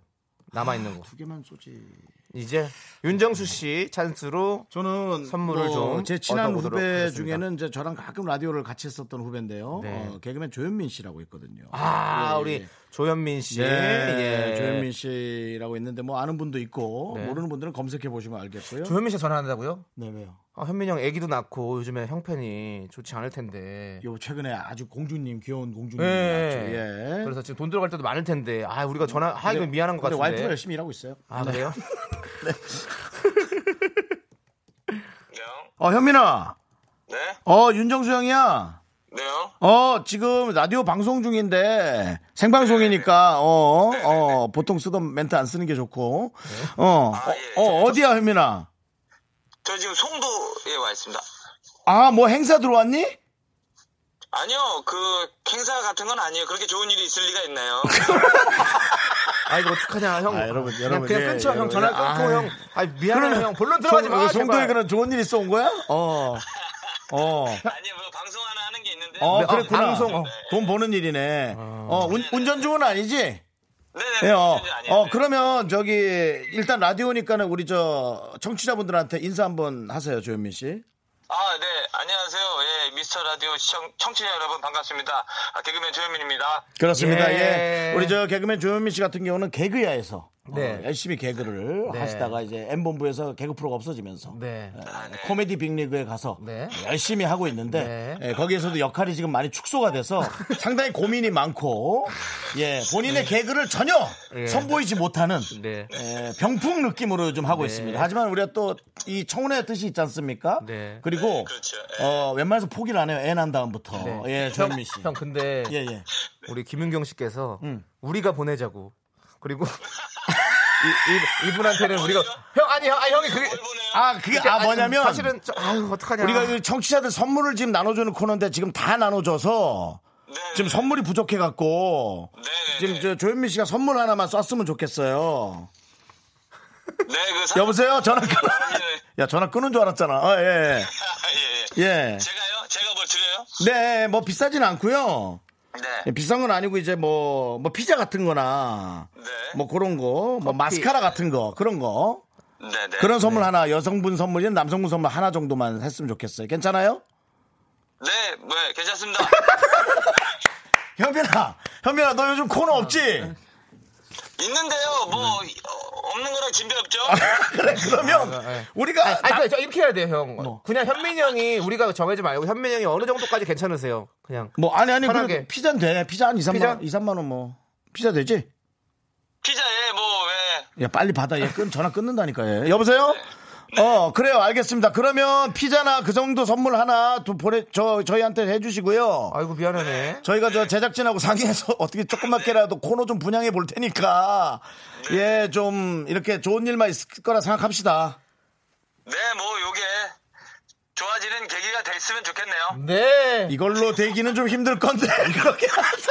Speaker 3: 남아 있는 거.
Speaker 2: 두 개만 쏘지.
Speaker 3: 이제 윤정수 씨 찬스로
Speaker 2: 저는 뭐
Speaker 3: 선물을 좀
Speaker 2: 제 친한
Speaker 3: 얻어보도록
Speaker 2: 후배
Speaker 3: 하겠습니다.
Speaker 2: 중에는 이제 저랑 가끔 라디오를 같이 했었던 후배인데요.
Speaker 3: 네.
Speaker 2: 어, 개그맨 조현민 씨라고 있거든요.
Speaker 3: 아
Speaker 2: 예, 예.
Speaker 3: 우리 조현민 씨,
Speaker 2: 예,
Speaker 3: 예.
Speaker 2: 조현민 씨라고 있는데 뭐 아는 분도 있고
Speaker 3: 네.
Speaker 2: 모르는 분들은 검색해 보시면 알겠고요.
Speaker 3: 조현민 씨 전화한다고요?
Speaker 2: 네 왜요?
Speaker 3: 아, 현민 형 아기도 낳고 요즘에 형편이 좋지 않을 텐데.
Speaker 2: 요 최근에 아주 공주님 귀여운 공주님
Speaker 3: 예.
Speaker 2: 낳았죠. 예.
Speaker 3: 그래서 지금 돈 들어갈 때도 많을 텐데. 아 우리가 전화 아 이거
Speaker 2: 근데-
Speaker 3: 미안한 것
Speaker 2: 근데
Speaker 3: 같은데.
Speaker 2: 와이프가 열심히 일하고 있어요.
Speaker 3: 아 그래요?
Speaker 2: 어 현민아.
Speaker 11: 네?
Speaker 2: 어 윤정수 형이야.
Speaker 11: 네요?
Speaker 2: 어 지금 라디오 방송 중인데 생방송이니까 어, 어 보통 쓰던 멘트 안 쓰는 게 좋고
Speaker 3: 네.
Speaker 2: 어, 어, 어, 디야 현민아
Speaker 11: 저 지금 송도에 와 있습니다.
Speaker 2: 아 뭐 행사 들어왔니?
Speaker 11: 아니요, 그 행사 같은 건 아니에요. 그렇게 좋은 일이 있을 리가 있나요?
Speaker 3: 아 이거 어떡하냐 형.
Speaker 2: 아, 여러분,
Speaker 3: 그냥,
Speaker 2: 여러분,
Speaker 3: 그냥
Speaker 2: 예,
Speaker 3: 끊죠 형
Speaker 2: 여러분,
Speaker 3: 전화
Speaker 2: 예.
Speaker 3: 끊고
Speaker 2: 아이.
Speaker 3: 형. 아 미안해
Speaker 2: 그러면
Speaker 3: 형 본론 들어가지
Speaker 2: 송-
Speaker 3: 마.
Speaker 2: 송도에
Speaker 3: 제발.
Speaker 2: 그런 좋은 일 있어 온 거야? 어. 어.
Speaker 11: 아니, 뭐 방송 하나 하는 게 있는데.
Speaker 2: 어,
Speaker 3: 네, 어,
Speaker 2: 그랬구나.
Speaker 3: 방송, 어.
Speaker 2: 돈 버는 일이네. 어, 운, 운전 중은 아니지?
Speaker 11: 네네.
Speaker 2: 네, 어,
Speaker 11: 아니,
Speaker 2: 어, 그러면 저기 일단 라디오니까는 우리 저 청취자분들한테 인사 한번 하세요, 조현민 씨.
Speaker 11: 아, 네. 안녕하세요. 예, 미스터 라디오 시청, 청취자 여러분 반갑습니다. 아, 개그맨 조현민입니다.
Speaker 2: 그렇습니다. 예.
Speaker 3: 예.
Speaker 2: 우리 저 개그맨 조현민 씨 같은 경우는 개그야에서
Speaker 3: 네.
Speaker 2: 어, 열심히 개그를
Speaker 3: 네.
Speaker 2: 하시다가 이제 M 본부에서 개그 프로가 없어지면서
Speaker 3: 네.
Speaker 2: 아, 코미디 빅리그에 가서
Speaker 3: 네.
Speaker 2: 열심히 하고 있는데
Speaker 3: 네.
Speaker 2: 예, 거기에서도 역할이 지금 많이 축소가 돼서 상당히 고민이 많고 예 본인의 개그를 전혀
Speaker 3: 네. 예.
Speaker 2: 선보이지 못하는
Speaker 3: 네.
Speaker 2: 예, 병풍 느낌으로 좀 하고 있습니다. 하지만 우리가 또 이 청혼의 뜻이 있지 않습니까?
Speaker 3: 네.
Speaker 2: 그리고 어, 웬만해서 포기를 안 해요. 애 난 다음부터
Speaker 3: 네.
Speaker 2: 예 조현민 씨.
Speaker 3: 형 근데
Speaker 2: 예 예.
Speaker 3: 우리 김윤경 씨께서
Speaker 2: 음.
Speaker 3: 우리가 보내자고 그리고 이, 분한테는 우리가 형 아니 형 아니, 형이 그게
Speaker 2: 아 그게
Speaker 3: 그게
Speaker 2: 아
Speaker 3: 아니,
Speaker 2: 뭐냐면
Speaker 3: 사실은 저, 아유 어떡하냐
Speaker 2: 우리가 그 청취자들 선물을 지금 나눠주는 코너인데 지금 다 나눠줘서 지금 선물이 부족해 갖고
Speaker 11: 네,
Speaker 2: 지금 저 조현민 씨가 선물 하나만 쐈으면 좋겠어요.
Speaker 11: 네, 그 사...
Speaker 2: 여보세요 전화 끊어. 야 전화 끊은 줄 알았잖아. 어, 예.
Speaker 11: 예, 예.
Speaker 2: 예. 예.
Speaker 11: 제가요? 제가 뭘 드려요?
Speaker 2: 네, 뭐 비싸진 않고요.
Speaker 11: 네.
Speaker 2: 예, 비싼 건 아니고 이제 뭐, 뭐 피자 같은 거나
Speaker 11: 네.
Speaker 2: 뭐 그런 거, 뭐 마스카라 같은 거 그런 거
Speaker 11: 네, 네.
Speaker 2: 그런 선물 하나 여성분 선물이나 남성분 선물 하나 정도만 했으면 좋겠어요. 괜찮아요?
Speaker 11: 네, 뭐, 예, 괜찮습니다.
Speaker 2: 현빈아, 현빈아 너 요즘 코너
Speaker 3: 어,
Speaker 2: 없지?
Speaker 11: 있는데요, 뭐,
Speaker 2: 네.
Speaker 11: 어, 없는 거랑 진배 없죠?
Speaker 2: 그래 그러면 우리가
Speaker 3: 어, 아니,
Speaker 2: 나- 뭐.
Speaker 3: 그러니까 저 이렇게 해야 돼요 형 그냥 현민이 형이 우리가 정하지 말고 현민이 형이 어느 정도까지 괜찮으세요 그냥
Speaker 2: 뭐 아니 아니
Speaker 3: 편하게.
Speaker 2: 그래도 피자는 돼. 피자 한 2, 3만
Speaker 3: 피자?
Speaker 2: 원, 2, 3만 원 뭐. 피자 되지?
Speaker 11: 피자에 뭐, 왜.
Speaker 2: 야 빨리 받아. 얘 끊, 전화 끊는다니까 얘. 여보세요? 어 그래요 알겠습니다. 그러면 피자나 그 정도 선물 하나 또 보내 저 저희한테 해주시고요.
Speaker 3: 아이고 미안하네
Speaker 2: 저희가 저 제작진하고 상의해서 어떻게 조금밖에라도 코너 좀 분양해 볼 테니까 예 좀 이렇게 좋은 일만 있을 거라 생각합시다.
Speaker 11: 네, 뭐, 요게. 좋아지는 계기가 됐으면 좋겠네요.
Speaker 3: 네
Speaker 2: 이걸로 되기는 좀 힘들 건데 그렇게 하자.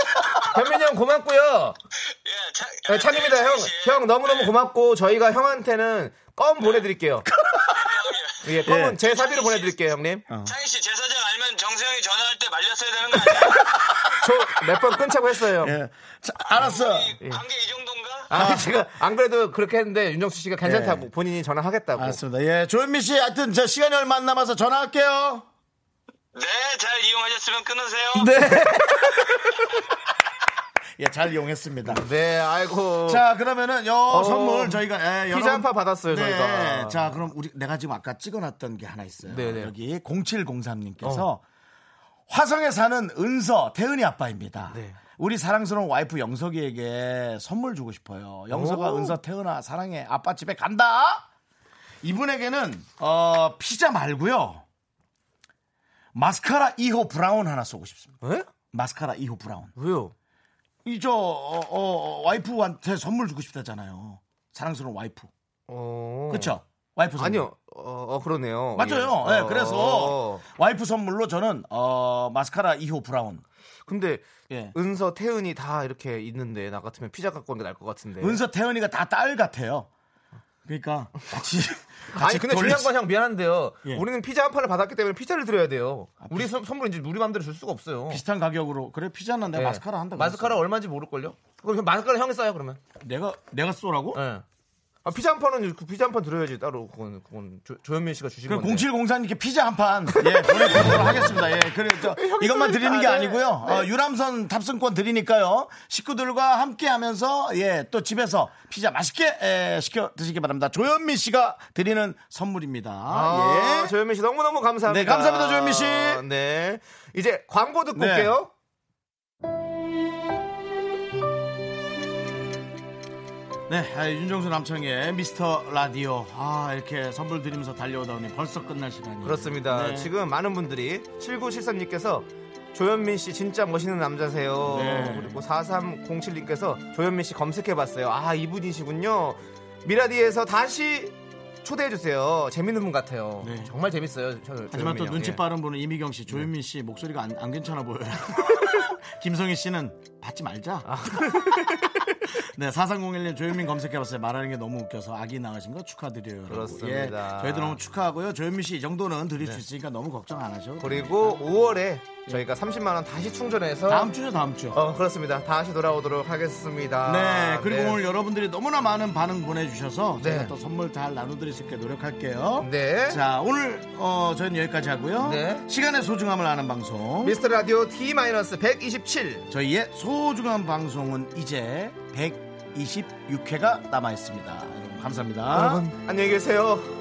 Speaker 3: 현민이 형 고맙고요
Speaker 11: 예, 참.
Speaker 3: 네, 찬입니다 형 형
Speaker 11: 씨.
Speaker 3: 너무너무 고맙고 저희가 형한테는 껌 보내드릴게요 예 껌은
Speaker 2: 예.
Speaker 3: 제 사비로 보내드릴게요 형님
Speaker 11: 창희 씨, 제 사정 알면 정수영이 전화할 때 말렸어야 되는 거 아니야?
Speaker 3: 저 몇 번 끊자고 했어요
Speaker 2: 예. 자, 알았어.
Speaker 11: 이 관계 이 정도인가?
Speaker 3: 아, 제가 안 그래도 그렇게 했는데 윤정수 씨가 괜찮다고
Speaker 2: 예.
Speaker 3: 본인이 전화하겠다고.
Speaker 2: 알았습니다. 예, 조현미 씨, 하여튼 저 시간이 얼마 안 남아서 전화할게요.
Speaker 11: 네, 잘 이용하셨으면 끊으세요.
Speaker 2: 예, 잘 이용했습니다.
Speaker 3: 네, 아이고.
Speaker 2: 자, 그러면은 요 선물 저희가 예,
Speaker 3: 어, 피자
Speaker 2: 여러분-
Speaker 3: 한 판 받았어요,
Speaker 2: 네,
Speaker 3: 저희가.
Speaker 2: 자, 그럼 우리 내가 지금 아까 찍어놨던 게 하나 있어요.
Speaker 3: 네네. 어.
Speaker 2: 여기 0703님께서 화성에 사는 은서 태은이 아빠입니다.
Speaker 3: 네.
Speaker 2: 우리 사랑스러운 와이프 영석이에게 선물 주고 싶어요. 영서가
Speaker 3: 오.
Speaker 2: 은서 태은아 사랑해 아빠 집에 간다. 이분에게는 어, 피자 말고요 마스카라 2호 브라운 하나 쏘고 싶습니다.
Speaker 3: 예?
Speaker 2: 마스카라 2호 브라운.
Speaker 3: 왜요?
Speaker 2: 이저 어, 어, 와이프한테 선물 주고 싶다잖아요. 사랑스러운 와이프.
Speaker 3: 어.
Speaker 2: 그렇죠? 와이프 선물.
Speaker 3: 아니요. 어, 어, 그러네요.
Speaker 2: 맞아요.
Speaker 3: 예.
Speaker 2: 예, 그래서
Speaker 3: 어.
Speaker 2: 와이프 선물로 저는 어, 마스카라 2호 브라운.
Speaker 3: 근데
Speaker 2: 예.
Speaker 3: 은서, 태은이 다 이렇게 있는데 나 같으면 피자 갖고 온게 나을 것 같은데.
Speaker 2: 은서 태연이가 다 딸 같아요. 그러니까 같이 같이
Speaker 3: 아니 근데
Speaker 2: 돌려-
Speaker 3: 중요한 건 형 미안한데요.
Speaker 2: 예. 아,
Speaker 3: 우리는 피자 한 판을 받았기 때문에 피자를 드려야 돼요. 우리 선- 선물 이제 우리 마음대로 줄 수가 없어요.
Speaker 2: 비슷한 가격으로 그래 피자는 내가
Speaker 3: 예.
Speaker 2: 마스카라 한다.
Speaker 3: 마스카라 얼마인지 모를 걸요? 그럼 마스카라 형이 싸요 그러면.
Speaker 2: 내가 내가 쏘라고?
Speaker 3: 예. 아, 피자 한 판은 그 피자 한 판 드려야지 따로 그건 그건 조, 조현민 씨가 주신
Speaker 2: 그
Speaker 3: 건데.
Speaker 2: 0704님께 피자 한 판, 예, 보내드리도록 하겠습니다. 예, 그래, 저, 이것만 드리는 게 아니고요. 어, 유람선 탑승권 드리니까요. 식구들과 함께 하면서, 예, 또 집에서 피자 맛있게, 예, 시켜 드시기 바랍니다. 조현미 씨가 드리는 선물입니다.
Speaker 3: 아,
Speaker 2: 예.
Speaker 3: 조현민 씨 너무너무 감사합니다.
Speaker 2: 네, 감사합니다, 조현민 씨.
Speaker 3: 네. 이제 광고 듣고
Speaker 2: 네.
Speaker 3: 올게요.
Speaker 2: 네, 아, 윤정수 남창의 미스터 라디오. 아, 이렇게 선물 드리면서 달려오다 보니 벌써 끝날 시간이에요.
Speaker 3: 그렇습니다.
Speaker 2: 네.
Speaker 3: 지금 많은 분들이 7973님께서 조현민 씨 진짜 멋있는 남자세요.
Speaker 2: 네.
Speaker 3: 그리고 4307님께서 조현민 씨 검색해봤어요. 아 이분이시군요. 미라디에서 다시 초대해주세요. 재밌는 분 같아요. 정말 재밌어요. 저,
Speaker 2: 네. 하지만 또
Speaker 3: 조현민이 형.
Speaker 2: 눈치
Speaker 3: 예. 네.
Speaker 2: 빠른 분은 이미경 씨, 조현민 씨 목소리가 안, 안 괜찮아 보여요. 김성희 씨는 받지 말자.
Speaker 3: 아.
Speaker 2: 네, 4301님 조현민 검색해봤어요. 말하는 게 너무 웃겨서 아기 나가신 거 축하드려요. 라고.
Speaker 3: 그렇습니다.
Speaker 2: 예, 저희도 너무 축하하고요. 조현민 씨 이 정도는 드릴
Speaker 3: 네.
Speaker 2: 수 있으니까 너무 걱정 안 하셔도
Speaker 3: 그리고 5월에 저희가 30만 원 다시 충전해서
Speaker 2: 다음 주죠, 다음 주.
Speaker 3: 어 그렇습니다. 다시 돌아오도록 하겠습니다.
Speaker 2: 네, 그리고
Speaker 3: 네.
Speaker 2: 오늘 여러분들이 너무나 많은 반응 보내주셔서
Speaker 3: 네.
Speaker 2: 제가 또 선물 잘 나눠드릴 수 있게 노력할게요.
Speaker 3: 네.
Speaker 2: 자, 오늘 어, 저희는 여기까지 하고요.
Speaker 3: 네.
Speaker 2: 시간의 소중함을 아는 방송.
Speaker 3: 미스터 라디오 D-127
Speaker 2: 저희의 소중한 방송은 이제 126회가 남아있습니다. 여러분, 감사합니다.
Speaker 3: 여러분 안녕히 계세요.